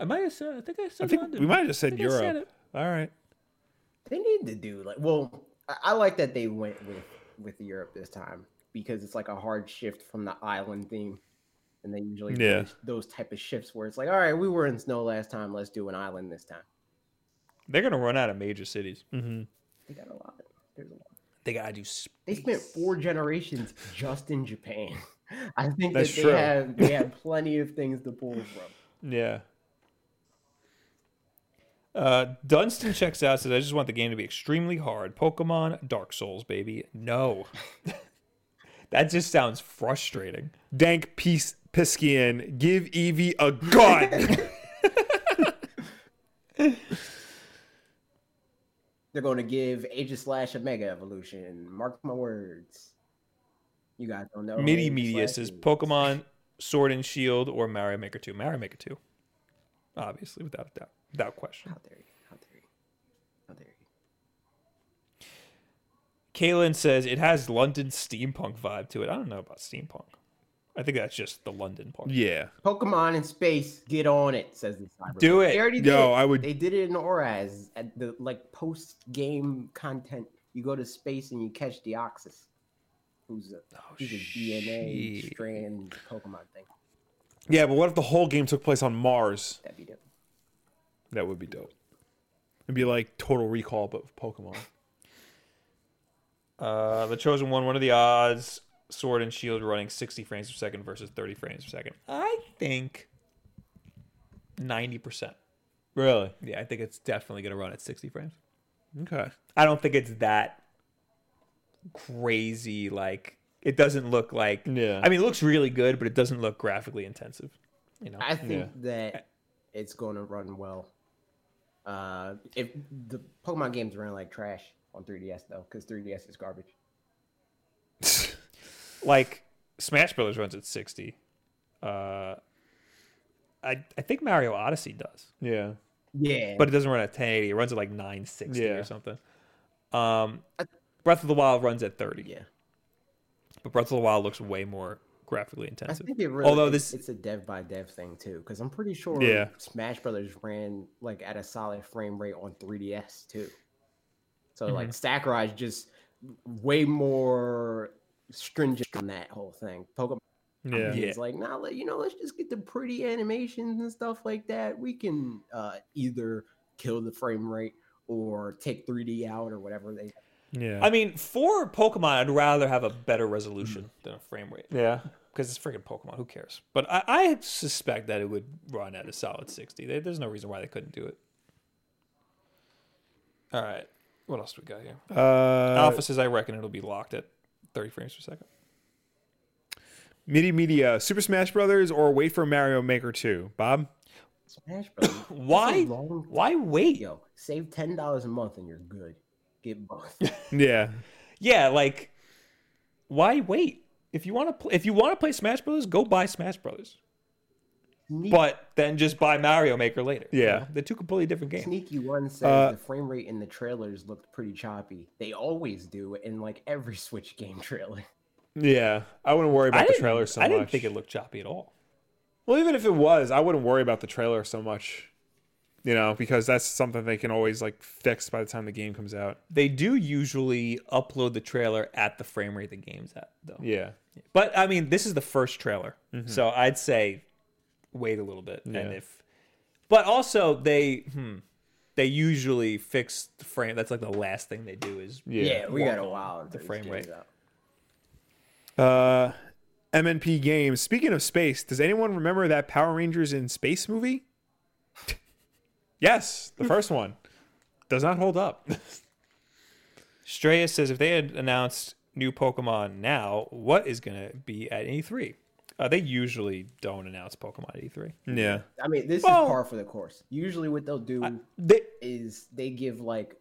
London. I might have said I think I said
I think
London.
we might have just said
think I said
Europe.
it.
All right.
They need to do like well, I, I like that they went with with Europe this time because it's like a hard shift from the island theme, and they usually do
Yeah.
those- those type of shifts where it's like, all right, we were in snow last time, let's do an island this time.
They're gonna run out of major cities.
Mm-hmm.
They got a lot. There's a lot.
They gotta do
They spent four generations just in Japan. I think
That's
that they
true.
have they have plenty of things to pull from.
Yeah.
Uh, Dunstan checks out says, "I just want the game to be extremely hard. Pokemon, Dark Souls, baby. No, that just sounds frustrating.
Dank piece Piskian, give Evie a gun.
They're going to give Aegis Slash a mega evolution. Mark my words. You guys don't
Oh,
know. who
Midi
Aegis
Media
Slash
says
is.
Pokemon, Sword and Shield, or Mario Maker Two. Mario Maker Two, obviously, without a doubt, without question.
How dare you? How dare you? How dare you?
Kalen says it has London steampunk vibe to it. I don't know about steampunk. I think that's just the London part.
yeah.
Pokemon in space, get on it, says the cyber.
Do
They
it.
already did.
Yo,
it.
I would
They did it in Oraz at the like post game content. You go to space and you catch Deoxys, who's a he's a DNA
shit.
strand Pokemon thing.
Yeah, but what if the whole game took place on Mars?
That'd be dope.
That would be dope. It'd be like Total Recall, but with Pokemon.
Uh, the chosen one. What are the odds? Sword and Shield running 60 frames per second versus 30 frames per second. I think 90%.
Really?
Yeah, I think it's definitely going to run at 60 frames.
Okay.
I don't think it's that crazy. Like, it doesn't look like.
Yeah.
I mean, it looks really good, but it doesn't look graphically intensive. You know?
I think
Yeah.
that it's going to run well. Uh, if the Pokemon games run like trash on 3DS though, because 3DS is garbage.
like, Smash Brothers runs at 60. Uh, I, I think Mario Odyssey does.
Yeah.
Yeah,
but it doesn't run at 1080. It runs at like 960
Yeah.
or something. Um, Breath of the Wild runs at 30.
yeah,
But Breath of the Wild looks way more graphically
I
intensive.
think it really
Although
is-
this-
it's a dev by dev thing too, because I'm pretty sure
Yeah.
Smash Brothers ran like at a solid frame rate on 3DS too. So
Mm-hmm.
like Sakurai's just way more stringent on that whole thing. Pokemon
Yeah.
Yeah.
is like, nah, let, you know, let's just get the pretty animations and stuff like that. We can uh, either kill the frame rate or take 3D out or whatever they
Yeah.
I mean, for Pokemon, I'd rather have a better resolution
Mm-hmm.
than a frame rate
yeah.
because it's freaking Pokemon. Who cares? But I, I suspect that it would run at a solid 60. There- There's no reason why they couldn't do it. All right. What else do we got here?
Uh,
Alpha says, I reckon it'll be locked at 30 frames per second.
Media Media, Super Smash Brothers or wait for Mario Maker 2? Bob?
Smash Brothers. that's a
Why?
long-
Why wait?
Yo, save ten dollars a month and you're good. Get both.
Yeah.
Yeah, like why wait? If you want to play, if you want to play Smash Brothers, go buy Smash Brothers.
Sneak-
But then just buy Mario Maker later.
Yeah.
they're two completely different games.
Sneaky one says
Uh,
the frame rate in the trailers looked pretty choppy. They always do in like every Switch game trailer.
Yeah. I wouldn't worry
I
about the
didn't,
trailer so
I
much.
didn't think it looked choppy at all.
Well, even if it was, I wouldn't worry about the trailer so much, you know, because that's something they can always like fix by the time the game comes out.
They do usually upload the trailer at the frame rate the game's at, though.
Yeah,
But I mean, this is the first trailer, so I'd say wait a little bit.
Yeah.
And if, but also they hmm, they usually fix the frame. That's like the last thing they do is
Yeah,
yeah.
we got a while. The
frame rate.
Uh, MNP Games. Speaking of space, does anyone remember that Power Rangers in Space movie? yes, the first one does not hold up.
Straya says if they had announced new Pokemon now, what is going to be at E3? Uh, they usually don't announce Pokemon at E E3.
yeah,
I mean, this
Well-
is par for the course. Usually, what they'll do
They,
is they give like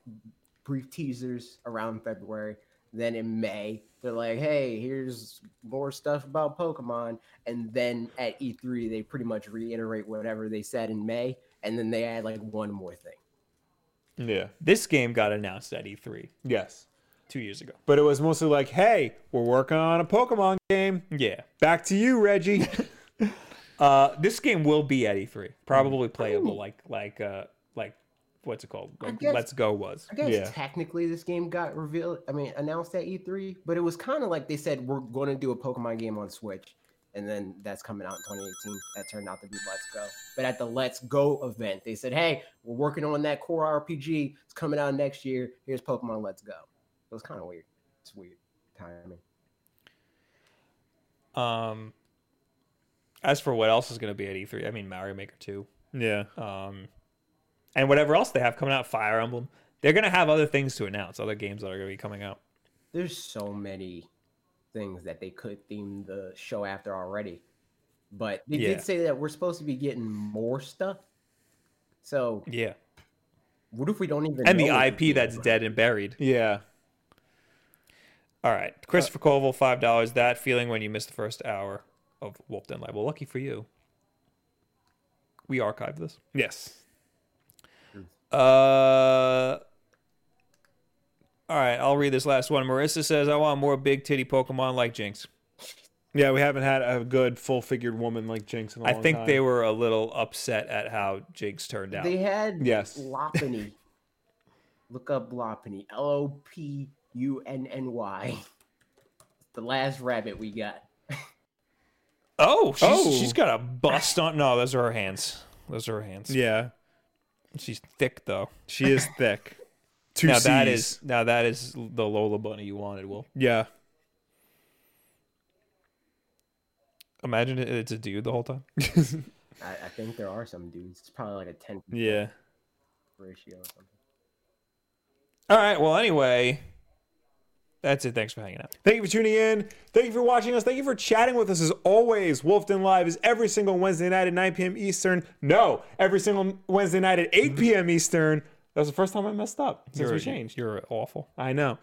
brief teasers around February. Then in May, they're like, "Hey, here's more stuff about Pokemon." And then at E3, they pretty much reiterate whatever they said in May, and then they add like one more thing.
yeah,
this game got announced at E3
yes.
two years ago.
But it was mostly like, hey, we're working on a Pokemon game.
Yeah.
Back to you, Reggie.
Uh, this game will be at E3, probably playable like like uh like what's it called? Like
guess-
Let's Go was.
I guess
Yeah.
technically this game got revealed. I mean, announced at E3, but it was kind of like they said we're going to do a Pokemon game on Switch, and then that's coming out in 2018. That turned out to be Let's Go. But at the Let's Go event, they said, "Hey, we're working on that core RPG. It's coming out next year. Here's Pokemon Let's Go." It was kind of weird. It's weird timing.
Um, as for what else is going to be at E3, I mean Mario Maker 2,
yeah,
um, and whatever else they have coming out, Fire Emblem. They're going to have other things to announce, other games that are going to be coming out.
There's so many things that they could theme the show after already. But they
Yeah.
did say that we're supposed to be getting more stuff. So
Yeah,
What if we don't even
and
know
the
what
IP that's dead and buried.
yeah.
All right, Christopher
Uh,
Colville, five dollars. That feeling when you miss the first hour of Wolf Den Live. Well, lucky for you, we archived this.
Yes.
Uh, all right, I'll read this last one. Marissa says, "I want more big titty Pokemon like Jinx."
Yeah, we haven't had a good full figured woman like Jinx in a
I
long
think
time.
they were a little upset at how Jinx turned out.
They had
Yes.
Lopunny. Look up Lopunny. L O P U N N Y. The last rabbit we got.
oh, she's,
Oh.
she's got a bust on. No, those are her hands. Those are her hands.
Yeah,
She's thick though.
she is thick. Two
now that
Cs.
is now that is the Lola bunny you wanted. Will
yeah,
imagine it- it's a dude the whole time.
I, I think there are some dudes. It's probably like a 10
yeah.
ratio or something.
All right. Well, anyway, that's it. Thanks for hanging out.
Thank you for tuning in. Thank you for watching us. Thank you for chatting with us as always. Wolfden Live is every single Wednesday night at 9 p.m. Eastern. No, every single Wednesday night at 8 p.m. Eastern. That was the first time I messed up since we changed.
You're awful.
I know.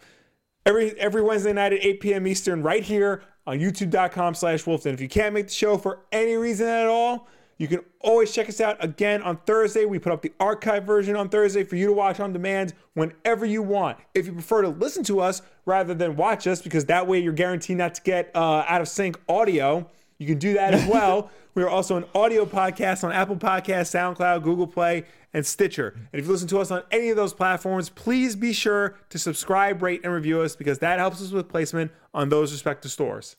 Every every Wednesday night at 8 p.m. Eastern, right here on youtube.com slash wolfden. If you can't make the show for any reason at all, You can always check us out again on Thursday. We put up the archive version on Thursday for you to watch on demand whenever you want. If you prefer to listen to us rather than watch us, because that way you're guaranteed not to get uh, out of sync audio, you can do that as well. we are also an audio podcast on Apple Podcasts, SoundCloud, Google Play, and Stitcher. And if you listen to us on any of those platforms, please be sure to subscribe, rate, and review us because that helps us with placement on those respective stores.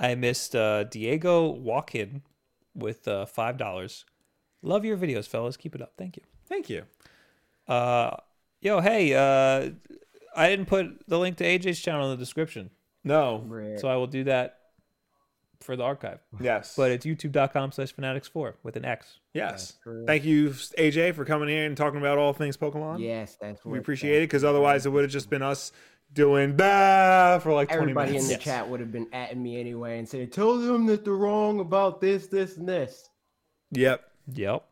I missed uh, Diego Walkin with uh, five dollars. Love your videos, fellas. Keep it up. Thank you.
Thank you.
Uh, yo, hey, uh, I didn't put the link to AJ's channel in the description,
No.
so I will do that for the archive.
Yes.
But it's YouTube.com/slash Fanatics4 with an X.
yes. Thank you, AJ, for coming here and talking about all things Pokemon.
um,
Yes, that's what
We appreciate it because otherwise it would have just been us doing bah for like 20
Everybody in
minutes.
the chat would have been at me anyway and said, "Tell them that they're wrong about this, this, and this."
Yep.
Yep.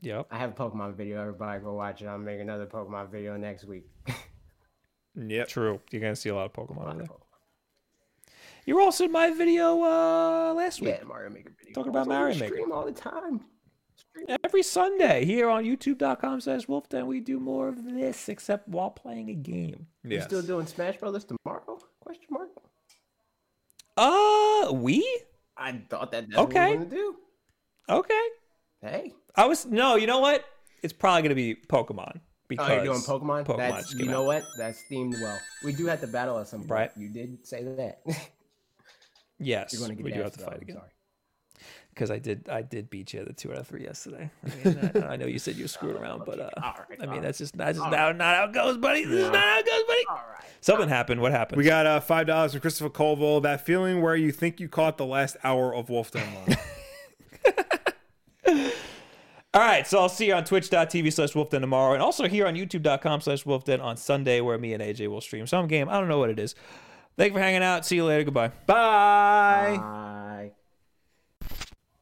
Yep.
I have a Pokemon video. Everybody go watch it. I'll make another Pokemon video next week.
Yep.
True. You're gonna see a lot of Pokemon over there. You were also in my video uh, last week.
yeah, Mario Maker video.
Talking about
It's on the
Mario Maker.
Stream all the time. Stream.
Every Sunday here on youtube.com slash wolfden we do more of this except while playing a game.
You
Yes.
still doing Smash Brothers tomorrow? Question mark.
Uh we?
I thought that that's
Okay.
okay. what we were gonna do.
Okay.
Hey,
I was no, you know what? It's probably gonna be Pokemon. Because
oh, you're doing Pokemon.
Pokemon
that's
just
you
came
know
out.
what? That's themed well. We do have to battle at some point.
Right.
You did say that.
Yes.
you're gonna get
we do
dashed
have to
though,
fight
I'm
again.
Sorry.
Because I did I did beat you the two out of three yesterday. I, mean, I, I know you said you were screwing around, but uh
All right.
I
all
mean
right,
that's just that's just not, not how it goes, buddy. This is not how it goes, buddy.
all right.
Something happened. What happened?
We got uh, five dollars from Christopher Colville. That feeling where you think you caught the last hour of Wolf Den Live.
All right, so I'll see you on twitch.tv slash wolfden tomorrow and also here on youtube.com slash wolfden on Sunday where me and AJ will stream some game. I don't know what it is. Thank you for hanging out. See you later. Goodbye.
Bye.
Bye.